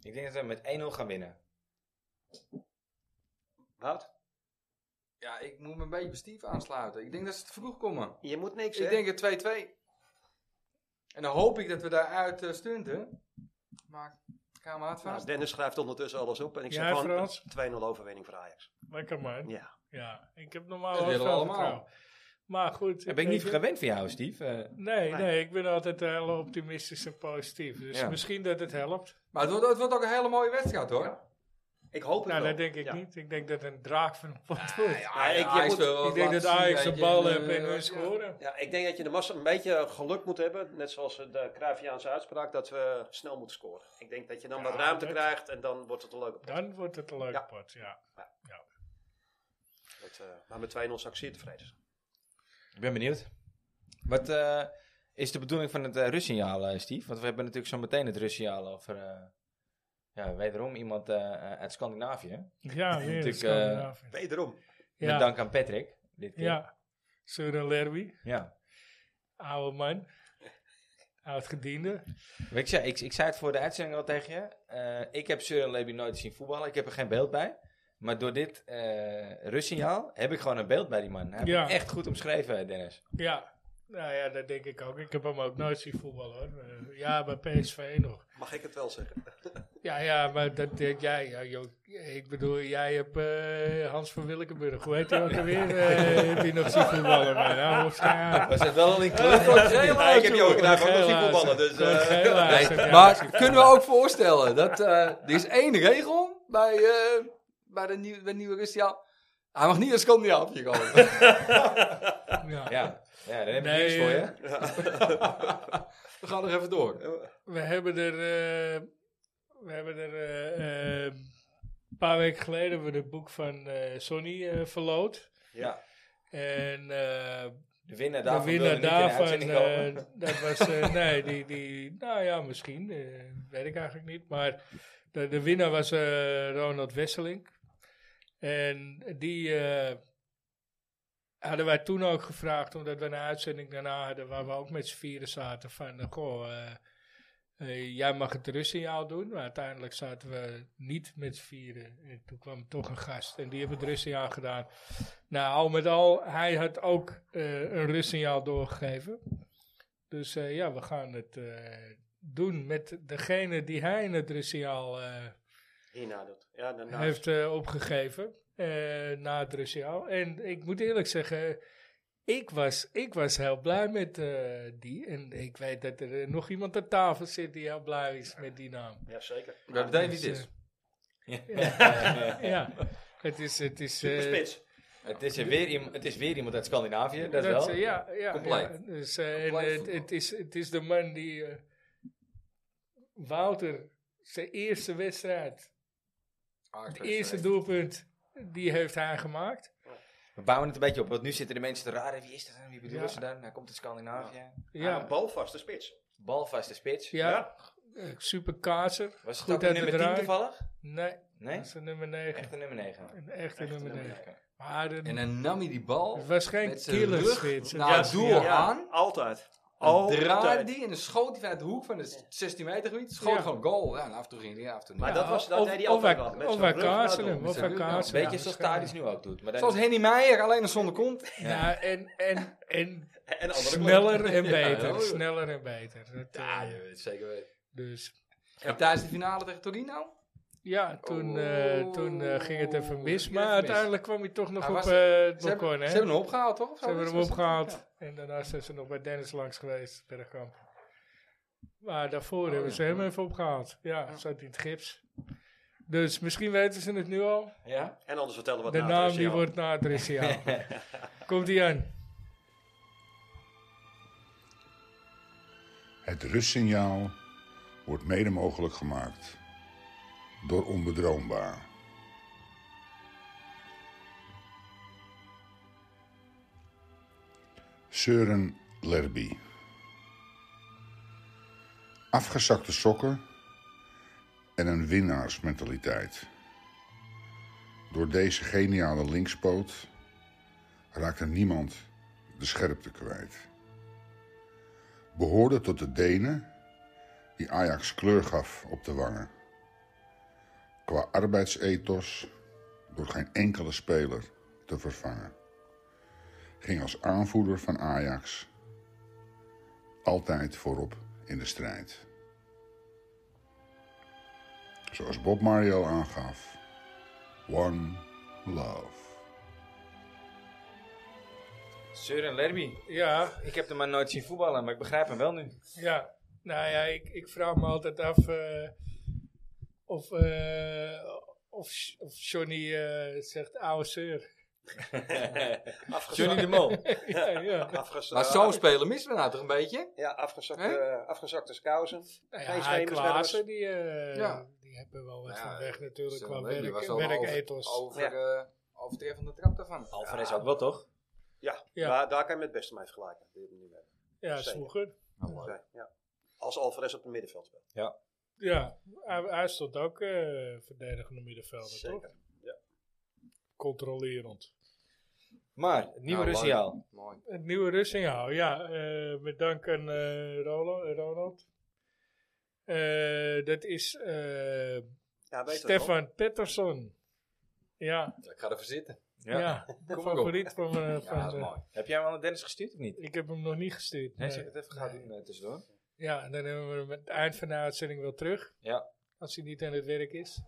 Speaker 1: Ik denk dat we met 1-0 gaan winnen.
Speaker 4: Wout?
Speaker 3: Ja, ik moet me een beetje bij Steve aansluiten. Ik denk dat ze te vroeg komen.
Speaker 4: Je moet niks,
Speaker 3: Ik denk het 2-2. En dan hoop ik dat we daaruit eh, stunten. Maar ik ga me hard vast.
Speaker 4: Nou, Dennis schrijft ondertussen alles op. En ik
Speaker 2: Jij,
Speaker 4: zeg gewoon
Speaker 2: Frans?
Speaker 4: een 2-0 overwinning voor Ajax.
Speaker 2: Lekker man. Ja.
Speaker 4: Ja.
Speaker 2: ik heb normaal
Speaker 3: Dat
Speaker 2: ook
Speaker 3: willen we
Speaker 2: veel
Speaker 3: allemaal.
Speaker 2: vertrouwen. Maar goed.
Speaker 1: Dat ben ik niet
Speaker 2: weet je-
Speaker 1: gewend van jou, Steve. Eh,
Speaker 2: Nee,
Speaker 4: Nee.
Speaker 2: nee, ik ben altijd eh, heel optimistisch en positief. Dus
Speaker 1: Ja.
Speaker 2: misschien dat het helpt.
Speaker 3: Maar het wordt, het wordt ook een hele mooie wedstrijd, hoor.
Speaker 4: Ja. Ik hoop het
Speaker 2: Nou,
Speaker 4: wel.
Speaker 2: dat denk ik
Speaker 4: Ja.
Speaker 2: niet. Ik denk dat het een draak van een pot wordt.
Speaker 4: Ja, ik- je moet-
Speaker 2: Ik denk dat Ajax de bal heeft en hun
Speaker 3: scoren.
Speaker 2: scoren.
Speaker 4: Ja, ik denk dat je de massa een beetje geluk moet hebben. Net zoals de Cruyffiaanse uitspraak, dat we snel moeten scoren. Ik denk dat je dan
Speaker 2: Ja,
Speaker 4: wat ruimte
Speaker 2: dat-
Speaker 4: krijgt en dan wordt het een leuke pot.
Speaker 2: Dan wordt het een leuke
Speaker 4: Ja.
Speaker 2: pot, ja.
Speaker 4: Met, eh, maar met 2-0 zou ik zeer tevreden zijn.
Speaker 1: ik ben benieuwd. Wat eh, is de bedoeling van het eh, rustsignaal, eh, Steve? Want we hebben natuurlijk zo meteen het rustsignaal over... eh, ja, wederom iemand eh, eh, uit Scandinavië.
Speaker 2: Ja, weer
Speaker 1: Natuurlijk,
Speaker 2: een
Speaker 4: eh,
Speaker 2: Scandinavië.
Speaker 4: Wederom.
Speaker 1: Met
Speaker 2: Ja,
Speaker 1: dank aan Patrick. Dit keer.
Speaker 2: ja. Søren Lerby,
Speaker 1: ja.
Speaker 2: oude man. Oud-gediende.
Speaker 1: Maar Ik zei, ik, ik zei het voor de uitzending al tegen je. Eh, ik heb Surin Leby nooit zien voetballen. Ik heb er geen beeld bij. Maar door dit eh rustsignaal heb ik gewoon een beeld bij die man. Hij heeft
Speaker 2: Ja.
Speaker 1: hem echt goed omschreven, Dennis.
Speaker 2: Ja, nou ja, dat denk ik ook. Ik heb hem ook nooit zien voetballen hoor. Eh, Ja, bij PSV nog.
Speaker 4: Mag ik het wel zeggen?
Speaker 2: Ja, ja, maar dat denk jij. Ja, joh. ik bedoel, jij hebt eh, Hans van Wilkenburg. Hoe heet hij ook alweer? Eh, heb je nog zien voetballen? Maar nou, of
Speaker 1: Was het wel al in club?
Speaker 4: Ja, ik heb jou ook graag ook nog zien voetballen. Dus, eh,
Speaker 3: Maar kunnen we ook voorstellen dat eh, er is één regel bij, eh, bij de nieuwe, bij de nieuwe Rustia. Hij mag niet naar Scandinavië komen.
Speaker 1: Ja. ja, dan heb ik
Speaker 2: Nee,
Speaker 1: niks voor je.
Speaker 3: We gaan nog even door.
Speaker 2: We hebben er, eh, we hebben er eh, eh, een paar weken geleden hebben we het boek van eh Sonny eh verloot.
Speaker 1: Ja.
Speaker 2: En eh,
Speaker 1: De winnaar
Speaker 2: de
Speaker 1: daarvan
Speaker 2: winnaar
Speaker 1: wilde niet in de
Speaker 2: daarvan,
Speaker 1: uitzending komen.
Speaker 2: eh, dat was, eh, nee, die, die, nou ja, misschien, eh, weet ik eigenlijk niet. Maar de, de winnaar was eh, Ronald Wesseling. En die eh, hadden wij toen ook gevraagd, omdat we een uitzending daarna hadden, waar we ook met z'n vieren zaten, van, eh, goh, eh, eh, jij mag het rustsignaal doen. Maar uiteindelijk zaten we niet met z'n vieren. En toen kwam toch een gast en die hebben het rustsignaal gedaan. Nou, al met al, hij had ook eh, een rustsignaal doorgegeven. Dus eh, ja, we gaan het eh, doen met degene die hij in het rustsignaal eh,
Speaker 4: Hierna doet. Ja, daarna.
Speaker 2: heeft eh, opgegeven. eh, na het rustsignaal. En ik moet eerlijk zeggen, ik was, ik was heel blij met eh, die. En ik weet dat er eh, nog iemand aan tafel zit die heel blij is met die naam.
Speaker 4: Ja, zeker.
Speaker 3: We hebben meteen wie het
Speaker 2: Dus,
Speaker 3: is.
Speaker 2: eh, Ja, het is... Het is eh,
Speaker 4: Spits.
Speaker 1: Het is, er weer, iem- het is weer iemand uit Scandinavië, dat,
Speaker 2: dat,
Speaker 1: wel.
Speaker 2: eh, ja, ja, ja.
Speaker 3: Compleet.
Speaker 2: Dus, eh, en,
Speaker 3: Compleet
Speaker 2: eh, het,
Speaker 3: voetbal.
Speaker 2: het is, het is de man die eh, Wouter zijn eerste wedstrijd,
Speaker 3: Ajax
Speaker 2: het
Speaker 3: PSV.
Speaker 2: eerste doelpunt, die heeft hij gemaakt.
Speaker 1: We bouwen het een beetje op, want nu zitten de mensen te raden. Wie is dat dan? Wie bedoelen
Speaker 2: Ja.
Speaker 1: ze dan? Hij komt uit Scandinavië.
Speaker 4: Ja. Een
Speaker 2: Ja,
Speaker 4: balvaste spits.
Speaker 1: Balvaste spits.
Speaker 2: ja. eh, super kaatser.
Speaker 1: Was het
Speaker 2: Goed
Speaker 1: ook een
Speaker 2: uit
Speaker 1: nummer
Speaker 2: de
Speaker 1: 10
Speaker 2: draai.
Speaker 1: toevallig?
Speaker 2: Nee,
Speaker 1: Nee?
Speaker 2: dat is een nummer 9.
Speaker 1: Echt een nummer 9.
Speaker 2: Een echte nummer 9.
Speaker 1: Oké.
Speaker 2: Maar eh, nou, een-
Speaker 3: En eh, dan nam hij die bal.
Speaker 2: het was geen
Speaker 3: met zijn
Speaker 2: killer
Speaker 3: rug
Speaker 2: spits.
Speaker 3: naar
Speaker 2: Ja,
Speaker 3: het doel
Speaker 2: ja.
Speaker 3: aan.
Speaker 4: Altijd.
Speaker 3: Dan draaide
Speaker 4: Altijd.
Speaker 3: die en dan schoot hij vanuit de hoek van het 16 meter gebied. Schoot
Speaker 2: Ja.
Speaker 3: gewoon goal. Ja, en af en toe ging hij, af en toe niet.
Speaker 4: Maar dat was- dat
Speaker 2: of,
Speaker 4: deed hij
Speaker 2: of
Speaker 4: altijd
Speaker 2: wij-
Speaker 4: wel, met
Speaker 2: Of
Speaker 4: zijn
Speaker 2: wij
Speaker 4: rug naar
Speaker 2: kaatsen
Speaker 4: doel,
Speaker 2: hem.
Speaker 3: met
Speaker 2: Of
Speaker 3: zijn
Speaker 2: wij
Speaker 3: rug naar
Speaker 2: kaatsen
Speaker 1: Beetje
Speaker 2: hem,
Speaker 1: zoals
Speaker 2: waarschijnlijk.
Speaker 1: Thadis nu ook doet. Maar dan
Speaker 3: Zoals Henny Meijer, alleen nog zonder kont.
Speaker 2: Ja, Nou, en, en,
Speaker 3: Nou,
Speaker 2: en
Speaker 4: En andere
Speaker 2: sneller en beter.
Speaker 3: joh.
Speaker 2: Sneller en beter. Dat, eh,
Speaker 3: weet zeker weten.
Speaker 2: dus
Speaker 3: En tijdens de finale tegen Torino?
Speaker 2: ja, toen, eh, toen eh, ging het even
Speaker 3: Oeh,
Speaker 2: mis.
Speaker 3: ging Oh,
Speaker 2: Maar
Speaker 3: het even mis.
Speaker 2: uiteindelijk kwam hij toch nog
Speaker 3: Hij
Speaker 2: op
Speaker 3: was-
Speaker 2: eh, het
Speaker 3: Ze hebben,
Speaker 2: balkon. hè?
Speaker 3: ze hebben hem opgehaald, toch? Of
Speaker 2: Ze hebben
Speaker 3: zoiets
Speaker 2: hem
Speaker 3: was het?
Speaker 2: opgehaald.
Speaker 3: Ja.
Speaker 2: En daarna zijn ze nog bij Dennis langs geweest, Bergkamp. Maar daarvoor hebben ze hem even opgehaald. Ja, zat hij in het gips. Dus misschien weten ze het nu al.
Speaker 1: Ja?
Speaker 4: En anders vertellen we het
Speaker 2: De
Speaker 4: na
Speaker 2: naam
Speaker 4: het
Speaker 2: die
Speaker 4: RCL.
Speaker 2: wordt na het Russiaal. Komt die aan.
Speaker 7: Het rustsignaal wordt mede mogelijk gemaakt door onbedroombaar. Søren Lerby. Afgezakte sokken en een winnaarsmentaliteit. Door deze geniale linkspoot raakte niemand de scherpte kwijt behoorde tot de Denen die Ajax kleur gaf op de wangen. Qua arbeidsethos door geen enkele speler te vervangen. Ging als aanvoerder van Ajax altijd voorop in de strijd. Zoals Bob Mario aangaf, One Love.
Speaker 1: Søren Lerby.
Speaker 2: Ja,
Speaker 1: Ik heb hem maar nooit zien voetballen, maar ik begrijp hem wel nu.
Speaker 2: Ja, nou ja, ik, ik vraag me altijd af eh, of, eh, of, of Johnny eh zegt ouwe zeur.
Speaker 1: Johnny de Mol.
Speaker 2: ja, ja.
Speaker 4: Afgezakt.
Speaker 3: Maar zo'n speler missen we nou toch een beetje?
Speaker 4: Ja, afgezakte,
Speaker 3: Hè?
Speaker 4: afgezakte skousen.
Speaker 2: Nou
Speaker 4: Geen
Speaker 2: ja,
Speaker 4: schemers,
Speaker 2: Klaassen, die, eh,
Speaker 3: Ja.
Speaker 2: die hebben wel wat
Speaker 3: Ja,
Speaker 2: van weg natuurlijk
Speaker 3: Zo'n
Speaker 2: qua
Speaker 3: Lerby
Speaker 2: werk,
Speaker 3: was al
Speaker 2: werkethos.
Speaker 3: Over, over, eh, overtreffende trap daarvan.
Speaker 1: Alvarez ook wel, toch?
Speaker 4: Ja,
Speaker 2: Ja.
Speaker 4: Daar, daar kan je met het beste mee vergelijken. Die hebben we nu weer.
Speaker 2: ja, is
Speaker 4: zeker.
Speaker 2: vroeger.
Speaker 4: Oké, ja. Als Alvarez op het middenveld speelt.
Speaker 2: Ja, hij, hij stond ook eh verdedigende middenvelder, toch?
Speaker 4: Zeker.
Speaker 2: Controlerend.
Speaker 1: Maar, het nieuwe
Speaker 3: Nou,
Speaker 1: Russiaal.
Speaker 3: Mooi.
Speaker 2: Het nieuwe rustsignaal, ja. eh met dank aan eh Roland. eh, Ronald. Eh, dat is... eh,
Speaker 4: Ja, weet je dat wel?
Speaker 2: Stefan Pettersson. Ja,
Speaker 3: Ik ga ervoor zitten.
Speaker 2: ja.
Speaker 1: Ja.
Speaker 2: de
Speaker 3: op.
Speaker 2: favoriet van, eh, van
Speaker 3: Ja, dat is
Speaker 2: de-
Speaker 3: mooi.
Speaker 1: Heb jij hem al naar Dennis gestuurd of niet?
Speaker 2: Ik heb hem nog niet gestuurd.
Speaker 1: Nee,
Speaker 2: nee.
Speaker 1: zeg het even gaan doen eh, tussendoor.
Speaker 2: Ja, dan hebben we hem aan het eind van de uitzending wel terug.
Speaker 1: Ja.
Speaker 2: Als hij niet aan het werk is.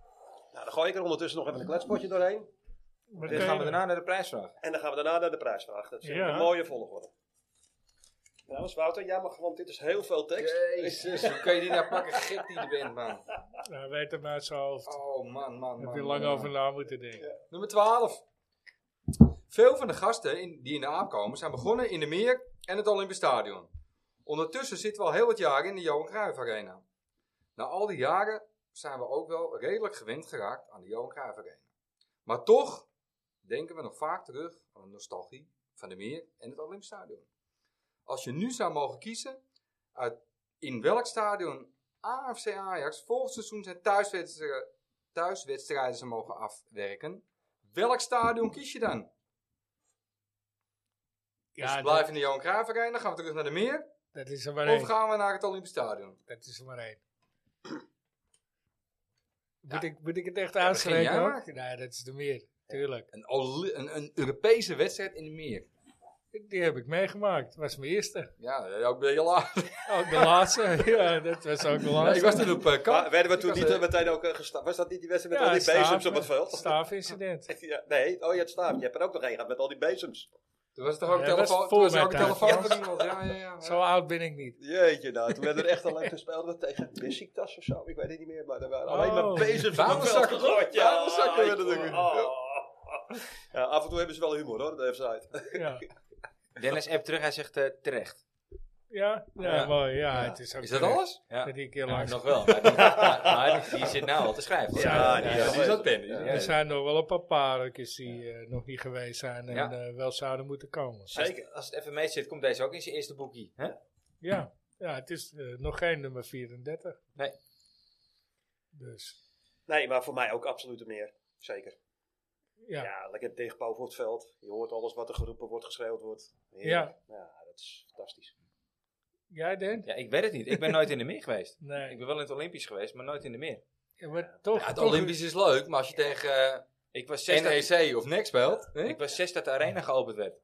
Speaker 4: Nou, dan gooi ik er ondertussen nog even een kletspotje doorheen.
Speaker 2: Maar
Speaker 1: Dan
Speaker 2: kan
Speaker 1: gaan
Speaker 2: je-
Speaker 1: we daarna naar de prijsvraag.
Speaker 4: En dan gaan we daarna naar de prijsvraag. Dat is
Speaker 2: Ja.
Speaker 4: een mooie volgorde. Trouwens, Wouter, jij mag, want dit is heel veel tekst.
Speaker 3: Jezus, hoe kan je die nou pakken? Gek die je bent, man.
Speaker 2: Nou, hij weet hem uit zijn hoofd.
Speaker 3: Oh, man, man,
Speaker 2: heb
Speaker 3: man.
Speaker 2: je
Speaker 3: man,
Speaker 2: lang
Speaker 3: man.
Speaker 2: over na moeten denken.
Speaker 3: Nummer 12. Veel van de gasten in, die in de aap komen zijn begonnen in de Meer en het Olympisch Stadion. Ondertussen zitten we al heel wat jaren in de Johan Cruijff Arena. Na al die jaren zijn we ook wel redelijk gewend geraakt aan de Johan Cruijff Arena. Maar toch denken we nog vaak terug aan de nostalgie van de Meer en het Olympisch Stadion. Als je nu zou mogen kiezen uit in welk stadion AFC Ajax volgend seizoen zijn thuiswedstrijden, thuiswedstrijden ze mogen afwerken, Welk stadion kies je dan? dus
Speaker 2: Ja,
Speaker 3: we
Speaker 2: dat,
Speaker 3: blijven in de Johan Cruijff Arena, gaan we terug naar de meer?
Speaker 2: dat is er maar
Speaker 3: Of
Speaker 2: één.
Speaker 3: gaan we naar het Olympisch Stadion?
Speaker 2: Dat is er maar één. Moet, ik, moet ik het echt aanschrijven?
Speaker 3: jij
Speaker 2: hoor?
Speaker 3: maar.
Speaker 2: Nee, dat is er meer. Tuurlijk.
Speaker 3: Een, Oli- een, een Europese wedstrijd in de meer.
Speaker 2: Die heb ik meegemaakt. Dat was mijn eerste.
Speaker 3: Ja, eh, ook ben je laat.
Speaker 2: Ook de laatste. ja, dat was ook de
Speaker 3: Ja, ik
Speaker 2: laatste.
Speaker 3: was toen op eh,
Speaker 4: Maar
Speaker 3: kamp.
Speaker 4: werden we
Speaker 3: Ik
Speaker 4: toen
Speaker 3: was,
Speaker 4: niet
Speaker 3: eh,
Speaker 4: eh, meteen ook eh, gestaafd? Was dat niet die wedstrijd met
Speaker 2: Ja,
Speaker 4: al die
Speaker 2: staaf-
Speaker 4: bezems op het veld?
Speaker 2: Staafincident.
Speaker 4: Ja, nee, oh, je hebt staaf. Je hebt er ook nog één gehad met al die bezems.
Speaker 3: Toen was er ook,
Speaker 2: Ja, dat is
Speaker 3: telefoon,
Speaker 2: voor
Speaker 3: toen was er
Speaker 2: mijn
Speaker 3: ook een
Speaker 2: tijd,
Speaker 3: telefoon
Speaker 2: jongens.
Speaker 3: van iemand. Ja, ja, ja.
Speaker 2: Zo oud ben ik niet.
Speaker 8: Jeetje, nou, toen werd er echt alleen gespeeld met tegen Besiktas of zo. Ik weet het niet meer, maar er waren alleen
Speaker 2: Oh.
Speaker 8: maar bezems op het veld
Speaker 3: Bamelzakken, toch?
Speaker 8: gegooid. Ja,
Speaker 3: Bamelzakken werden er
Speaker 8: joh. Oh. Ja, af en toe hebben ze wel humor hoor, de FC.
Speaker 2: Ja,
Speaker 1: Dennis app terug, hij zegt eh, terecht.
Speaker 2: ja, ja,
Speaker 1: Ja.
Speaker 2: mooi. Ja, het is ook
Speaker 3: Is dat
Speaker 2: terecht
Speaker 3: alles?
Speaker 1: Ja.
Speaker 2: Dat ik heel
Speaker 1: Ja,
Speaker 2: lang.
Speaker 1: nog wel. Maar, die- maar- maar die zit nou al te schrijven. hoor.
Speaker 4: Ja, die
Speaker 3: Ja, die is dat pen.
Speaker 1: Ja.
Speaker 2: Er zijn nog wel een paar pareltjes die eh, nog niet geweest zijn en
Speaker 1: Ja.
Speaker 2: eh, wel zouden moeten komen.
Speaker 1: Als, het- als het even mee zit, komt deze ook in zijn eerste boekie. Hè?
Speaker 2: Ja, ja het is eh, nog geen nummer 34.
Speaker 1: Nee.
Speaker 2: Dus,
Speaker 4: Nee, maar voor mij ook absoluut een meer. Zeker.
Speaker 2: ja.
Speaker 4: Ja, lekker tegen Pauw voor het veld. Je hoort alles wat er geroepen wordt, geschreeuwd wordt.
Speaker 2: Ja.
Speaker 4: Heerlijk. Ja, dat is fantastisch.
Speaker 2: Jij, Den?
Speaker 1: Ja, ik weet het niet. Ik ben nooit in de meer geweest.
Speaker 2: Nee.
Speaker 1: Ik ben wel in het Olympisch geweest, maar nooit in de meer.
Speaker 2: Ja, maar toch,
Speaker 3: Ja, het
Speaker 2: toch
Speaker 3: Olympisch is leuk, maar als je tegen eh,
Speaker 1: Ik was zes, dat,
Speaker 3: NEC of NEC speelt... hè?
Speaker 1: ik was zes dat de arena geopend werd.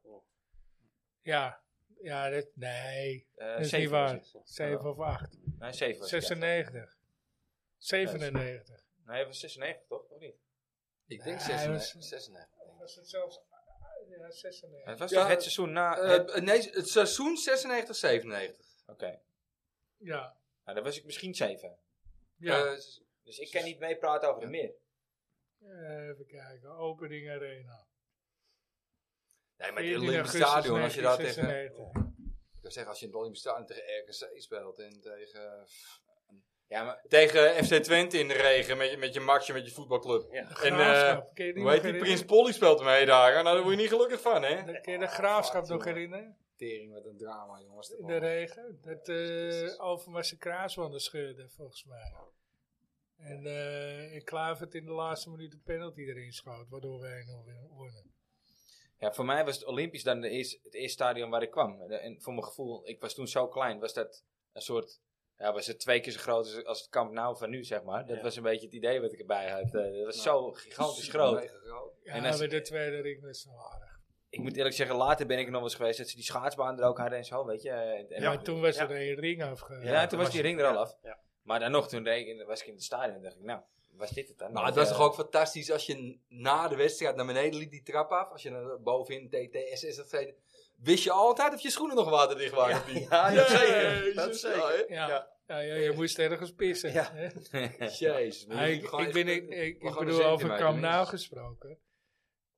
Speaker 2: Ja, ja dat, nee,
Speaker 1: Eh,
Speaker 2: dat is niet
Speaker 1: zeven was
Speaker 2: waar.
Speaker 1: het.
Speaker 3: Oh.
Speaker 2: 7 of 8.
Speaker 1: Nee, zeven was het, ja.
Speaker 2: 96. 97.
Speaker 1: Nee, hij was 96 toch? Of niet?
Speaker 3: Ik denk
Speaker 2: Ja,
Speaker 3: 96.
Speaker 2: dat
Speaker 3: 96.
Speaker 2: Was het zelfs... Ja, 96.
Speaker 1: Het was
Speaker 3: Ja,
Speaker 1: toch het seizoen na...
Speaker 3: Eh,
Speaker 1: het-
Speaker 3: nee, het seizoen 96, 97.
Speaker 1: Oké,
Speaker 2: Ja.
Speaker 1: nou, dan was ik misschien zeven.
Speaker 2: ja.
Speaker 3: Eh,
Speaker 1: Dus ik kan niet meepraten over de meer.
Speaker 3: Eh.
Speaker 2: even kijken. Opening Arena.
Speaker 3: nee, maar het
Speaker 2: 14
Speaker 3: Olympisch
Speaker 2: augustus
Speaker 3: Stadion, als je daar tegen...
Speaker 2: 1996.
Speaker 3: Ik wil zeggen, als je in het Olympisch Stadion tegen RKC speelt en tegen...
Speaker 1: Ja, maar
Speaker 3: Tegen FC Twente in de regen, met je, met je matje, met je voetbalclub. En eh
Speaker 2: Graafschap, ken je die
Speaker 3: hoe heet
Speaker 2: nog
Speaker 3: die?
Speaker 2: herinneren?
Speaker 3: Prins Polly speelt mee daar. Nou, daar word je niet gelukkig van, hè?
Speaker 2: Dat- Ken je de graafschap nog herinneren?
Speaker 3: Tering met een drama, jongens.
Speaker 2: In de regen. Dat eh Alphen zijn kraaswanden scheurde, volgens mij. En, eh en Klavert in de laatste minuut een penalty erin schoot, waardoor wij 1-0 wonnen.
Speaker 1: ja, voor mij was het Olympisch dan de eerste, het eerste stadion waar ik kwam. En, en voor mijn gevoel, ik was toen zo klein, was dat een soort... Ja, was het twee keer zo groot als, als het kamp nou van nu, zeg maar. Dat was een beetje het idee wat ik erbij had. Eh, dat was zo gigantisch groot.
Speaker 2: Ja,
Speaker 1: En
Speaker 2: en
Speaker 1: als-
Speaker 2: de tweede ring was wel aardig.
Speaker 1: Ik moet eerlijk zeggen, later ben ik er nog eens geweest dat ze die schaatsbaan er ook hadden en zo, weet je. En- en-
Speaker 2: Ja, maar toen was er een ring afge...
Speaker 1: ja, toen was die ring er al af.
Speaker 4: Ja.
Speaker 1: Maar dan nog, toen reed ik in- was ik in het stadion en dacht ik, nou, was dit het dan?
Speaker 3: Maar het
Speaker 1: Want,
Speaker 3: was toch
Speaker 1: eh,
Speaker 3: ook fantastisch als je na de wedstrijd naar beneden liep die trap af. Als je naar bovenin TTSS dat zei. Wist je altijd of je schoenen nog waterdicht waren? of niet?
Speaker 8: Ja, dat zeker.
Speaker 3: Jezus,
Speaker 8: Dat zeker.
Speaker 2: Ja. Ja. ja, je moest ergens pissen.
Speaker 8: Ja.
Speaker 2: hè?
Speaker 3: Jezus. maar
Speaker 2: Maar
Speaker 3: je
Speaker 2: ik,
Speaker 3: liep gewoon
Speaker 2: ik, ben,
Speaker 3: echt-
Speaker 2: ik, ik,
Speaker 3: gewoon
Speaker 2: ik
Speaker 3: een
Speaker 2: bedoel, over
Speaker 3: centimeter
Speaker 2: Camp Nou
Speaker 3: minstens.
Speaker 2: gesproken.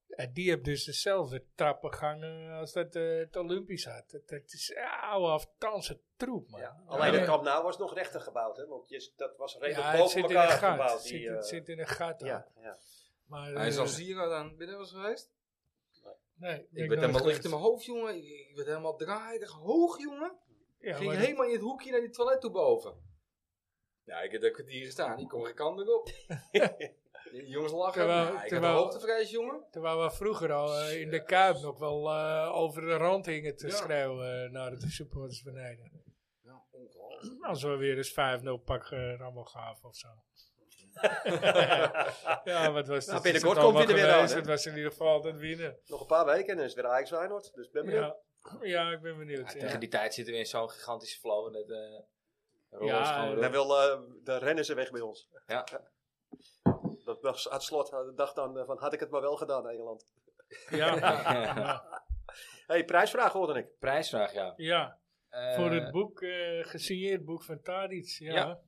Speaker 2: En die heeft dus dezelfde trappengangen als dat eh, het Olympisch had. Dat, dat is een oude Afghaanse troep, man.
Speaker 4: Ja. Alleen
Speaker 2: Ja.
Speaker 4: het kamp nou was nog rechter gebouwd, hè? Want je, dat was redelijk
Speaker 2: Ja, het
Speaker 4: boven
Speaker 2: zit in een
Speaker 4: elkaar
Speaker 2: gat.
Speaker 4: gebouwd.
Speaker 2: Het
Speaker 4: Die,
Speaker 2: zit, het
Speaker 4: eh,
Speaker 2: zit in een gat.
Speaker 4: ja,
Speaker 2: Ja.
Speaker 4: ja.
Speaker 2: Maar,
Speaker 3: Hij is al
Speaker 2: eh,
Speaker 3: Zira dan binnen was geweest.
Speaker 2: nee, ben
Speaker 3: Ik
Speaker 2: ik
Speaker 3: werd
Speaker 2: nooit
Speaker 3: helemaal licht
Speaker 2: geweest.
Speaker 3: in mijn hoofd, jongen. Ik, ik werd helemaal draaierig hoog, jongen.
Speaker 2: Ja,
Speaker 3: Ging
Speaker 2: maar
Speaker 3: helemaal in het hoekje naar die toilet toe boven. Ja, ik heb daar kwartier gestaan. Ik kon geen kant meer op. Die jongens lachen.
Speaker 2: Terwijl-
Speaker 3: Ja, ik
Speaker 2: terwijl-
Speaker 3: had een hoogtevrees, jongen.
Speaker 2: Terwijl we vroeger al eh, in de Kuip nog wel eh, over de rand hingen te
Speaker 3: Ja.
Speaker 2: schreeuwen eh, naar de supporters beneden.
Speaker 3: Ja, ongelooflijk.
Speaker 2: Als we weer eens 5-0 pak eh rammel gaven of zo. ja, wat was
Speaker 8: Nou, binnenkort
Speaker 2: dat? Het is
Speaker 8: komt hij er weer aan,
Speaker 2: geweest.
Speaker 8: hè?
Speaker 2: Het was in ieder geval dat winnen.
Speaker 8: Nog een paar weken en dan is het weer ajax Feyenoord. Dus ik ben benieuwd.
Speaker 2: Ja. ja, ik ben benieuwd.
Speaker 1: ja,
Speaker 2: Ja,
Speaker 1: tegen die tijd zitten we in zo'n gigantische flow en dat eh rolt
Speaker 2: Ja,
Speaker 1: gewoon door.
Speaker 2: eh,
Speaker 8: Dan,
Speaker 4: Nou,
Speaker 8: wil, eh dan rennen ze weg bij ons.
Speaker 1: Ja.
Speaker 8: Dat was aan het slot. De dag dan eh, van had ik het maar wel gedaan, Engeland.
Speaker 2: ja.
Speaker 8: hey, prijsvraag hoorde ik.
Speaker 1: Prijsvraag, ja.
Speaker 2: ja.
Speaker 1: Eh,
Speaker 2: Voor het boek, eh, gesigneerd boek van Tadic. Ja.
Speaker 1: Ja.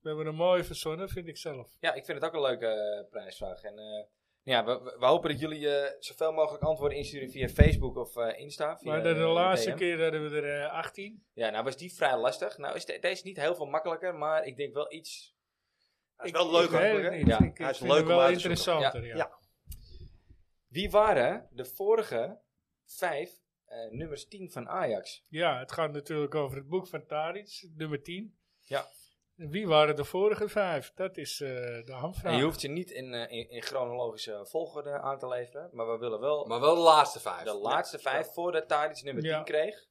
Speaker 2: We hebben een mooi verzonnen, vind ik zelf.
Speaker 1: Ja, ik vind het ook een leuke eh, prijsvraag. En, eh, ja, we, we- we hopen dat jullie eh, zoveel mogelijk antwoorden insturen via Facebook of eh, Insta. Via
Speaker 2: maar de, de
Speaker 1: eh,
Speaker 2: laatste
Speaker 1: DM.
Speaker 2: keer hadden we er eh, 18.
Speaker 1: Ja, nou was die vrij lastig. Nou is de- deze niet heel veel makkelijker, maar ik denk wel iets...
Speaker 8: Dat is wel leuk
Speaker 2: ik, weet
Speaker 8: hoor.
Speaker 2: het niet.
Speaker 1: Ja,
Speaker 2: ik,
Speaker 8: hij is
Speaker 2: vind hem
Speaker 8: leuk om
Speaker 2: wel
Speaker 8: uit te zoeken.
Speaker 2: interessanter. Ja.
Speaker 8: Ja.
Speaker 1: Wie waren de vorige vijf eh, nummers 10 van Ajax?
Speaker 2: Ja, het gaat natuurlijk over het boek van Tadic, nummer 10.
Speaker 1: Ja.
Speaker 2: Wie waren de vorige vijf? Dat is eh, de hamvraag.
Speaker 1: En je hoeft ze niet in, eh, in, in chronologische volgorde aan te leveren, maar we willen wel
Speaker 3: Maar wel de laatste vijf.
Speaker 1: de laatste vijf voordat Tadic nummer 10
Speaker 2: Ja.
Speaker 1: kreeg.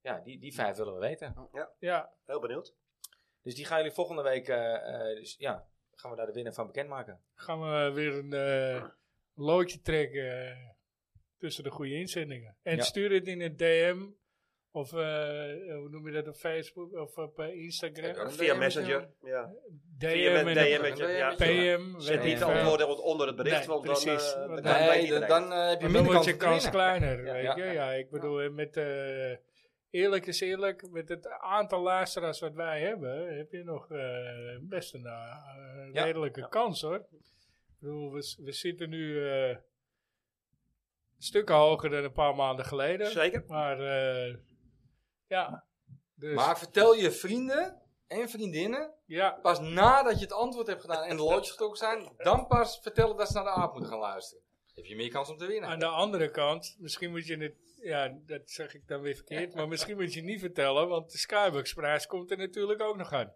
Speaker 1: Ja, die, die vijf willen we weten.
Speaker 2: Ja,
Speaker 8: Heel benieuwd.
Speaker 1: Dus die gaan jullie volgende week, eh, eh, dus, ja, gaan we daar de winnaar van bekendmaken.
Speaker 2: gaan we weer een eh, loodje trekken eh, tussen de goede inzendingen. En
Speaker 1: Ja.
Speaker 2: stuur het in een DM Of eh, hoe noem je dat op Facebook of op eh, Instagram?
Speaker 3: Ja,
Speaker 4: Via
Speaker 3: DM
Speaker 4: Messenger. Ja.
Speaker 2: DM en
Speaker 4: DM
Speaker 2: op
Speaker 4: met je. Ja.
Speaker 2: PM.
Speaker 4: Zet
Speaker 2: weet ik
Speaker 4: niet
Speaker 2: veel.
Speaker 4: antwoorden on- onder het bericht,
Speaker 2: Nee,
Speaker 4: want dan,
Speaker 2: precies.
Speaker 4: eh, dan
Speaker 2: Want
Speaker 4: kan
Speaker 2: dan-
Speaker 4: het bij
Speaker 3: Nee, dan,
Speaker 4: iedereen.
Speaker 3: dan eh, heb je
Speaker 2: Maar dan
Speaker 3: minder
Speaker 2: wordt
Speaker 3: kans
Speaker 2: je
Speaker 3: op
Speaker 2: kans
Speaker 3: winnen.
Speaker 2: kleiner,
Speaker 1: Ja,
Speaker 2: weet je.
Speaker 1: ja,
Speaker 2: Ja, ik bedoel, eh, met, eh, eerlijk is eerlijk, met het aantal luisteraars wat wij hebben, heb je nog eh, best een eh,
Speaker 1: Ja.
Speaker 2: redelijke kans, hoor. Ik bedoel, we, s- we zitten nu eh stukken hoger dan een paar maanden geleden.
Speaker 4: Zeker.
Speaker 2: Maar, eh, ja. Dus,
Speaker 3: Maar vertel je vrienden en vriendinnen
Speaker 2: ja,
Speaker 3: pas nadat je het antwoord hebt gedaan en de loodjes getrokken zijn, dan pas vertellen dat ze naar de aap moeten gaan luisteren. Heb je meer kans om te winnen.
Speaker 2: Aan de andere kant, misschien moet je het, ja, dat zeg ik dan weer verkeerd, maar misschien moet je het niet vertellen, want de Skybox-prijs komt er natuurlijk ook nog aan.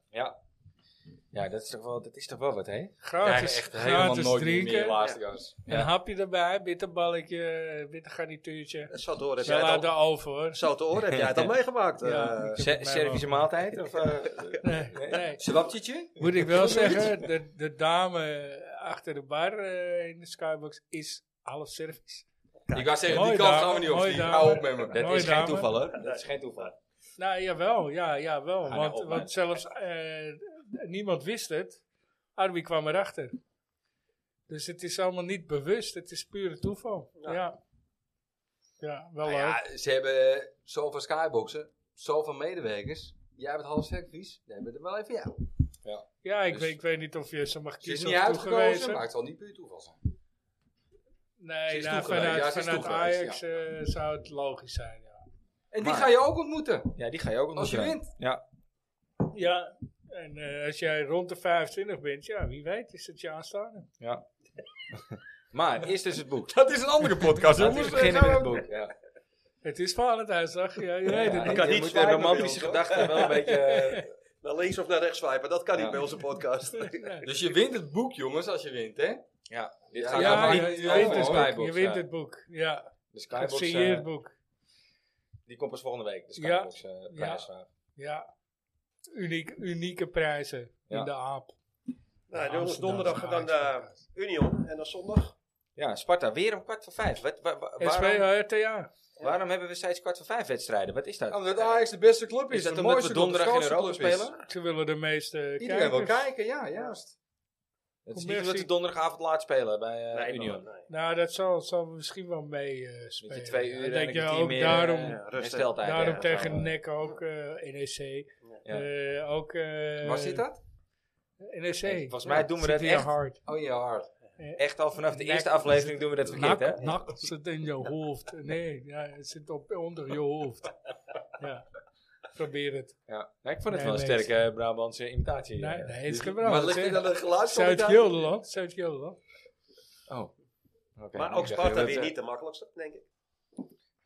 Speaker 1: Ja, dat is toch wel, dat is toch wel wat, hè?
Speaker 2: Gratis,
Speaker 3: Krijgen echt helemaal
Speaker 2: gratis
Speaker 3: nooit meer
Speaker 2: drinken,
Speaker 3: meer laatste kans.
Speaker 2: een hapje erbij, bitterballetje, bitter garnituurtje.
Speaker 4: Zo te horen heb jij
Speaker 2: Wel
Speaker 4: het
Speaker 2: uit
Speaker 4: al-
Speaker 2: de oven hoor.
Speaker 4: zo te horen heb jij het al meegemaakt.
Speaker 2: Ja.
Speaker 4: eh.
Speaker 2: heb het
Speaker 1: Se-
Speaker 2: mij
Speaker 1: Servische maaltijd? Of, eh,
Speaker 2: Nee, nee.
Speaker 3: Zwaptje?
Speaker 2: Moet ik wel zeggen, de, de dame achter de bar eh, in de Skybox is half service.
Speaker 3: Ik wou zeggen,
Speaker 2: Mooi
Speaker 3: die kans
Speaker 2: dame,
Speaker 3: gaan we niet
Speaker 2: mooi
Speaker 3: op.
Speaker 2: dame.
Speaker 3: Hou op met me.
Speaker 1: dat
Speaker 2: Mooi
Speaker 1: is geen
Speaker 2: dame.
Speaker 1: toeval, hoor. Dat is geen toeval.
Speaker 2: Nou, jawel, ja, jawel.
Speaker 1: nou
Speaker 2: Want,
Speaker 1: op, man.
Speaker 2: want zelfs eh, niemand wist het. Arby kwam erachter. Dus het is allemaal niet bewust, het is pure toeval. Ja, ja. wel
Speaker 3: Nou
Speaker 2: leuk. Ja,
Speaker 3: ja, ze hebben eh, zoveel skyboxen, zoveel medewerkers. Jij bent half service, dan hebben we er wel even jou.
Speaker 2: ik,
Speaker 3: dus-
Speaker 2: weet, ik weet niet of je ze mag
Speaker 3: Ze is
Speaker 2: kiezen
Speaker 3: niet
Speaker 2: of
Speaker 3: uitgekozen,
Speaker 2: toegewezen.
Speaker 3: maar het zal niet puur toeval zijn. ze
Speaker 2: Nee,
Speaker 3: is
Speaker 2: nou,
Speaker 3: toegewezen.
Speaker 2: vanuit,
Speaker 3: Ja, ze is
Speaker 2: vanuit
Speaker 3: toegewezen,
Speaker 2: Ajax eh, zou het logisch zijn. Ja,
Speaker 3: En die
Speaker 1: Maar-
Speaker 3: ga je ook ontmoeten,
Speaker 1: Ja, die ga je ook
Speaker 3: als je
Speaker 1: ontmoeten.
Speaker 3: wint.
Speaker 1: Ja,
Speaker 2: ja en eh, als jij rond de 25 bent, ja, wie weet is het je aanstaande.
Speaker 1: ja. maar eerst is het boek.
Speaker 3: Dat is een andere podcast.
Speaker 1: Laten we beginnen met het boek. Ja.
Speaker 2: Het is Valentijnsdag, ja, je weet het
Speaker 1: Ja,
Speaker 2: niet.
Speaker 4: kan
Speaker 1: je
Speaker 4: niet
Speaker 1: moet de
Speaker 4: zwijgen bij
Speaker 1: romantische
Speaker 4: ons, hoor.
Speaker 1: gedachten wel een beetje... eh,
Speaker 4: Naar links of naar rechts swipen, dat kan niet
Speaker 1: Ja.
Speaker 4: bij onze podcast.
Speaker 3: Dus je wint het boek, jongens, als je wint, hè?
Speaker 1: ja, dit
Speaker 3: Ja,
Speaker 1: gaat
Speaker 3: ja,
Speaker 1: over
Speaker 2: Ja,
Speaker 1: niet
Speaker 2: je, je
Speaker 1: over
Speaker 2: wint het
Speaker 1: de
Speaker 2: boek.
Speaker 1: Skybox,
Speaker 2: Je wint
Speaker 1: ja.
Speaker 2: het boek, ja.
Speaker 1: De Skybox,
Speaker 2: Gesigneerd
Speaker 1: eh,
Speaker 2: boek.
Speaker 1: die komt pas volgende week. De
Speaker 2: Ja.
Speaker 1: Skybox eh prijsvraag.
Speaker 2: Ja. Uniek, unieke prijzen
Speaker 1: Ja.
Speaker 2: in de aap.
Speaker 4: Nou, jongens,
Speaker 2: Amsterdamse
Speaker 4: donderdag dan de
Speaker 2: Ajax-podcast.
Speaker 4: Union en dan zondag.
Speaker 1: Ja, Sparta weer om kwart voor vijf. Wat, wa- wa- waarom,
Speaker 2: SVHRTA.
Speaker 1: waarom hebben we steeds kwart voor vijf wedstrijden? Wat is dat?
Speaker 3: Omdat Ajax de beste club is.
Speaker 1: Is dat
Speaker 3: de
Speaker 1: omdat
Speaker 3: mooiste
Speaker 1: we
Speaker 3: club, de
Speaker 1: donderdag in
Speaker 3: grootste
Speaker 1: Europa
Speaker 3: club is.
Speaker 1: spelen?
Speaker 2: Ze willen de meeste
Speaker 3: Iedereen wil
Speaker 2: kijkers.
Speaker 3: kijken, ja, juist.
Speaker 1: Het is
Speaker 2: Commercie.
Speaker 1: niet omdat we donderdagavond laat spelen bij eh,
Speaker 4: Nee,
Speaker 1: Union.
Speaker 4: maar- nee.
Speaker 2: Nou, dat zal, zal misschien wel mee eh, spelen.
Speaker 1: Met je twee uur
Speaker 2: Ik
Speaker 1: en
Speaker 2: denk
Speaker 1: een
Speaker 2: je
Speaker 1: kwartier
Speaker 2: ook
Speaker 1: meer
Speaker 2: daarom,
Speaker 1: eh,
Speaker 4: Ja, rustig.
Speaker 1: hersteltijd,
Speaker 2: daarom
Speaker 1: ja.
Speaker 2: tegen
Speaker 1: Ja.
Speaker 2: NEC ook eh, NEC.
Speaker 1: Ja.
Speaker 2: Eh, ook, eh, E
Speaker 3: Waar zit dat?
Speaker 2: NEC.
Speaker 1: Nee, volgens mij doen we dat
Speaker 2: heel
Speaker 1: echt
Speaker 2: hard.
Speaker 3: Oh, in je hart.
Speaker 1: Echt al vanaf de
Speaker 2: Nek-
Speaker 1: eerste aflevering doen we dat verkeerd, hè?
Speaker 2: Nak, nak zit in je hoofd. Nee, ja, het zit op, onder je hoofd. Ja. Probeer het.
Speaker 1: Ja. Nee, ik vond het
Speaker 2: Nee,
Speaker 1: wel een
Speaker 2: nee,
Speaker 1: sterke eh, Brabantse imitatie.
Speaker 2: Nee,
Speaker 1: eh.
Speaker 2: nee, het is
Speaker 3: Maar
Speaker 2: geweldig.
Speaker 3: ligt dit
Speaker 2: hè.
Speaker 3: aan de geluidskwaliteit?
Speaker 2: Zuid-Gelderland, Zuid-Gelderland.
Speaker 1: Oh. Oké,
Speaker 4: Maar
Speaker 1: nou,
Speaker 4: ook
Speaker 1: ik dacht,
Speaker 4: Sparta
Speaker 1: dat,
Speaker 4: weer
Speaker 1: eh,
Speaker 4: niet de makkelijkste, denk ik.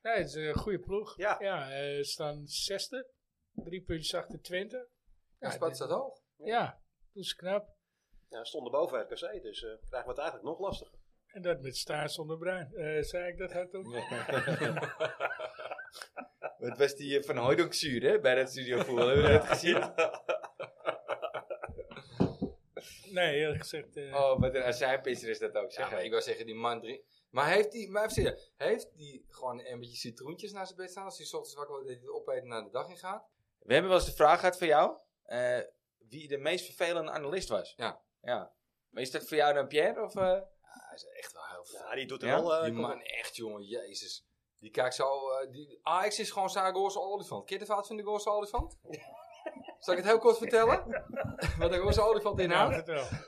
Speaker 2: Nee, het is een goede ploeg.
Speaker 4: Ja.
Speaker 2: Ja, eh, ze staan zesde. Drie puntjes achter Twente.
Speaker 3: Ja, Sparta staat hoog.
Speaker 2: Ja, dat is knap.
Speaker 4: Ja, stonden boven RKC, dus eh, krijgen we het eigenlijk nog lastiger.
Speaker 2: En dat met staart zonder bruin. Eh, zei ik dat hardop?
Speaker 1: Het was die eh, Van Hooydonk zuur, hè? Bij dat studio voetbal. Hebben we dat gezien?
Speaker 2: Nee, eerlijk gezegd. eh,
Speaker 1: Oh, wat een azijnpisser is dat ook,
Speaker 3: Ja,
Speaker 1: zeg.
Speaker 3: maar
Speaker 1: hè.
Speaker 3: ik wou zeggen, die man drie. Maar heeft die, maar even serieus, heeft die gewoon een beetje citroentjes naar zijn bed staan? Als hij 's ochtends wakker wordt, dat hij het opeten naar de dag in gaat?
Speaker 1: We hebben wel eens de vraag gehad van jou. eh, wie de meest vervelende analist was.
Speaker 3: Ja.
Speaker 1: ja. Maar is dat voor jou dan Pierre? Of, eh?
Speaker 3: Hij is echt wel heel veel.
Speaker 4: Ja, die doet er
Speaker 1: Ja?
Speaker 4: wel. eh,
Speaker 3: die
Speaker 4: kom-
Speaker 3: man, echt jongen, jezus. Die kijkt zo, eh, die, Ajax is gewoon zijn roze olifant. Ken je de fout van de roze olifant? Zal ik het heel kort vertellen? Wat een roze olifant
Speaker 2: nou,
Speaker 3: inhoudt?
Speaker 2: vertel.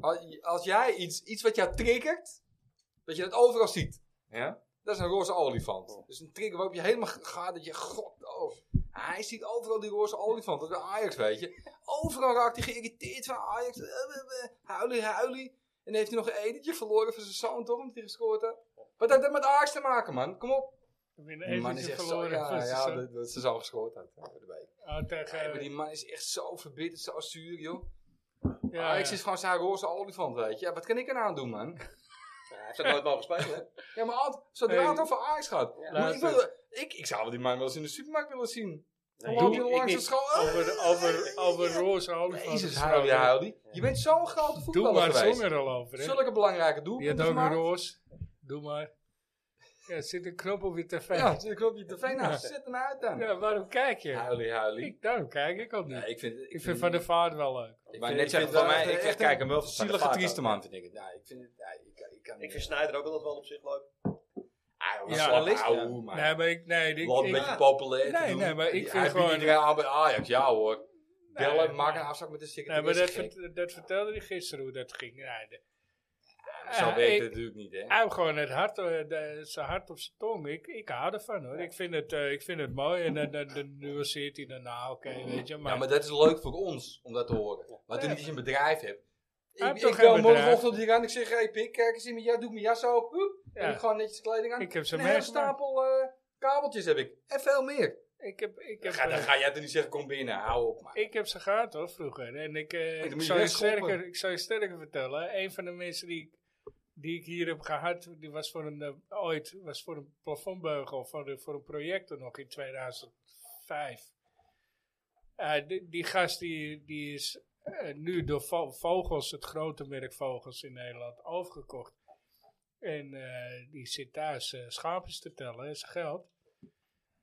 Speaker 3: Als, als jij iets, iets wat jou triggert, dat je dat overal ziet.
Speaker 1: Ja?
Speaker 3: Dat is een roze olifant. Dus een trigger waarop je helemaal g- gaat dat je, god, oh. Hij ziet overal die roze olifant. Dat is bij Ajax, weet je. Overal raakt hij geïrriteerd van Ajax. Eh, eh, eh, Huilie, huilie. En heeft hij nog een edentje verloren van zijn zoon, toch? Omdat hij gescoord had. Wat heeft dat met Ajax te maken, man? Kom op.
Speaker 2: Ik ben
Speaker 3: Die man is
Speaker 2: eventjes
Speaker 3: echt zo,
Speaker 2: verloren. van
Speaker 3: ja,
Speaker 2: zijn
Speaker 3: ja
Speaker 2: zoon.
Speaker 3: dat, dat zijn zoon gescoord had. Ja, erbij.
Speaker 2: Oh, tegen,
Speaker 3: Nee, maar die man is echt zo verbitterd, zo zuur, joh.
Speaker 2: ja,
Speaker 3: Ajax
Speaker 2: ja.
Speaker 3: is Ah, gewoon zijn roze olifant, weet je. Ja, wat kan ik eraan doen, man?
Speaker 4: Ja, hij heeft er nooit mogen spelen, hè?
Speaker 3: Ja, maar altijd, zodra
Speaker 2: Hey.
Speaker 3: het over Ajax gaat. Maar ik,
Speaker 2: Luister.
Speaker 3: wil, ik, ik zou die man wel eens in de supermarkt willen zien.
Speaker 4: Nee,
Speaker 3: Gewoon
Speaker 2: ik-
Speaker 3: heel
Speaker 2: ik
Speaker 3: langs de
Speaker 2: niet. Oh.
Speaker 3: school.
Speaker 2: Over, over, over roze olifanten.
Speaker 3: Jezus,
Speaker 2: gesproken.
Speaker 3: huilie, huilie. Je bent zo'n grote
Speaker 2: Doe
Speaker 3: voetballer
Speaker 2: maar zong
Speaker 3: geweest.
Speaker 2: er al over. hè.
Speaker 3: Zulke belangrijke
Speaker 2: Die had
Speaker 3: doelpunten
Speaker 2: ook een
Speaker 3: gemaakt.
Speaker 2: roos. Doe maar. Ja, er zit een knobbel weer te ver.
Speaker 3: Ja,
Speaker 2: Ja.
Speaker 3: natuurlijk klopt je tevreden. Nou,
Speaker 2: Ja.
Speaker 3: zet hem uit dan.
Speaker 2: waarom kijk je?
Speaker 3: Huilie, huilie.
Speaker 2: Ik, daarom kijk ik ook niet.
Speaker 3: Nee,
Speaker 2: ik,
Speaker 3: ik vind, ik
Speaker 2: vind Van der Vaart wel leuk.
Speaker 1: Maar
Speaker 3: vind-
Speaker 1: net
Speaker 3: ik
Speaker 1: zeggen
Speaker 3: vind
Speaker 1: van
Speaker 3: wel
Speaker 1: mij,
Speaker 3: echt-
Speaker 1: ik
Speaker 3: echt
Speaker 1: ik
Speaker 3: een
Speaker 1: kijk hem wel van
Speaker 3: Zielige,
Speaker 1: Zielige,
Speaker 3: trieste man,
Speaker 1: man.
Speaker 3: vind ik het. Nou, ik vind het... Ja, ik, ik kan
Speaker 4: Ik vind Snyder ook altijd wel op zich leuk.
Speaker 3: Ah,
Speaker 2: Ja.
Speaker 3: journalist, ja.
Speaker 1: Ouwe,
Speaker 3: Ouwe,
Speaker 2: Nee, maar ik... Nee, ik,
Speaker 3: Wat een
Speaker 2: ik-
Speaker 3: beetje populair te
Speaker 2: Nee,
Speaker 3: doen.
Speaker 2: nee, maar ik
Speaker 3: Hij
Speaker 2: vind
Speaker 3: biedt
Speaker 2: gewoon-
Speaker 3: iedereen aan bij Ajax, ja hoor.
Speaker 2: Nee.
Speaker 3: Bellen, maak een afspraak met de
Speaker 2: nee,
Speaker 3: secretaris.
Speaker 2: maar dat,
Speaker 3: Gek.
Speaker 2: vert- dat vertelde hij gisteren hoe dat ging. Nee, de-
Speaker 3: Zo
Speaker 2: Ja,
Speaker 3: werkt
Speaker 2: eh, ik-
Speaker 3: het natuurlijk niet, hè.
Speaker 2: Hij heeft gewoon het hart, eh, de- zijn hart op zijn tong. Ik, ik hou ervan hoor. Ik, vind het, eh, ik vind het mooi en dan, dan, dan nuanceert hij daarna, oké, weet je. Maar,
Speaker 3: Mm. Ja, maar dat is leuk voor ons, om dat te horen. Maar
Speaker 2: Ja.
Speaker 3: toen niet dat je een bedrijf hebt.
Speaker 2: Hij
Speaker 3: Ik,
Speaker 2: heeft toch
Speaker 3: ik
Speaker 2: geen
Speaker 3: bel
Speaker 2: bedrijf?
Speaker 3: morgenochtend hier aan, ik zeg, hey pik, kijk eens in mijn jas, doe ik mijn jas open. Woep,
Speaker 2: Ja.
Speaker 3: Heb ik gewoon netjes kleding aan.
Speaker 2: Ik heb ze
Speaker 3: En een hele
Speaker 2: meegemaakt.
Speaker 3: stapel eh, kabeltjes heb ik. En veel meer.
Speaker 2: ik heb, ik
Speaker 3: Dan
Speaker 2: heb,
Speaker 3: ga, dan
Speaker 2: eh,
Speaker 3: ga jij toch niet zeggen, kom binnen, hou op man.
Speaker 2: ik heb ze gehad hoor, vroeger. En ik, eh,
Speaker 3: dan
Speaker 2: ik,
Speaker 3: moet je
Speaker 2: zou je
Speaker 3: wegkoppen.
Speaker 2: sterker, ik zou je sterker vertellen. Een van de mensen die, ik- die ik hier heb gehad, die was voor een, eh, ooit was voor een plafondbeugel, voor, de- voor een projector nog in 2005. Eh, die, die gast die, die is eh, nu door Vo- Vogels, het grote merk Vogels in Nederland, overgekocht. En eh, die zit thuis eh, schaapjes te tellen, hè, zijn geld.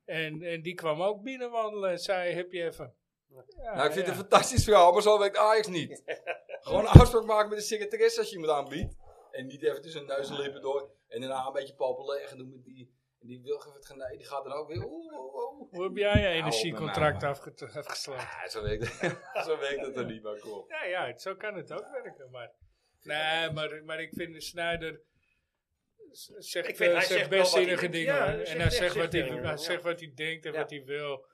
Speaker 2: En, en die kwam ook binnenwandelen en zei, heb je even... Ja,
Speaker 3: Nou, ik vind
Speaker 2: ja.
Speaker 3: het een fantastisch verhaal, maar zo werkt Ajax niet. Gewoon een afspraak maken met de secretaresse als je iemand aanbiedt. En niet even tussen neus en lippen door. En daarna een beetje populair gaan doen met die... En die wil even het gaan, nee, die gaat dan ook weer... Oeh, oeh, oeh.
Speaker 2: Hoe heb jij je
Speaker 3: op Nou, met
Speaker 2: energiecontract
Speaker 3: mij,
Speaker 2: afget- afgesloten?
Speaker 3: Ja, zo werkt, zo werkt het er niet, maar kom.
Speaker 2: Ja, ja, het- zo kan het ook werken. Maar, nee, maar, maar ik vind de Snijder z- zegt,
Speaker 9: Ik vind,
Speaker 2: eh,
Speaker 9: hij
Speaker 2: zegt
Speaker 9: zegt wel
Speaker 2: best
Speaker 9: wat hij
Speaker 2: zinnige
Speaker 9: denkt.
Speaker 2: dingen.
Speaker 9: Ja,
Speaker 2: hoor.
Speaker 9: hij
Speaker 2: en
Speaker 9: zegt
Speaker 2: hij
Speaker 9: echt
Speaker 2: zegt wat hij,
Speaker 9: zinnige
Speaker 2: hij
Speaker 9: dingen,
Speaker 2: zegt wat hij denkt en
Speaker 9: Ja.
Speaker 2: wat hij wil.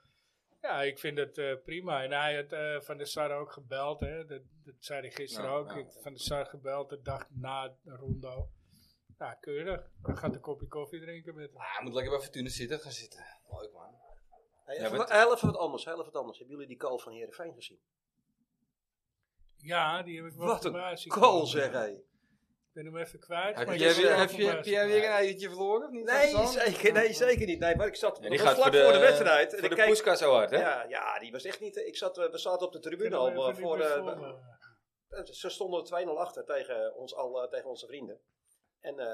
Speaker 2: Ja, ik vind dat eh, prima. En hij had eh, Van der Sar ook gebeld. Hè. Dat, dat zei hij gisteren
Speaker 3: Ja,
Speaker 2: ook.
Speaker 3: ja.
Speaker 2: Ik heb Van der Sar gebeld de dag na de rondo. Nou, keurig. Dan gaat een kopje koffie drinken met hem.
Speaker 3: Ah, hij moet lekker bij Fortuna zitten gaan zitten. Leuk man.
Speaker 4: Hey,
Speaker 3: Ja,
Speaker 4: even,
Speaker 3: maar-
Speaker 4: heel even wat anders, heel even wat anders. Hebben jullie die goal van Heerenveen gezien?
Speaker 2: Ja, die heb ik wel
Speaker 4: Wat
Speaker 2: voor mij
Speaker 4: een
Speaker 2: zien
Speaker 4: goal
Speaker 2: komen.
Speaker 4: zeg hé.
Speaker 2: Ik ben hem even kwijt.
Speaker 3: Heb
Speaker 2: maar
Speaker 3: jij
Speaker 2: ik
Speaker 3: weer,
Speaker 2: heb
Speaker 3: heb
Speaker 2: hem
Speaker 3: je,
Speaker 2: wel
Speaker 3: heb
Speaker 2: voor
Speaker 3: jij
Speaker 2: mij zien
Speaker 3: weer een eitje verloren of niet?
Speaker 4: Nee
Speaker 3: Van Zaan?
Speaker 4: zeker, nee, zeker niet. Nee, maar ik zat, dat was vlak voor de, wedstrijd. En
Speaker 1: Voor
Speaker 4: ik
Speaker 1: de
Speaker 4: keek-
Speaker 1: poeskas zo hard, hè?
Speaker 4: ja, ja, die was echt niet... Ik zat, eh, we zaten op de
Speaker 2: Ik
Speaker 4: tribune
Speaker 2: kan
Speaker 4: al
Speaker 2: hem even
Speaker 4: eh,
Speaker 2: niet
Speaker 4: voor...
Speaker 2: meer
Speaker 4: eh,
Speaker 2: voor me.
Speaker 4: eh, ze stonden 2-0 achter tegen, ons al, eh, tegen onze vrienden. En eh,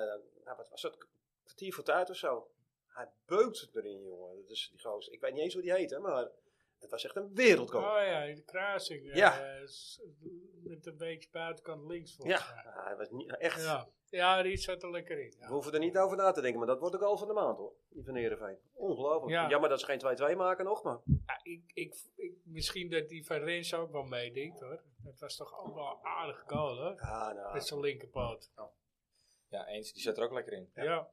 Speaker 4: nou, wat was het? Kwartier voor tijd of zo. Hij beukt het erin, jongen. Dat is die gozer. Ik weet niet eens hoe die heet, hè, maar het was echt een wereldgoal.
Speaker 2: Oh ja, in de kruising. eh,
Speaker 4: Ja.
Speaker 2: s- met een beetje buitenkant links volgens
Speaker 4: ja,
Speaker 2: mij.
Speaker 4: hij was niet, echt...
Speaker 2: Ja. ja, die zat er lekker in.
Speaker 4: We
Speaker 2: Ja.
Speaker 4: hoeven er niet over na te denken, maar dat wordt ook al van de maand hoor. Die van Heerenveen. Ongelooflijk.
Speaker 2: Ja.
Speaker 4: Jammer dat ze geen 2-2 maken nog, maar...
Speaker 2: Ja, ik, ik, ik, misschien dat die van Rens ook wel meedenkt hoor. Dat was toch ook wel een aardig goal hoor.
Speaker 4: Ja, nou...
Speaker 2: Met zijn linkerpoot.
Speaker 4: Oh,
Speaker 1: Ja, eens. Die zat er ook lekker in.
Speaker 2: Ja.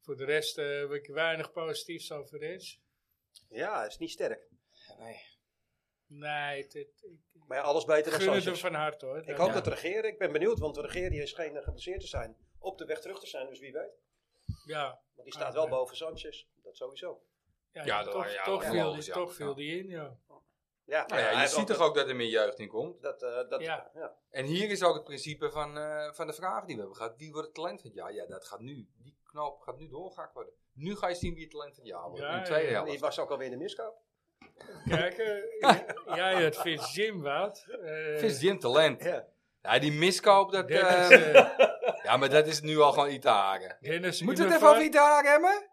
Speaker 2: Voor de rest eh, heb ik weinig positiefs over Rens.
Speaker 4: Ja, het is niet sterk.
Speaker 2: Nee, het, het, ik
Speaker 4: Maar ja, alles beter
Speaker 2: gun
Speaker 4: dan
Speaker 2: het hem
Speaker 4: Sanchez.
Speaker 2: van harte hoor.
Speaker 4: Ik hoop
Speaker 2: Ja.
Speaker 4: dat de regeren, ik ben benieuwd, want de regeren die is geen eh, geblesseerd te zijn. Op de weg terug te zijn, dus wie weet.
Speaker 2: Ah, Ja.
Speaker 4: Want die staat wel boven Sanchez. Dat sowieso.
Speaker 2: Ja,
Speaker 3: Ja, dat-
Speaker 2: toch,
Speaker 3: ja,
Speaker 2: toch,
Speaker 3: ja,
Speaker 2: viel, die,
Speaker 3: logisch, ja.
Speaker 2: toch viel
Speaker 3: Ja.
Speaker 2: die in, ja.
Speaker 4: Ja,
Speaker 3: Nou
Speaker 4: hij
Speaker 3: ja, je
Speaker 4: heeft
Speaker 3: ziet
Speaker 4: ook-
Speaker 3: toch ook dat er meer jeugd in komt.
Speaker 4: Dat, eh, dat,
Speaker 2: Ja.
Speaker 4: ja.
Speaker 3: En hier is ook het principe van, eh, van de vraag die we hebben gehad. Wie wordt het talent van het jaar? Ja, dat gaat nu. Die knoop gaat nu doorgehakt worden. Nu ga je zien wie het talent van het jaar wordt.
Speaker 2: Ja,
Speaker 3: in de tweede
Speaker 2: ja.
Speaker 3: helft.
Speaker 4: Die was ook alweer in de miskoop.
Speaker 2: Kijk, eh, jij het vindt Jim wat. Eh,
Speaker 3: Vindt Jim talent.
Speaker 4: Ja.
Speaker 3: Ja, die miskoop, dat...
Speaker 2: Dennis,
Speaker 3: eh,
Speaker 2: eh,
Speaker 3: ja, maar dat is nu al gewoon Itaren.
Speaker 2: Dennis
Speaker 3: Moeten we het even
Speaker 2: Umervar,
Speaker 3: over Itaren hebben?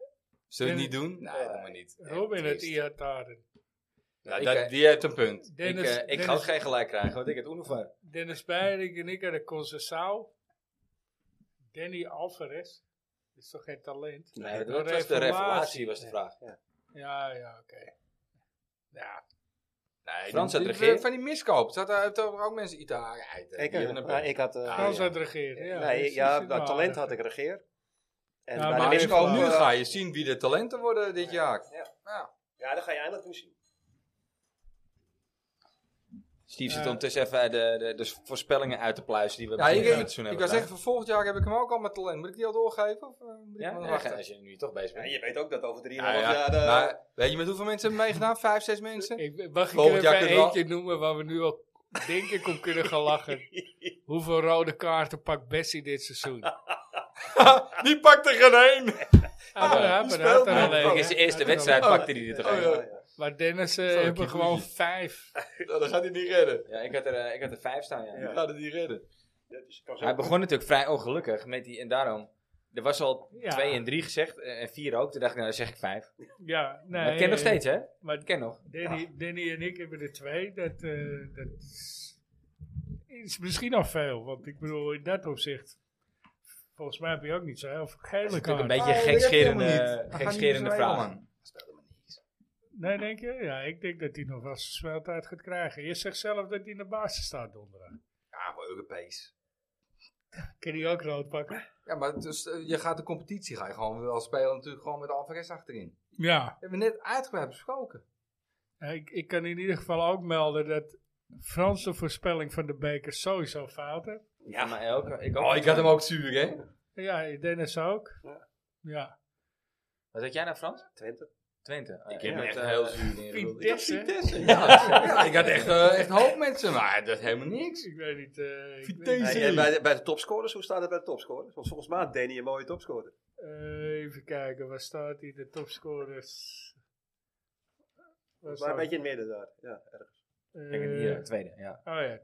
Speaker 3: Zullen we het
Speaker 2: Dennis-
Speaker 3: niet doen? Nee, helemaal niet. Echt
Speaker 2: Robin het
Speaker 3: triest.
Speaker 2: Iataren.
Speaker 3: Ja,
Speaker 1: Ik,
Speaker 3: dat,
Speaker 1: eh,
Speaker 3: die heeft een punt.
Speaker 1: Ik,
Speaker 2: Dennis,
Speaker 1: eh, ik ga ook
Speaker 2: Dennis,
Speaker 1: geen gelijk krijgen, want ik heb Oenover.
Speaker 2: Dennis Beiring en ik hadden Concessao. Danny Alvarez. Dat is toch geen talent?
Speaker 1: Nee,
Speaker 2: dat
Speaker 1: dat
Speaker 2: was
Speaker 1: was
Speaker 2: de
Speaker 1: de
Speaker 2: revelatie,
Speaker 1: revelatie, was de vraag.
Speaker 2: Ja, ja, oké. Ja,
Speaker 3: Nee,
Speaker 1: Frans
Speaker 3: die-
Speaker 1: had
Speaker 3: die-
Speaker 1: regeerd.
Speaker 3: Van die miskoop. Zat daar heeft er ook mensen Itaren uit. eh,
Speaker 4: eh, Ik,
Speaker 3: die
Speaker 4: eh,
Speaker 3: hebben een
Speaker 4: nou,
Speaker 3: punt.
Speaker 4: ik had... eh,
Speaker 2: Frans uit regeren. Ja,
Speaker 4: nee,
Speaker 2: Dus-
Speaker 4: ja,
Speaker 2: dus-
Speaker 3: nou,
Speaker 2: maar-
Speaker 4: dat talent had ik regeer. En
Speaker 2: Ja,
Speaker 4: bij de
Speaker 3: Maar
Speaker 2: Dennis
Speaker 4: miskoop...
Speaker 2: Vlaar.
Speaker 3: nu
Speaker 4: eh,
Speaker 3: ga je zien wie de talenten worden dit jaar.
Speaker 4: Ja, dat ga je eindelijk nu zien.
Speaker 1: Steve zit
Speaker 2: Ja.
Speaker 1: ondertussen even de, de, de voorspellingen uit te pluizen die we
Speaker 3: Ja, ik,
Speaker 1: begin van het
Speaker 3: ik,
Speaker 1: seizoen
Speaker 3: ik
Speaker 1: hebben
Speaker 3: wou zeggen,
Speaker 1: gedaan.
Speaker 3: voor volgend jaar heb ik hem ook al met talent. Moet ik die al doorgeven? Of, eh, moet ik
Speaker 1: Ja,
Speaker 3: nog
Speaker 1: nee,
Speaker 3: wachten?
Speaker 1: als je nu toch bezig
Speaker 4: Ja,
Speaker 1: bent.
Speaker 4: je weet ook dat over 3,5
Speaker 3: Nou Ja, ja.
Speaker 4: jaar... eh,
Speaker 3: Maar weet je met hoeveel mensen hebben meegedaan? Vijf, zes mensen?
Speaker 2: Ik, mag ik er
Speaker 3: Volgend jaar
Speaker 2: even
Speaker 3: kunnen we
Speaker 2: eentje noemen waar we nu al denk ik om kunnen gaan lachen? Hoeveel rode kaarten pakt Bessie dit seizoen?
Speaker 3: die pakt er geen één!
Speaker 2: Ah,
Speaker 1: maar
Speaker 2: ja,
Speaker 3: die
Speaker 2: maar
Speaker 3: speelt
Speaker 2: dat had
Speaker 3: niet.
Speaker 2: er
Speaker 1: Kijk,
Speaker 2: alleen, hè.
Speaker 1: in zijn eerste
Speaker 2: Had er
Speaker 1: wedstrijd
Speaker 2: alleen.
Speaker 1: pakte hij er toch
Speaker 3: Oh,
Speaker 4: ja,
Speaker 1: een.
Speaker 4: Oh, ja, ja.
Speaker 2: Maar Dennis eh,
Speaker 3: Zo,
Speaker 2: hebben
Speaker 3: Kikuchi.
Speaker 2: gewoon vijf.
Speaker 3: Nou, dat gaat hij niet redden.
Speaker 1: Ja, ik had er, eh, ik had er vijf staan, ja.
Speaker 4: Ja.
Speaker 3: Dat gaat hij niet redden.
Speaker 4: Ja, dus ik kan zo-
Speaker 1: Hij begon natuurlijk vrij ongelukkig met die, en daarom Er was al
Speaker 2: Ja.
Speaker 1: 2 en 3 gezegd, eh, en 4 ook. Toen dacht ik, nou, dan zeg ik 5.
Speaker 2: Ja, nee.
Speaker 1: maar ik ken nog
Speaker 2: eh,
Speaker 1: steeds, Ah. hè?
Speaker 2: Maar
Speaker 1: Ik ken nog.
Speaker 2: Danny, Danny en ik hebben er twee. Dat, eh, dat is, is misschien al veel. Want ik bedoel, in dat opzicht. Volgens mij heb je ook niet zo heel veel
Speaker 1: Dat
Speaker 2: gele
Speaker 1: is natuurlijk een
Speaker 2: kaarten.
Speaker 1: beetje
Speaker 10: Ah, dat heb je helemaal
Speaker 1: gekscherende,
Speaker 10: niet. We gaan
Speaker 1: gekscherende
Speaker 10: niet verzwijgen,
Speaker 1: vraag.
Speaker 10: man.
Speaker 2: Ah, Nee, denk je? Ja, ik denk dat hij nog wel zijn speeltijd gaat krijgen. Je zegt zelf dat hij in de basis staat donderdag.
Speaker 3: Ja, maar Europees.
Speaker 2: Kan hij ook rood pakken?
Speaker 3: Ja, maar dus, eh, je gaat de competitie ga je gewoon wel spelen natuurlijk gewoon met Alvarez achterin.
Speaker 2: Ja.
Speaker 3: Dat hebben we net uitgebreid besproken.
Speaker 2: Ik, ik kan in ieder geval ook melden dat Frans de voorspelling van de beker sowieso fout heeft.
Speaker 1: Ja, maar elke, ik ook.
Speaker 3: Oh, ik had hem ook zuur, hè?
Speaker 2: Ja, Dennis ook.
Speaker 8: Ja.
Speaker 2: Ja.
Speaker 1: Wat had jij nou, Frans?
Speaker 8: Twente.
Speaker 1: Twente. Oh, ja,
Speaker 3: Ik heb hem
Speaker 1: met,
Speaker 3: echt
Speaker 1: eh,
Speaker 3: heel zuur neergeroepen. Ik had
Speaker 2: Vitesse.
Speaker 3: Vitesse, Ja, ja, ik had echt, eh, echt hoop met ze, maar dat is helemaal niks.
Speaker 2: Ik weet niet. eh, ik weet
Speaker 3: Vitesse.
Speaker 2: niet.
Speaker 8: Hey, en bij, de, bij de topscorers, hoe staat het bij de topscorers? Want volgens mij had Danny een mooie topscorer.
Speaker 2: Eh, even kijken, waar staat hij? De topscorers. Waar
Speaker 8: Maar een
Speaker 2: staat-
Speaker 8: beetje in het midden daar. Ja, erg.
Speaker 1: Ik heb
Speaker 2: Eh,
Speaker 1: hier, eh, tweede, ja.
Speaker 2: Oh ja.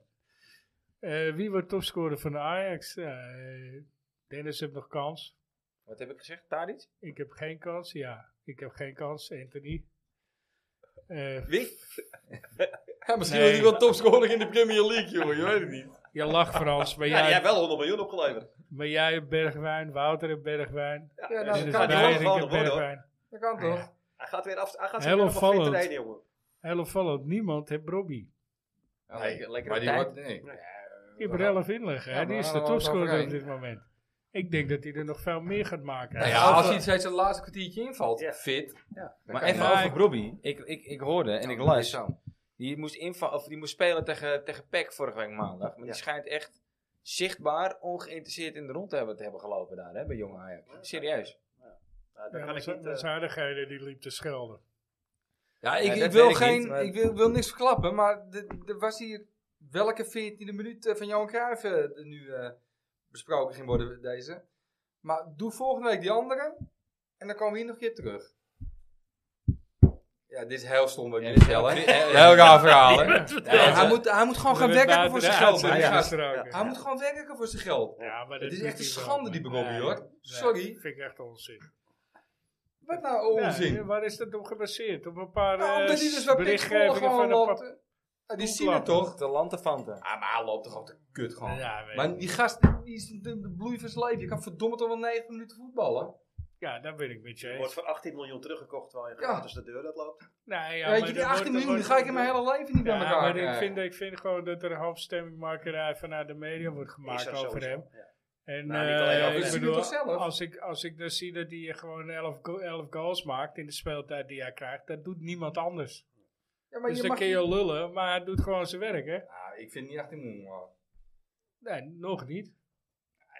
Speaker 2: Eh, wie wordt topscorer van de Ajax? Ja, eh, Dennis heeft nog kans.
Speaker 1: Wat heb ik gezegd? Tadic?
Speaker 2: Ik heb geen kans. Ja, ik heb geen kans. Anthony. Eh,
Speaker 8: Wie?
Speaker 3: Ja,
Speaker 2: Nee.
Speaker 3: misschien wordt hij wel topscorer in de Premier League, jongen. Je weet het niet.
Speaker 2: je lacht Frans, maar
Speaker 8: Ja, jij
Speaker 2: jij,
Speaker 8: hebt wel 100 miljoen opgeleverd.
Speaker 2: maar jij hebt Bergwijn. Wouter hebt Bergwijn.
Speaker 3: Ja,
Speaker 2: Dennis
Speaker 3: nou, dat
Speaker 2: heeft
Speaker 3: kan
Speaker 8: die
Speaker 3: toch?
Speaker 8: worden
Speaker 2: Beiring
Speaker 8: gewoon
Speaker 2: heeft
Speaker 8: worden, hoor.
Speaker 2: Bergwijn.
Speaker 3: Dat kan toch?
Speaker 8: Hij gaat weer af. Hij gaat
Speaker 2: Heel
Speaker 8: weer nog fit
Speaker 2: opvallend.
Speaker 8: trainen, jongen.
Speaker 2: Heel opvallend, niemand heeft Robbie.
Speaker 1: Lekker lekkere
Speaker 3: Maar die
Speaker 1: tijd.
Speaker 3: wordt... Nee.
Speaker 2: Je moet er elf inleggen, hè?
Speaker 3: Ja,
Speaker 2: die
Speaker 3: maar
Speaker 2: is de
Speaker 3: allemaal
Speaker 2: topscorer op
Speaker 3: overeen.
Speaker 2: dit moment. Ik denk dat hij er nog veel meer gaat maken.
Speaker 3: Nou ja, als hij het steeds het laatste kwartiertje invalt,
Speaker 8: Ja.
Speaker 3: fit.
Speaker 1: Maar
Speaker 3: kan
Speaker 1: even
Speaker 2: hij-
Speaker 1: over Robbie. Ik, ik, ik hoorde en ik
Speaker 3: dan
Speaker 1: las.
Speaker 3: is het zo.
Speaker 1: Die moest, inval, of die moest spelen tegen, tegen PEC vorige week maandag. Maar
Speaker 8: Ja.
Speaker 1: die schijnt echt zichtbaar ongeïnteresseerd in de rond te hebben, te hebben gelopen daar, hè, bij jonge Ajax. Serieus.
Speaker 8: Nou, dan
Speaker 2: Ja,
Speaker 8: kan
Speaker 2: dat
Speaker 8: ik
Speaker 2: zijn-
Speaker 8: niet...
Speaker 2: dat
Speaker 8: eh,
Speaker 2: zijn aardigheden die liep te schelden.
Speaker 3: Ja, ik,
Speaker 1: Ja,
Speaker 3: ik
Speaker 1: dat
Speaker 3: wil
Speaker 1: weet ik
Speaker 3: geen,
Speaker 1: niet, maar-
Speaker 3: ik wil, wil niks verklappen, maar er was hier welke 14e minuut eh, van Johan Cruijff eh, er nu eh, besproken ging worden, deze. Maar doe volgende week die andere en dan komen we hier nog een keer terug. Ja, dit is heel stom wat ik
Speaker 1: Ja,
Speaker 3: nu
Speaker 1: dit is
Speaker 3: vertel, hè.
Speaker 1: heel- ja, ja.
Speaker 3: Heel raar verhaal, hè.
Speaker 1: Ja,
Speaker 3: hij, moet, hij moet gewoon
Speaker 2: Eh,
Speaker 3: gaan werken voor zijn geld. man.
Speaker 2: Ja,
Speaker 3: Gast, Hij moet gewoon werken voor zijn geld.
Speaker 2: maar dat
Speaker 3: Het is
Speaker 2: doet
Speaker 3: echt een
Speaker 2: hij wel,
Speaker 3: schande,
Speaker 2: maar-
Speaker 3: die Bobby,
Speaker 2: Nee,
Speaker 3: hoor.
Speaker 2: nee,
Speaker 3: Sorry.
Speaker 2: vind ik echt onzin.
Speaker 3: Wat nou onzin.
Speaker 2: Ja, waar is dat op gebaseerd? Op een paar
Speaker 3: Nou,
Speaker 2: eh
Speaker 3: omdat hij dus wel
Speaker 2: berichtgevingen
Speaker 3: piksvolle
Speaker 2: van
Speaker 3: gewoon
Speaker 2: de
Speaker 3: loopt.
Speaker 2: pap-
Speaker 3: Ja, die zien het
Speaker 2: toeklappen.
Speaker 3: toch?
Speaker 1: De lantefanten.
Speaker 3: Ah, maar hij loopt toch altijd kut gewoon.
Speaker 2: Ja, weet ik.
Speaker 3: maar die gast, die is de, de bloei van zijn leven. Je kan verdomme toch wel 9 minuten voetballen.
Speaker 2: ja, daar ben ik met je
Speaker 8: Er wordt
Speaker 2: eens.
Speaker 8: voor 18 miljoen teruggekocht, terwijl je
Speaker 3: Ja.
Speaker 8: gratis de deur dat loopt.
Speaker 2: Nee, ja,
Speaker 3: Weet
Speaker 2: maar
Speaker 3: je, die
Speaker 2: er wordt-
Speaker 3: 18
Speaker 2: er
Speaker 3: miljoen die
Speaker 2: wordt-
Speaker 3: ga ik in mijn hele leven niet
Speaker 2: Ja,
Speaker 3: bij elkaar eh.
Speaker 2: maar ik
Speaker 3: krijgen.
Speaker 2: vind, ik vind gewoon dat er een half stemmingmakerij vanuit de media wordt
Speaker 8: Is
Speaker 2: gemaakt
Speaker 8: er
Speaker 2: over
Speaker 8: sowieso.
Speaker 2: hem.
Speaker 8: Ja.
Speaker 2: En
Speaker 8: Nou, niet
Speaker 2: eh,
Speaker 8: alleen over
Speaker 2: ik
Speaker 3: hem.
Speaker 2: bedoel,
Speaker 3: Hij ziet het toch zelf?
Speaker 2: als ik, als ik dan zie dat hij gewoon 11 go- 11 goals maakt in de speeltijd die hij krijgt, dat doet niemand anders.
Speaker 3: ja, maar
Speaker 2: dus
Speaker 3: je
Speaker 2: dan
Speaker 3: mag
Speaker 2: kun
Speaker 3: niet-
Speaker 2: je lullen, maar hij doet gewoon zijn werk, hè?
Speaker 3: Ah, ik vind niet 18 miljoen, maar...
Speaker 2: Nee, nog niet.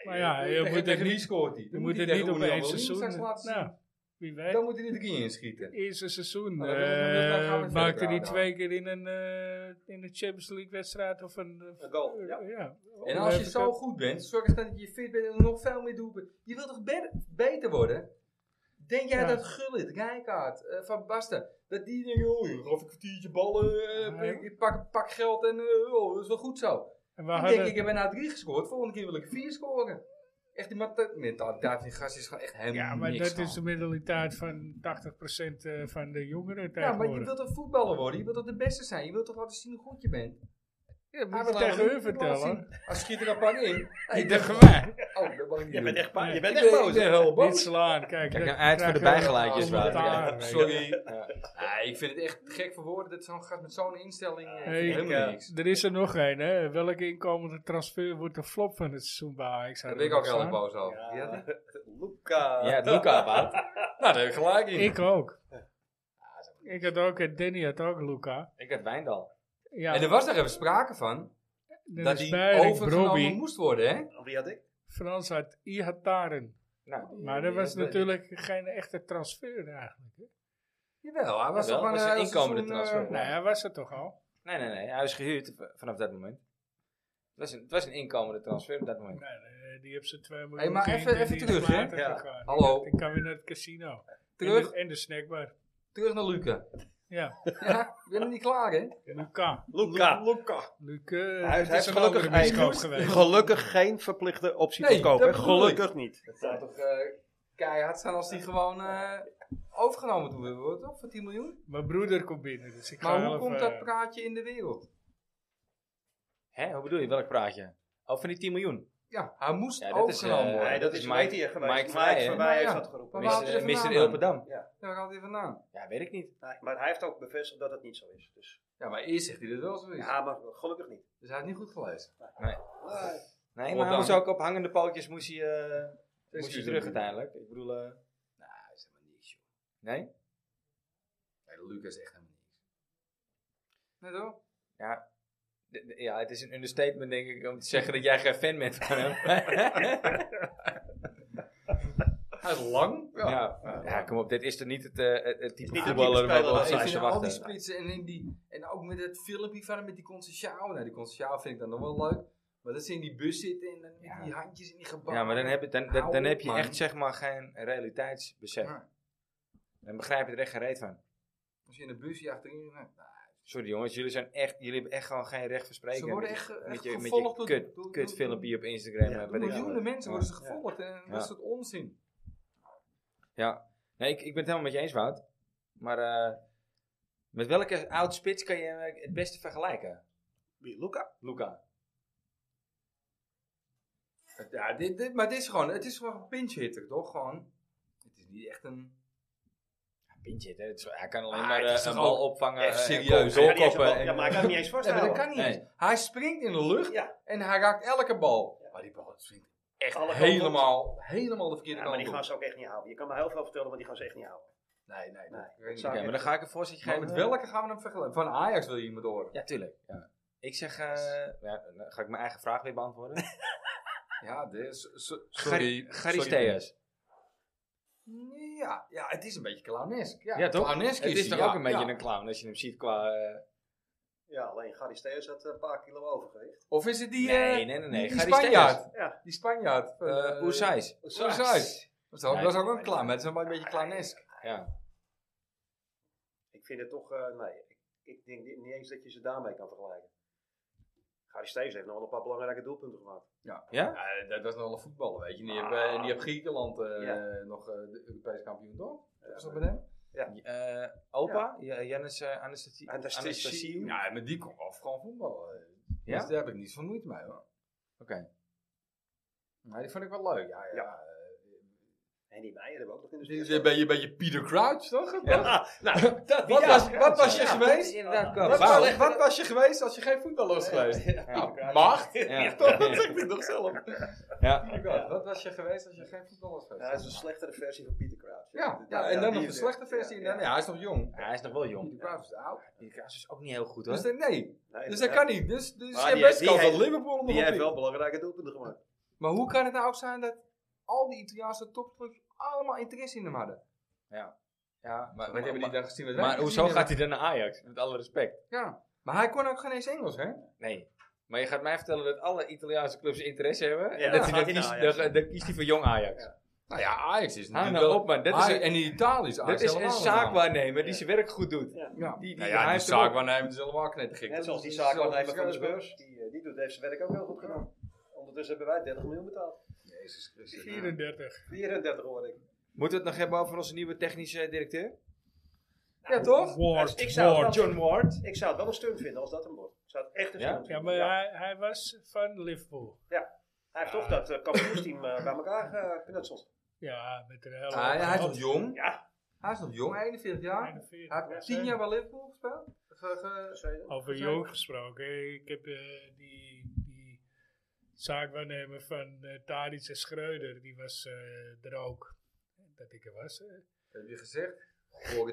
Speaker 2: Maar ja, je
Speaker 3: Tegen-
Speaker 2: moet
Speaker 3: tegen
Speaker 2: het
Speaker 3: wie
Speaker 2: niet,
Speaker 3: scoort hij?
Speaker 2: je
Speaker 3: Dan
Speaker 2: moet het
Speaker 3: hij
Speaker 2: niet
Speaker 3: tegen
Speaker 2: op
Speaker 3: Union
Speaker 2: één
Speaker 3: Berlin
Speaker 2: seizoen.
Speaker 3: straks laten zien.
Speaker 2: Nou, wie
Speaker 3: Dan
Speaker 2: weet.
Speaker 3: moet hij er drie inschieten.
Speaker 2: Eerste seizoen
Speaker 3: Nou, dat wil ik nog niet, maar daar gaan we
Speaker 2: eh
Speaker 3: het
Speaker 2: maakte
Speaker 3: verder
Speaker 2: hij
Speaker 3: over
Speaker 2: twee keer in een, eh, in een Champions League wedstrijd of een... eh,
Speaker 8: Een goal. Ja.
Speaker 3: En als je zo goed bent, zorg eens dat je fit bent en nog veel meer doelpunten. Je wilt toch be- beter worden? Denk jij
Speaker 2: Ja.
Speaker 3: dat Gullit, Rijkaard, eh, Van Basten, dat die denken, joh, ik gaf een kwartiertje ballen, eh,
Speaker 2: Ja.
Speaker 3: ik- ik pak, pak geld en eh, oh, dat is wel goed zo.
Speaker 2: En we
Speaker 3: Ik
Speaker 2: hadden-
Speaker 3: denk, ik heb bijna drie gescoord, volgende keer wil ik vier scoren. Echt, die mat- mentaliteit van die gast is gewoon echt helemaal
Speaker 2: Ja, maar
Speaker 3: niks
Speaker 2: dat is de
Speaker 3: gewoon.
Speaker 2: mentaliteit van 80% eh, van de jongeren
Speaker 3: Ja, maar
Speaker 2: tegenwoordig.
Speaker 3: je wilt toch voetballer worden? Je wilt toch de beste zijn? Je wilt toch laten zien hoe goed je bent?
Speaker 2: Ja,
Speaker 3: Ah,
Speaker 2: moet
Speaker 3: we
Speaker 2: je
Speaker 3: laten
Speaker 2: tegen
Speaker 3: zien-
Speaker 2: hun
Speaker 3: we laten
Speaker 2: vertellen.
Speaker 3: zien. Als schiet er een paar in. Ik
Speaker 2: wij.
Speaker 3: Oh, dat mag ik niet
Speaker 8: Je
Speaker 3: doen.
Speaker 8: bent echt, pa-
Speaker 2: Ja.
Speaker 8: je bent
Speaker 3: Ik
Speaker 8: echt
Speaker 3: ben-
Speaker 8: boos.
Speaker 3: Ik ben heel
Speaker 2: Niet
Speaker 3: boos.
Speaker 2: slaan, kijk.
Speaker 1: Kijk
Speaker 2: dan
Speaker 1: nou uit voor
Speaker 2: krijg
Speaker 1: de
Speaker 2: je wel
Speaker 1: bijgeluidjes,
Speaker 2: een
Speaker 1: Wouter.
Speaker 2: commentaar,
Speaker 1: Ja,
Speaker 2: weet je.
Speaker 3: Sorry. Nee, ik vind het echt gek voor woorden dat zo'n gast met zo'n instelling eh,
Speaker 2: Hey,
Speaker 3: ik vind helemaal
Speaker 8: eh,
Speaker 3: niks.
Speaker 2: Er is er nog een, hè. Welke inkomende transfer wordt de flop van het seizoen bij Ajax?
Speaker 3: Daar
Speaker 2: Hadden
Speaker 3: ben ik
Speaker 2: we
Speaker 3: ook
Speaker 2: nog
Speaker 3: heel
Speaker 2: staan.
Speaker 3: boos over.
Speaker 8: Ja.
Speaker 3: Die had ik.
Speaker 8: Luca.
Speaker 1: Ja, het Luca Wout.
Speaker 3: Nou, daar heb ik gelijk in.
Speaker 2: Ik ook. Ik had ook, en Danny had ook Luca.
Speaker 1: Ik had Wijndal.
Speaker 2: Ja,
Speaker 3: En er was daar even sprake van dat
Speaker 2: Dennis
Speaker 3: die
Speaker 2: Beiring,
Speaker 3: overgenomen
Speaker 2: Brobbey.
Speaker 3: moest worden, hè?
Speaker 8: Wie had ik?
Speaker 2: Frans had Ihataren.
Speaker 1: Nou,
Speaker 2: Maar dat was
Speaker 3: Ja, dat-
Speaker 2: natuurlijk geen echte transfer eigenlijk. hè.
Speaker 3: Jawel, hij
Speaker 1: Jawel,
Speaker 3: was toch gewoon
Speaker 1: was een
Speaker 3: heel
Speaker 1: inkomende
Speaker 3: seizoen, eh,
Speaker 1: transfer.
Speaker 2: Nou, hij was het toch al?
Speaker 1: nee, nee, nee. Hij is gehuurd v- vanaf dat moment. Het was een, het was een inkomende transfer op dat moment.
Speaker 2: Nee, eh, die heeft ze twee miljoen.
Speaker 3: maar
Speaker 2: keer
Speaker 3: even-
Speaker 2: in
Speaker 3: even
Speaker 2: die
Speaker 3: terug, hè?
Speaker 2: later
Speaker 8: Ja.
Speaker 2: gegaan.
Speaker 3: Hallo.
Speaker 2: Ik kan weer naar het casino. En
Speaker 3: Terug,
Speaker 2: de- En de snackbar.
Speaker 3: terug naar Luca.
Speaker 2: Ja,
Speaker 3: Ja, ik ben nog niet klaar, hè?
Speaker 2: Luca.
Speaker 4: Luca.
Speaker 8: Luca.
Speaker 2: Luca, eh,
Speaker 8: Hij,
Speaker 2: dat
Speaker 8: hij
Speaker 2: is
Speaker 8: heeft
Speaker 2: een
Speaker 8: gelukkig,
Speaker 2: andere miskoop
Speaker 8: hij-
Speaker 2: geweest.
Speaker 8: gelukkig geen verplichte optie
Speaker 3: Nee,
Speaker 8: te kopen.
Speaker 3: dat
Speaker 8: hè.
Speaker 3: bedoel ik.
Speaker 8: Gelukkig niet.
Speaker 3: Het zou toch eh, keihard zijn als die gewoon eh, overgenomen toe willen worden, toch? Voor 10 miljoen?
Speaker 2: Mijn broeder komt binnen, dus ik
Speaker 3: Maar
Speaker 2: ga
Speaker 3: hoe
Speaker 2: wel
Speaker 3: komt
Speaker 2: even-
Speaker 3: dat praatje in de wereld?
Speaker 1: Hè, hoe bedoel je? Welk praatje? Oh, van die 10 miljoen.
Speaker 3: Ja, hij moest
Speaker 1: Ja, dat is,
Speaker 3: overgenomen
Speaker 1: eh,
Speaker 3: worden.
Speaker 8: Nee,
Speaker 1: Ja,
Speaker 8: dat
Speaker 1: dat
Speaker 8: is
Speaker 1: is
Speaker 8: Mike,
Speaker 1: Mike-
Speaker 8: hier geweest.
Speaker 1: Mike
Speaker 8: Mike,
Speaker 1: Verweijen,
Speaker 8: van
Speaker 1: hè?
Speaker 8: mij heeft
Speaker 3: Ja.
Speaker 8: dat geroepen.
Speaker 3: Maar dus
Speaker 1: Mr.
Speaker 3: waar haalt hij er vandaan
Speaker 1: Mr.
Speaker 3: dan?
Speaker 1: Ilpendam.
Speaker 3: Ja, waar had hij vandaan?
Speaker 1: Ja, weet ik niet.
Speaker 8: Nee, maar hij heeft ook bevestigd dat het niet zo is. Dus,
Speaker 3: Ja, maar eerst zegt hij dat wel zo is.
Speaker 8: ja, maar gelukkig niet.
Speaker 3: Dus hij heeft niet goed gelezen.
Speaker 1: Nee, maar
Speaker 3: Goddank.
Speaker 1: hij moest ook op hangende pootjes moest hij, eh,
Speaker 3: Dus
Speaker 1: moest hij
Speaker 3: hij
Speaker 1: terug
Speaker 3: doet-
Speaker 1: uiteindelijk. Ik bedoel, eh,
Speaker 3: Hij is helemaal niks, joh.
Speaker 1: nee?
Speaker 3: Nee, Lucas is echt helemaal niks. Net hoor.
Speaker 1: Ja. D- d- Ja, het is een understatement denk ik om te zeggen dat jij geen fan bent van hem.
Speaker 3: Hij is lang.
Speaker 1: ja. Ja. kom op, dit is toch niet het, eh, het, het type
Speaker 8: niet het
Speaker 1: voetballer
Speaker 8: type
Speaker 1: waar we
Speaker 8: speler
Speaker 1: op
Speaker 8: dat
Speaker 3: Ik
Speaker 1: zitten
Speaker 3: vind
Speaker 1: te
Speaker 3: al die
Speaker 1: wachten.
Speaker 3: spitsen en, in die, en ook met het filmpje van hem met die Concessiao. Nou, die Concessiao vind ik dan nog wel leuk. Maar dat ze in die bus zitten en dan met
Speaker 1: Ja.
Speaker 3: die handjes in die gebouwen.
Speaker 1: Ja, maar dan heb, je, dan, dan,
Speaker 3: Hou
Speaker 1: dan
Speaker 3: op,
Speaker 1: heb je
Speaker 3: man.
Speaker 1: echt zeg maar geen realiteitsbesef.
Speaker 3: Ja.
Speaker 1: Dan begrijp je er echt geen reet van.
Speaker 3: Als je in een busje achterin zit, nou,
Speaker 1: Sorry jongens, jullie, zijn echt, jullie hebben echt gewoon geen recht van spreken.
Speaker 3: Ze worden
Speaker 1: met-
Speaker 3: echt, eh,
Speaker 1: met
Speaker 3: echt
Speaker 1: je, met
Speaker 3: gevolgd
Speaker 1: je
Speaker 3: door-
Speaker 1: kut,
Speaker 3: door-
Speaker 1: kut
Speaker 3: door-
Speaker 1: filmpje op Instagram.
Speaker 4: Ja,
Speaker 1: eh,
Speaker 4: door
Speaker 1: weet ik
Speaker 3: miljoenen
Speaker 1: wat.
Speaker 3: mensen
Speaker 1: Ja.
Speaker 3: worden ze gevolgd. En dat is het onzin.
Speaker 1: Ja, nee, ik, ik ben het helemaal met je eens, Wout. Maar eh, met welke oud spits kan je eh, het beste vergelijken,
Speaker 8: Wie, Luca?
Speaker 1: Luca?
Speaker 3: Ja, dit, dit, maar dit is gewoon, het is gewoon een pinch hitter, toch? Gewoon, het is niet echt een...
Speaker 1: Pintje, hè? Het is- hij kan alleen
Speaker 3: Ah,
Speaker 1: maar
Speaker 3: het
Speaker 1: eh,
Speaker 3: is
Speaker 1: een
Speaker 3: toch ook
Speaker 1: bal opvangen.
Speaker 3: echt
Speaker 1: eh,
Speaker 3: serieus,
Speaker 1: goal-
Speaker 3: hè?
Speaker 1: goal koppen
Speaker 8: Ja,
Speaker 1: en-
Speaker 8: maar hij kan hem niet eens
Speaker 3: Nee, maar
Speaker 8: vasthouden.
Speaker 3: dat kan niet.
Speaker 1: Nee.
Speaker 3: Hij springt in de lucht
Speaker 8: Ja.
Speaker 3: en hij raakt elke bal. Maar die bal springt echt
Speaker 8: Alle kanten op.
Speaker 3: helemaal, helemaal de verkeerde
Speaker 8: Ja,
Speaker 3: kant
Speaker 8: maar die
Speaker 3: op.
Speaker 8: gaan ze ook echt niet houden. Je kan me heel veel vertellen, maar die gaan ze echt niet houden.
Speaker 3: Nee, nee,
Speaker 8: Nee.
Speaker 3: nee. Ik weet niet.
Speaker 8: Zou- eh,
Speaker 1: Oké, maar dan ga ik een voorzetje
Speaker 3: Maar
Speaker 1: geven.
Speaker 3: met welke gaan we hem vergelijken? Van Ajax wil je iemand horen.
Speaker 1: Ja, tuurlijk. Ja. Ik zeg, eh, ja, dan ga ik mijn eigen vraag weer beantwoorden.
Speaker 3: Ja, dus, so-
Speaker 1: Gary
Speaker 3: sorry.
Speaker 1: Garisteas.
Speaker 3: ja, ja, het is een beetje clownesk. Ja,
Speaker 1: Ja, toch?
Speaker 3: Clownesk
Speaker 1: Het is
Speaker 3: hij,
Speaker 1: toch
Speaker 3: ja,
Speaker 1: ook een beetje
Speaker 3: ja.
Speaker 1: een clown als je hem ziet qua... eh,
Speaker 8: Ja, alleen Gary Steers had eh, een paar kilo overgewicht.
Speaker 3: Of is het die...
Speaker 1: Nee, nee,
Speaker 3: eh,
Speaker 1: nee, nee.
Speaker 3: Die, die
Speaker 1: Gary
Speaker 3: Spanjaard.
Speaker 1: Steers.
Speaker 8: Ja.
Speaker 3: Die Spanjaard.
Speaker 1: eh, Oesais.
Speaker 3: Oesais. Dat is ook,
Speaker 1: Nee,
Speaker 3: dat is ook
Speaker 1: maar
Speaker 3: een
Speaker 1: die-
Speaker 3: clown, maar het is wel een beetje clownesk.
Speaker 1: Ja.
Speaker 8: Ik vind het toch, eh, nee, ik, ik denk niet niet eens dat je ze daarmee kan vergelijken. Gary Steers heeft nog wel een paar belangrijke doelpunten gemaakt.
Speaker 1: Ja? Ah.
Speaker 3: Ja, dat was nog wel een voetballer, weet je. Die hebben eh, die heb Griekenland eh, nog eh, de Europese kampioen, toch? Dat was dat bij hem?
Speaker 1: Eh, opa? Ja. Jannis eh, Anastasi-
Speaker 8: Anastasiou.
Speaker 1: Anastasiou.
Speaker 3: Ja, maar die kon wel gewoon voetballen.
Speaker 1: Ja?
Speaker 3: Dus daar heb ik niets van moeite mee, hoor.
Speaker 1: Oké.
Speaker 3: Maar die vond ik wel leuk, ja. ja.
Speaker 8: Ja. En die Meijer hebben we ook nog in de
Speaker 3: Dus
Speaker 8: spits.
Speaker 3: dan ben je een beetje Peter Crouch, toch?
Speaker 8: Ah, nou,
Speaker 3: Dat- wat, was, wat was je
Speaker 1: Ja, dat is
Speaker 3: geweest?
Speaker 1: inderdaad wel
Speaker 3: Wat, was-
Speaker 1: waar.
Speaker 3: wat was je geweest als je geen voetballer was geweest? Nou, macht.
Speaker 1: Ja.
Speaker 3: Toch, dat zeg ik nog zelf.
Speaker 1: Ja.
Speaker 3: Peter Crouch, wat was je geweest als je geen voetballer was
Speaker 8: ja,
Speaker 3: geweest?
Speaker 8: dat is een slechtere versie van Pieter Crouch.
Speaker 3: Ja, ja, en dan nog een slechte versie. en
Speaker 8: Ja,
Speaker 3: dan- Ja, hij is nog jong.
Speaker 1: Hij is nog wel jong.
Speaker 3: Peter Crouch is oud.
Speaker 1: Die kaas is ook niet heel goed hoor.
Speaker 3: Dus dan- nee,
Speaker 8: Nee,
Speaker 3: Dus dat
Speaker 8: inderdaad.
Speaker 3: kan niet. Dus, dus
Speaker 8: Maar
Speaker 3: je hebt
Speaker 8: die-
Speaker 3: best
Speaker 8: die
Speaker 3: kans dat
Speaker 8: heeft-
Speaker 3: Liverpool hem
Speaker 8: Die
Speaker 3: nog
Speaker 8: heeft wel
Speaker 3: wel.
Speaker 8: belangrijke doelpunten gemaakt.
Speaker 3: Maar hoe kan het nou ook zijn dat al die Italiaanse topclubs allemaal interesse in hem hadden?
Speaker 1: ja, maar,
Speaker 3: Wat hebben die dan gezien?
Speaker 1: maar hoezo gaat hij dan naar Ajax? Met alle respect.
Speaker 3: Ja, maar hij kon ook geen eens Engels, hè?
Speaker 1: Nee. Maar je gaat mij vertellen dat alle Italiaanse clubs interesse hebben.
Speaker 8: Ja,
Speaker 1: en dat
Speaker 8: dan
Speaker 1: hij
Speaker 8: gaat hij
Speaker 1: dan kiest,
Speaker 8: naar Ajax.
Speaker 1: dan- dan kiest hij voor jong Ajax.
Speaker 3: Nou ja, Ajax is
Speaker 1: Hou
Speaker 3: natuurlijk
Speaker 1: nou
Speaker 3: wel...
Speaker 1: op man. Dat
Speaker 3: Ajax-
Speaker 1: is een,
Speaker 3: en die Italië is
Speaker 1: dat
Speaker 3: Ajax
Speaker 1: is een
Speaker 3: helemaal
Speaker 1: zaakwaarnemer die zijn werk goed doet.
Speaker 3: een- Ja,
Speaker 1: die-
Speaker 3: die, nou
Speaker 1: hij
Speaker 3: ja, die
Speaker 1: heeft hem
Speaker 3: zaak waarnemen is helemaal knettergek.
Speaker 8: Net
Speaker 3: Dat
Speaker 8: zoals die
Speaker 3: is-
Speaker 8: zaak
Speaker 3: dat is-
Speaker 8: van de Spurs. Die, eh, die doet heeft zijn werk ook heel goed gedaan. Ondertussen hebben wij 30 miljoen betaald.
Speaker 3: Jezus Christus.
Speaker 2: 34.
Speaker 8: 34 hoor ik.
Speaker 1: Moeten we het nog hebben over onze nieuwe technische directeur?
Speaker 3: Ja, toch?
Speaker 2: Ward,
Speaker 8: ik zou
Speaker 2: Ward.
Speaker 8: dat-
Speaker 1: John Ward.
Speaker 8: Ik zou het wel een steun vinden als dat hem wordt. Ik zou het echt een
Speaker 1: Ja?
Speaker 8: steun vinden.
Speaker 2: Ja, maar eh, Hij, hij was van Liverpool.
Speaker 8: Hij heeft toch dat eh, kampioensteam eh, bij elkaar geknutseld.
Speaker 2: Ja, met een hele...
Speaker 3: Ah, ja, hij is nog
Speaker 2: hoop-
Speaker 3: jong.
Speaker 8: ja,
Speaker 3: Hij is nog jong, 41 jaar.
Speaker 2: 41.
Speaker 3: Hij heeft 10 jaar bij Liverpool gespeeld. Ge- ge-
Speaker 8: zeker.
Speaker 2: Over jong gesproken. Ik heb eh, die, die zaakwaarnemer van eh Tadic en Schreuder, die was eh, er ook. Dat ik er was. eh.
Speaker 3: Heb je gezegd? Goh,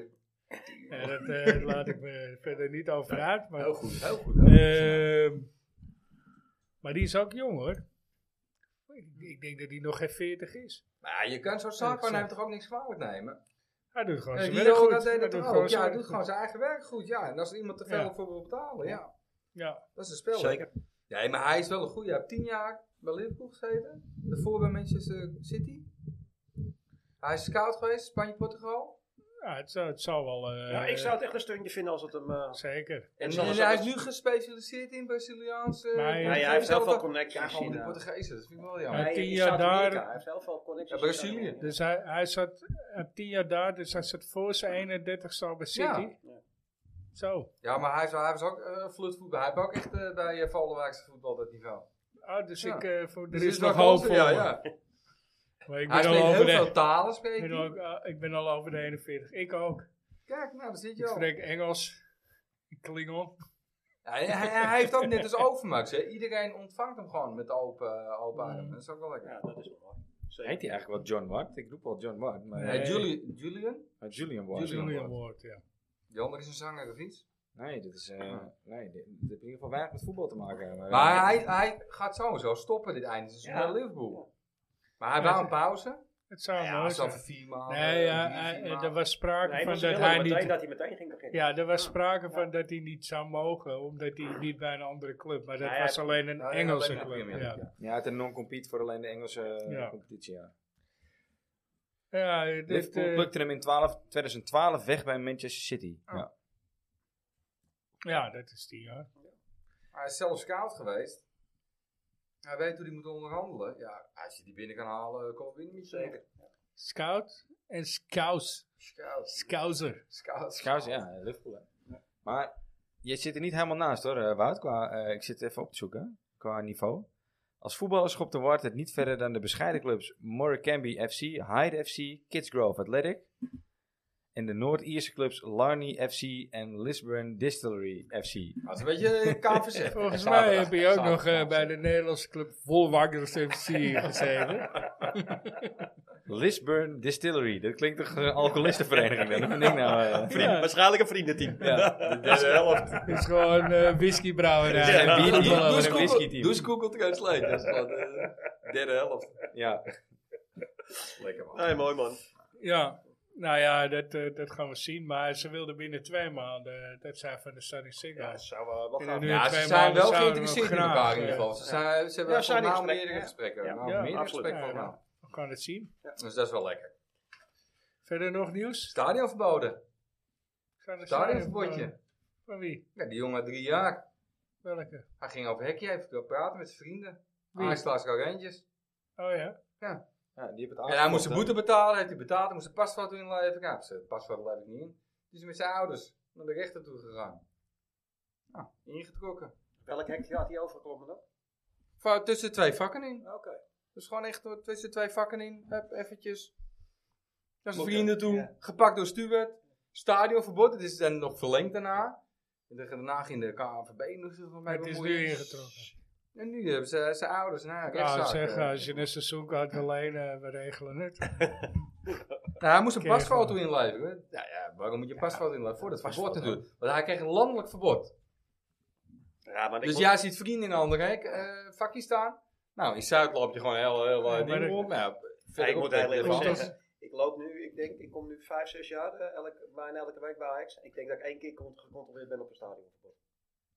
Speaker 2: Ja, dat eh, laat ik me verder niet over uit. Maar,
Speaker 3: Heel goed, heel goed.
Speaker 2: Ehm, maar die is ook jong hoor. Ik, ik denk dat die nog geen 40 is.
Speaker 3: Maar je kan zo'n zaakwaarnemer toch ook niks kwalijk nemen?
Speaker 2: Hij doet gewoon
Speaker 3: Ja,
Speaker 2: zijn
Speaker 3: die
Speaker 2: werk goed.
Speaker 3: dat deed
Speaker 2: Hij
Speaker 3: dat
Speaker 2: doet
Speaker 3: toch ook.
Speaker 2: gewoon
Speaker 3: Ja,
Speaker 2: zijn
Speaker 3: hij
Speaker 2: werk
Speaker 3: doet
Speaker 2: goed.
Speaker 3: gewoon zijn eigen werk goed. Ja, en als er iemand te veel
Speaker 2: Ja.
Speaker 3: voor wil betalen, ja.
Speaker 2: Ja,
Speaker 3: Dat is een spel.
Speaker 8: Zeker.
Speaker 3: Nee, maar hij is wel een goede. Hij heeft tien jaar bij Liverpool gezeten. Daarvoor bij Manchester City. Hij is scout geweest, Spanje-Portugal.
Speaker 2: Ja, het zou, het zou wel... eh,
Speaker 8: ja, ik zou het echt een steuntje vinden als het hem... eh,
Speaker 2: Zeker.
Speaker 3: En,
Speaker 8: soms
Speaker 3: en hij
Speaker 8: ook-
Speaker 3: is nu gespecialiseerd in Braziliaanse...
Speaker 2: Maar hij-
Speaker 8: Ja, hij heeft heel veel connecties
Speaker 3: Ja,
Speaker 8: in eh,
Speaker 3: gewoon de
Speaker 8: China.
Speaker 3: Portugezen. Dat vind ik wel jammer.
Speaker 2: Ja,
Speaker 8: Nee,
Speaker 2: tien
Speaker 8: in
Speaker 2: jaar
Speaker 8: Zuid-Amerika.
Speaker 2: daar-
Speaker 8: Hij heeft heel veel connecties.
Speaker 3: Ja, Brazilië.
Speaker 8: in
Speaker 2: Dus hij, hij zat eh, tien jaar daar, dus hij zat voor zijn 31ste al bij City.
Speaker 3: Ja.
Speaker 2: Zo.
Speaker 3: Ja, maar hij is, hij is ook eh vloedvoetbal. Hij heeft ook echt eh, bij eh, Vollenwijkse voetbal dat niveau.
Speaker 2: Ah, dus
Speaker 3: Ja.
Speaker 2: ik, eh, voor, er
Speaker 3: Dus
Speaker 2: is, nog
Speaker 3: wel
Speaker 2: hoop
Speaker 3: kans-
Speaker 2: voor
Speaker 3: Ja,
Speaker 2: me.
Speaker 3: ja.
Speaker 2: Maar ik
Speaker 3: Hij
Speaker 2: ben, al
Speaker 3: spreekt
Speaker 2: over
Speaker 3: heel
Speaker 2: de,
Speaker 3: veel talen,
Speaker 2: ik,
Speaker 3: spreekt
Speaker 2: ben
Speaker 3: hij.
Speaker 2: ook, ah, ik ben al over de 41. Ik ook.
Speaker 3: Kijk, nou, daar zit
Speaker 2: Ik
Speaker 3: je al.
Speaker 2: spreek Engels. Klingon.
Speaker 3: Hij, hij, hij heeft ook net als Overmax. Hè. Iedereen ontvangt hem gewoon met open, eh, open
Speaker 2: Mm.
Speaker 3: armen. Dat is ook wel lekker.
Speaker 8: Ja, dat is wel mooi. Zeker.
Speaker 1: Heet hij eigenlijk wel John Watt? Ik roep wel John Watt, maar...
Speaker 3: Hey,
Speaker 2: Nee.
Speaker 3: Juli- Julian?
Speaker 1: Ah, Julian Watt.
Speaker 3: Julian
Speaker 2: Julian Ward, ja.
Speaker 3: Die andere is een zanger of iets.
Speaker 1: Nee, dat is... eh, nee, dit, dit heeft in ieder geval weinig met voetbal te maken. Maar,
Speaker 3: Maar hij, hij gaat sowieso stoppen dit einde seizoen
Speaker 8: Ja.
Speaker 3: naar Liverpool. Maar hij wou een pauze.
Speaker 2: Het zou
Speaker 3: Ja, eh,
Speaker 2: mooi
Speaker 3: dat
Speaker 2: zijn.
Speaker 3: zal voor vier maal.
Speaker 2: Nee, ja,
Speaker 3: drie,
Speaker 2: hij-
Speaker 3: vier maal.
Speaker 2: er was sprake
Speaker 8: Nee,
Speaker 2: van
Speaker 8: want ze
Speaker 2: dat
Speaker 8: willen
Speaker 2: hij
Speaker 8: meteen
Speaker 2: niet...
Speaker 8: dat hij meteen ging beginnen.
Speaker 2: Ja, er was sprake van dat hij niet zou mogen, omdat hij niet bij een andere club. Maar dat
Speaker 8: Ja, ja,
Speaker 2: was alleen een
Speaker 3: Nou, Ja, ja,
Speaker 2: Engelse
Speaker 3: alleen de
Speaker 2: club.
Speaker 3: Premier
Speaker 2: Ja,
Speaker 3: League, ja.
Speaker 1: Ja, het een non-compete voor alleen de Engelse eh,
Speaker 2: Ja.
Speaker 1: competitie, ja.
Speaker 2: ja dit,
Speaker 1: Liverpool
Speaker 2: eh,
Speaker 1: plukte hem in 12, 2012 weg bij Manchester City.
Speaker 2: Ah.
Speaker 1: Ja.
Speaker 2: ja, dat is die, ja.
Speaker 3: Hij is zelf scout geweest. Hij weet hoe hij moet onderhandelen. Ja, als je die binnen kan halen, komt binnen niet zeker.
Speaker 2: Scout en Scouse.
Speaker 3: Scout.
Speaker 2: Scouser.
Speaker 3: Scout.
Speaker 1: Trouwens, ja, eh, Liverpool. hè. Maar je zit er niet helemaal naast hoor, eh, Wout. Qua, eh, ik zit even op te zoeken, qua niveau. Als voetballer schopt de Ward het niet verder dan de bescheiden clubs Morecambe FC, Hyde FC, Kidsgrove Athletic. En de Noord-Ierse clubs Larney FC en Lisburn Distillery FC.
Speaker 3: Dat is een beetje eh, KVC.
Speaker 2: Volgens
Speaker 1: Zaterdag,
Speaker 2: mij heb je ook
Speaker 1: zaterdag,
Speaker 2: nog eh, bij
Speaker 1: zaterdag.
Speaker 2: de Nederlandse club Volwaggers FC gezeten.
Speaker 1: Lisburn Distillery, dat klinkt toch een alcoholistenvereniging? Dan? Wat denk ik nou, eh?
Speaker 4: Vriend-
Speaker 2: Ja.
Speaker 4: Waarschijnlijk een vriendenteam.
Speaker 1: Ja,
Speaker 4: de derde helft.
Speaker 2: Het is gewoon eh whiskybrouwerij.
Speaker 4: Ja,
Speaker 2: en
Speaker 1: bier-
Speaker 2: voetballen
Speaker 1: bier-
Speaker 2: met
Speaker 1: dus
Speaker 2: een
Speaker 1: Google-
Speaker 2: whisky.
Speaker 1: team.
Speaker 3: Doe eens Google Translate. Dat is gewoon de derde helft.
Speaker 1: ja.
Speaker 3: Lekker man.
Speaker 4: Nee, mooi man.
Speaker 2: Ja, nou ja, dat, eh, dat gaan we zien. Maar ze wilden binnen twee maanden, eh, dat zijn van de Sunny
Speaker 8: Ja, dat
Speaker 2: Singles.
Speaker 8: zou eh, wel
Speaker 2: Ja,
Speaker 8: gaan.
Speaker 2: nu-
Speaker 3: Ja,
Speaker 2: twee
Speaker 3: ze zijn
Speaker 2: maanden
Speaker 3: wel
Speaker 2: zouden we
Speaker 3: geïnteresseerd in
Speaker 2: nog
Speaker 3: elkaar in
Speaker 2: graag,
Speaker 3: ieder geval. Ze zijn- Ze hebben
Speaker 8: Ja, ze zijn in
Speaker 3: volgens
Speaker 8: gesprek,
Speaker 3: mij meerdere
Speaker 8: ja.
Speaker 3: gesprekken.
Speaker 8: Ja,
Speaker 3: Nou,
Speaker 2: ja,
Speaker 3: meerdere
Speaker 8: absoluut.
Speaker 3: gesprekken
Speaker 2: Ja,
Speaker 3: volgens mij.
Speaker 2: We gaan het zien.
Speaker 3: Dus dat is wel lekker.
Speaker 2: Verder nog nieuws?
Speaker 3: Stadion verboden.
Speaker 2: Gaan er
Speaker 3: Stadion
Speaker 2: zijn, eh,
Speaker 3: verbodje.
Speaker 2: Van wie?
Speaker 3: Ja, die jongen drie jaar.
Speaker 2: Welke?
Speaker 3: Hij ging over hekje even wil praten met zijn vrienden.
Speaker 2: Wie?
Speaker 3: Ajax Glasgow Rangers.
Speaker 2: Oh ja.
Speaker 1: Ja, die hebben het
Speaker 3: En hij moest
Speaker 1: aangepakt,
Speaker 3: zijn
Speaker 1: Ah, hè.
Speaker 3: boete betalen, heeft hij betaald, hij moest een pasfoto inleveren. Ja, zijn pasfoto leef ik niet in. Dus met zijn ouders naar de rechter toe gegaan. Nou, ingetrokken.
Speaker 8: Welk hekje had hij overkomen dan?
Speaker 3: Va- tussen twee vakken in.
Speaker 8: Oké.
Speaker 3: Dus gewoon echt door- tussen twee vakken in. Hup, eventjes. Naar zijn
Speaker 8: Oké,
Speaker 3: vrienden toe.
Speaker 8: ja.
Speaker 3: Gepakt door Stuart. Stadionverbod, het is dan nog verlengd daarna. En daarna ging de KNVB nog zo van mij
Speaker 2: Het is
Speaker 3: bemoeien.
Speaker 2: nu ingetrokken.
Speaker 3: En nu hebben ze zijn ouders naar
Speaker 2: Ja,
Speaker 3: rechtszaak.
Speaker 2: zeg,
Speaker 3: eh.
Speaker 2: als je een seizoen kan wil lenen, we regelen het.
Speaker 3: Nou, hij moest een
Speaker 2: Kreeg
Speaker 3: pasfoto
Speaker 2: gewoon.
Speaker 3: inleveren. Ja, ja, waarom moet je een pasfoto inleveren? Voor dat verbod natuurlijk. Want hij kreeg een landelijk verbod.
Speaker 8: Ja, maar ik
Speaker 3: Dus
Speaker 8: moet-
Speaker 3: jij ziet vrienden in een ander hek, eh, vakje staan. Nou, in Zuid loop je gewoon heel, heel eh,
Speaker 2: Ja, maar
Speaker 3: ding
Speaker 2: dat-
Speaker 3: rond. Nou,
Speaker 8: Ja, ik
Speaker 3: verderop
Speaker 8: moet heel
Speaker 3: heb je
Speaker 8: eerlijk
Speaker 3: van-
Speaker 2: Want
Speaker 8: zeggen, ik loop nu, ik denk, ik kom nu vijf, zes jaar eh, elk, bijna elke week bij Ajax. Ik denk dat ik één keer con- gecontroleerd ben op een stadion.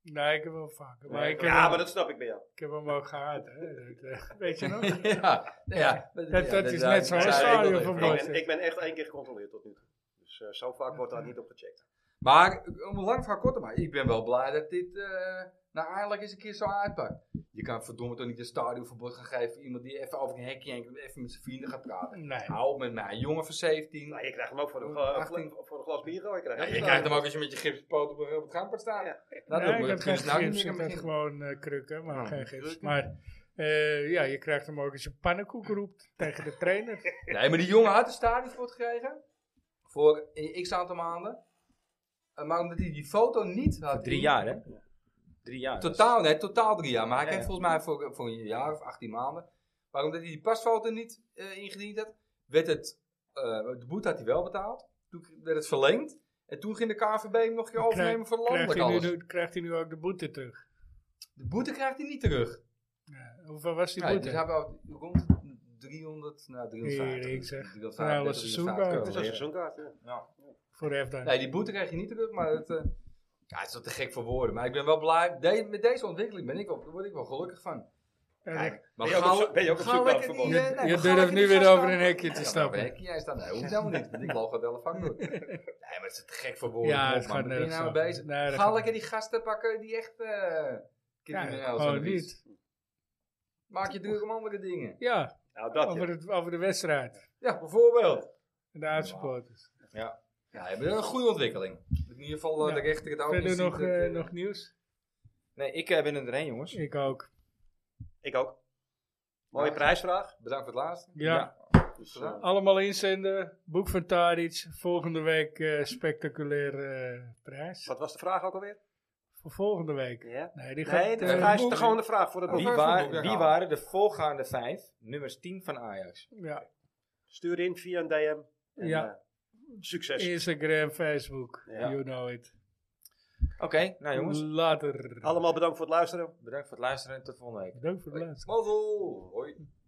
Speaker 2: Nee, ik heb wel vaker. Maar ik heb,
Speaker 8: Ja,
Speaker 2: hem,
Speaker 8: maar dat snap ik bij jou.
Speaker 2: ik heb hem ook gehaald. Hè. Dat, eh, Weet je nog?
Speaker 3: ja, nou ja,
Speaker 2: Dat- dat is net zo'n
Speaker 3: zijn
Speaker 2: stadion
Speaker 3: regels in.
Speaker 2: van
Speaker 8: Ik
Speaker 2: Mooi,
Speaker 8: ben,
Speaker 2: zeg.
Speaker 8: ik ben echt één keer gecontroleerd tot nu toe. Dus eh, zo vaak wordt daar niet op gecheckt.
Speaker 3: Maar, om een lang verhaal kort te maken, ik ben wel blij dat dit eh, nou eindelijk eens een keer zo uitpakt. Je kan verdomme toch niet een stadionverbod gaan geven. voor Iemand die even over een hekje heen even met zijn vrienden gaat praten.
Speaker 2: Nee.
Speaker 3: Hou op met mij, een jongen van 17.
Speaker 8: Nou, je krijgt hem ook voor een, gla-
Speaker 3: 18.
Speaker 8: voor een glas bier. hoor. Je krijgt
Speaker 3: Ja, je krijgt hem ook als je met je gipspoot op, op het gangpad staat.
Speaker 8: Ja.
Speaker 3: Nou,
Speaker 2: Nee, ik
Speaker 3: dat
Speaker 2: heb
Speaker 3: moet
Speaker 2: geen
Speaker 3: kunnen ze nou niet
Speaker 2: gips,
Speaker 3: meer
Speaker 2: ik
Speaker 3: gaan
Speaker 2: had
Speaker 3: beginnen.
Speaker 2: gewoon eh, krukken, maar
Speaker 3: Nou,
Speaker 2: geen gips.
Speaker 3: krukken.
Speaker 2: Maar eh, ja, je krijgt hem ook als je pannenkoek roept tegen de trainer.
Speaker 3: Nee, maar die jongen had een stadionverbod gekregen. Voor eh, x aantal maanden. Eh, maar omdat hij die foto niet had.
Speaker 1: Drie jaar, hè? Drie jaar.
Speaker 3: Totaal, nee, totaal drie jaar. Maar hij
Speaker 1: Ja,
Speaker 3: kreeg
Speaker 1: ja.
Speaker 3: volgens mij voor, voor een jaar of 18 maanden. Maar omdat hij die pasfoto niet eh, ingediend had, werd het, eh, de boete had hij wel betaald. Toen werd het verlengd. En toen ging de KVB hem nog een keer overnemen voor
Speaker 2: Krijgt
Speaker 3: landelijk
Speaker 2: hij, nu,
Speaker 3: alles.
Speaker 2: de- krijgt hij nu ook de boete terug? Eh,
Speaker 3: De boete krijgt hij niet terug.
Speaker 2: Hoeveel was die
Speaker 3: Nee,
Speaker 2: boete?
Speaker 3: dus hij had rond 300, nou 350.
Speaker 2: Erik, zeg.
Speaker 3: 350,
Speaker 2: Nou, dat is een
Speaker 3: 350
Speaker 2: zoekbaar.
Speaker 8: Het is een seizoenkaart. ja.
Speaker 2: Voor Efdan.
Speaker 3: Nee, die boete krijg je niet terug, maar het, eh, ja, het is wel te gek voor woorden. Maar ik ben wel blij. De- met deze ontwikkeling ben ik wel, daar word ik wel gelukkig van.
Speaker 2: Rick,
Speaker 3: Maar
Speaker 4: je ook
Speaker 3: gauw-
Speaker 4: op zo- ben je ook op
Speaker 3: gauw
Speaker 4: zoek naar
Speaker 3: lekker
Speaker 4: een
Speaker 3: die, eh,
Speaker 2: Je-
Speaker 3: nou,
Speaker 2: je
Speaker 3: gauw
Speaker 2: durft
Speaker 3: lekker
Speaker 2: nu
Speaker 3: die
Speaker 2: weer
Speaker 3: gast
Speaker 2: over een
Speaker 3: aan-
Speaker 2: hekje te
Speaker 3: Ja,
Speaker 2: stappen.
Speaker 3: Nou, ben ik, jij staat, nee, hoeft helemaal niet. want Ik loop het elf door. Nee, maar het is te gek voor woorden.
Speaker 2: Ja,
Speaker 3: kom op,
Speaker 2: het
Speaker 3: man.
Speaker 2: gaat
Speaker 3: Ben je
Speaker 2: nergens
Speaker 3: nou mee
Speaker 2: over.
Speaker 3: bezig?
Speaker 2: Nee, dat
Speaker 3: Ga
Speaker 2: gaat-
Speaker 3: lekker die gasten pakken die echt... eh
Speaker 2: ja,
Speaker 3: crimineel zijn
Speaker 2: gewoon
Speaker 3: of iets.
Speaker 2: niet.
Speaker 3: Maak je druk om andere dingen.
Speaker 2: Ja,
Speaker 4: Nou, dat
Speaker 2: over,
Speaker 4: ja.
Speaker 2: het, over de wedstrijd.
Speaker 3: Ja, bijvoorbeeld.
Speaker 2: De uitsupporters.
Speaker 3: Ja, we hebben een goede ontwikkeling. In ieder geval eh,
Speaker 2: Ja.
Speaker 3: de rechter het ook
Speaker 2: Verder
Speaker 3: niet ziet,
Speaker 2: nog,
Speaker 3: dat,
Speaker 2: eh,
Speaker 3: eh,
Speaker 2: nog nieuws?
Speaker 1: Nee, ik eh, ben er doorheen, jongens.
Speaker 2: Ik ook.
Speaker 4: Ik ook. Mooie
Speaker 3: Ja.
Speaker 4: prijsvraag.
Speaker 3: Bedankt voor het laatste.
Speaker 2: Ja.
Speaker 4: Dus, eh,
Speaker 2: Allemaal inzenden. Boek van Tadic. Volgende week eh spectaculair eh, prijs.
Speaker 4: wat was de vraag ook alweer?
Speaker 2: Voor volgende week.
Speaker 4: Ja.
Speaker 2: Nee, die gaat...
Speaker 4: Nee, de
Speaker 3: eh,
Speaker 4: vraag is
Speaker 3: boek.
Speaker 4: de gewoon de vraag voor het boek.
Speaker 1: Wie,
Speaker 3: even
Speaker 1: wa-
Speaker 3: een boek
Speaker 1: wie
Speaker 3: weghalen.
Speaker 1: waren de volgaande vijf nummers 10 van Ajax?
Speaker 2: ja.
Speaker 4: Stuur in via een DM. En,
Speaker 2: Ja.
Speaker 4: eh, succes.
Speaker 2: Instagram, Facebook.
Speaker 4: Ja.
Speaker 2: You know it.
Speaker 1: Oké, nou
Speaker 3: Mm.
Speaker 1: jongens,
Speaker 2: Later.
Speaker 4: Allemaal bedankt voor het luisteren.
Speaker 1: bedankt voor het luisteren en tot volgende week.
Speaker 2: Bedankt voor het luisteren.
Speaker 3: Mazzel! Hoi.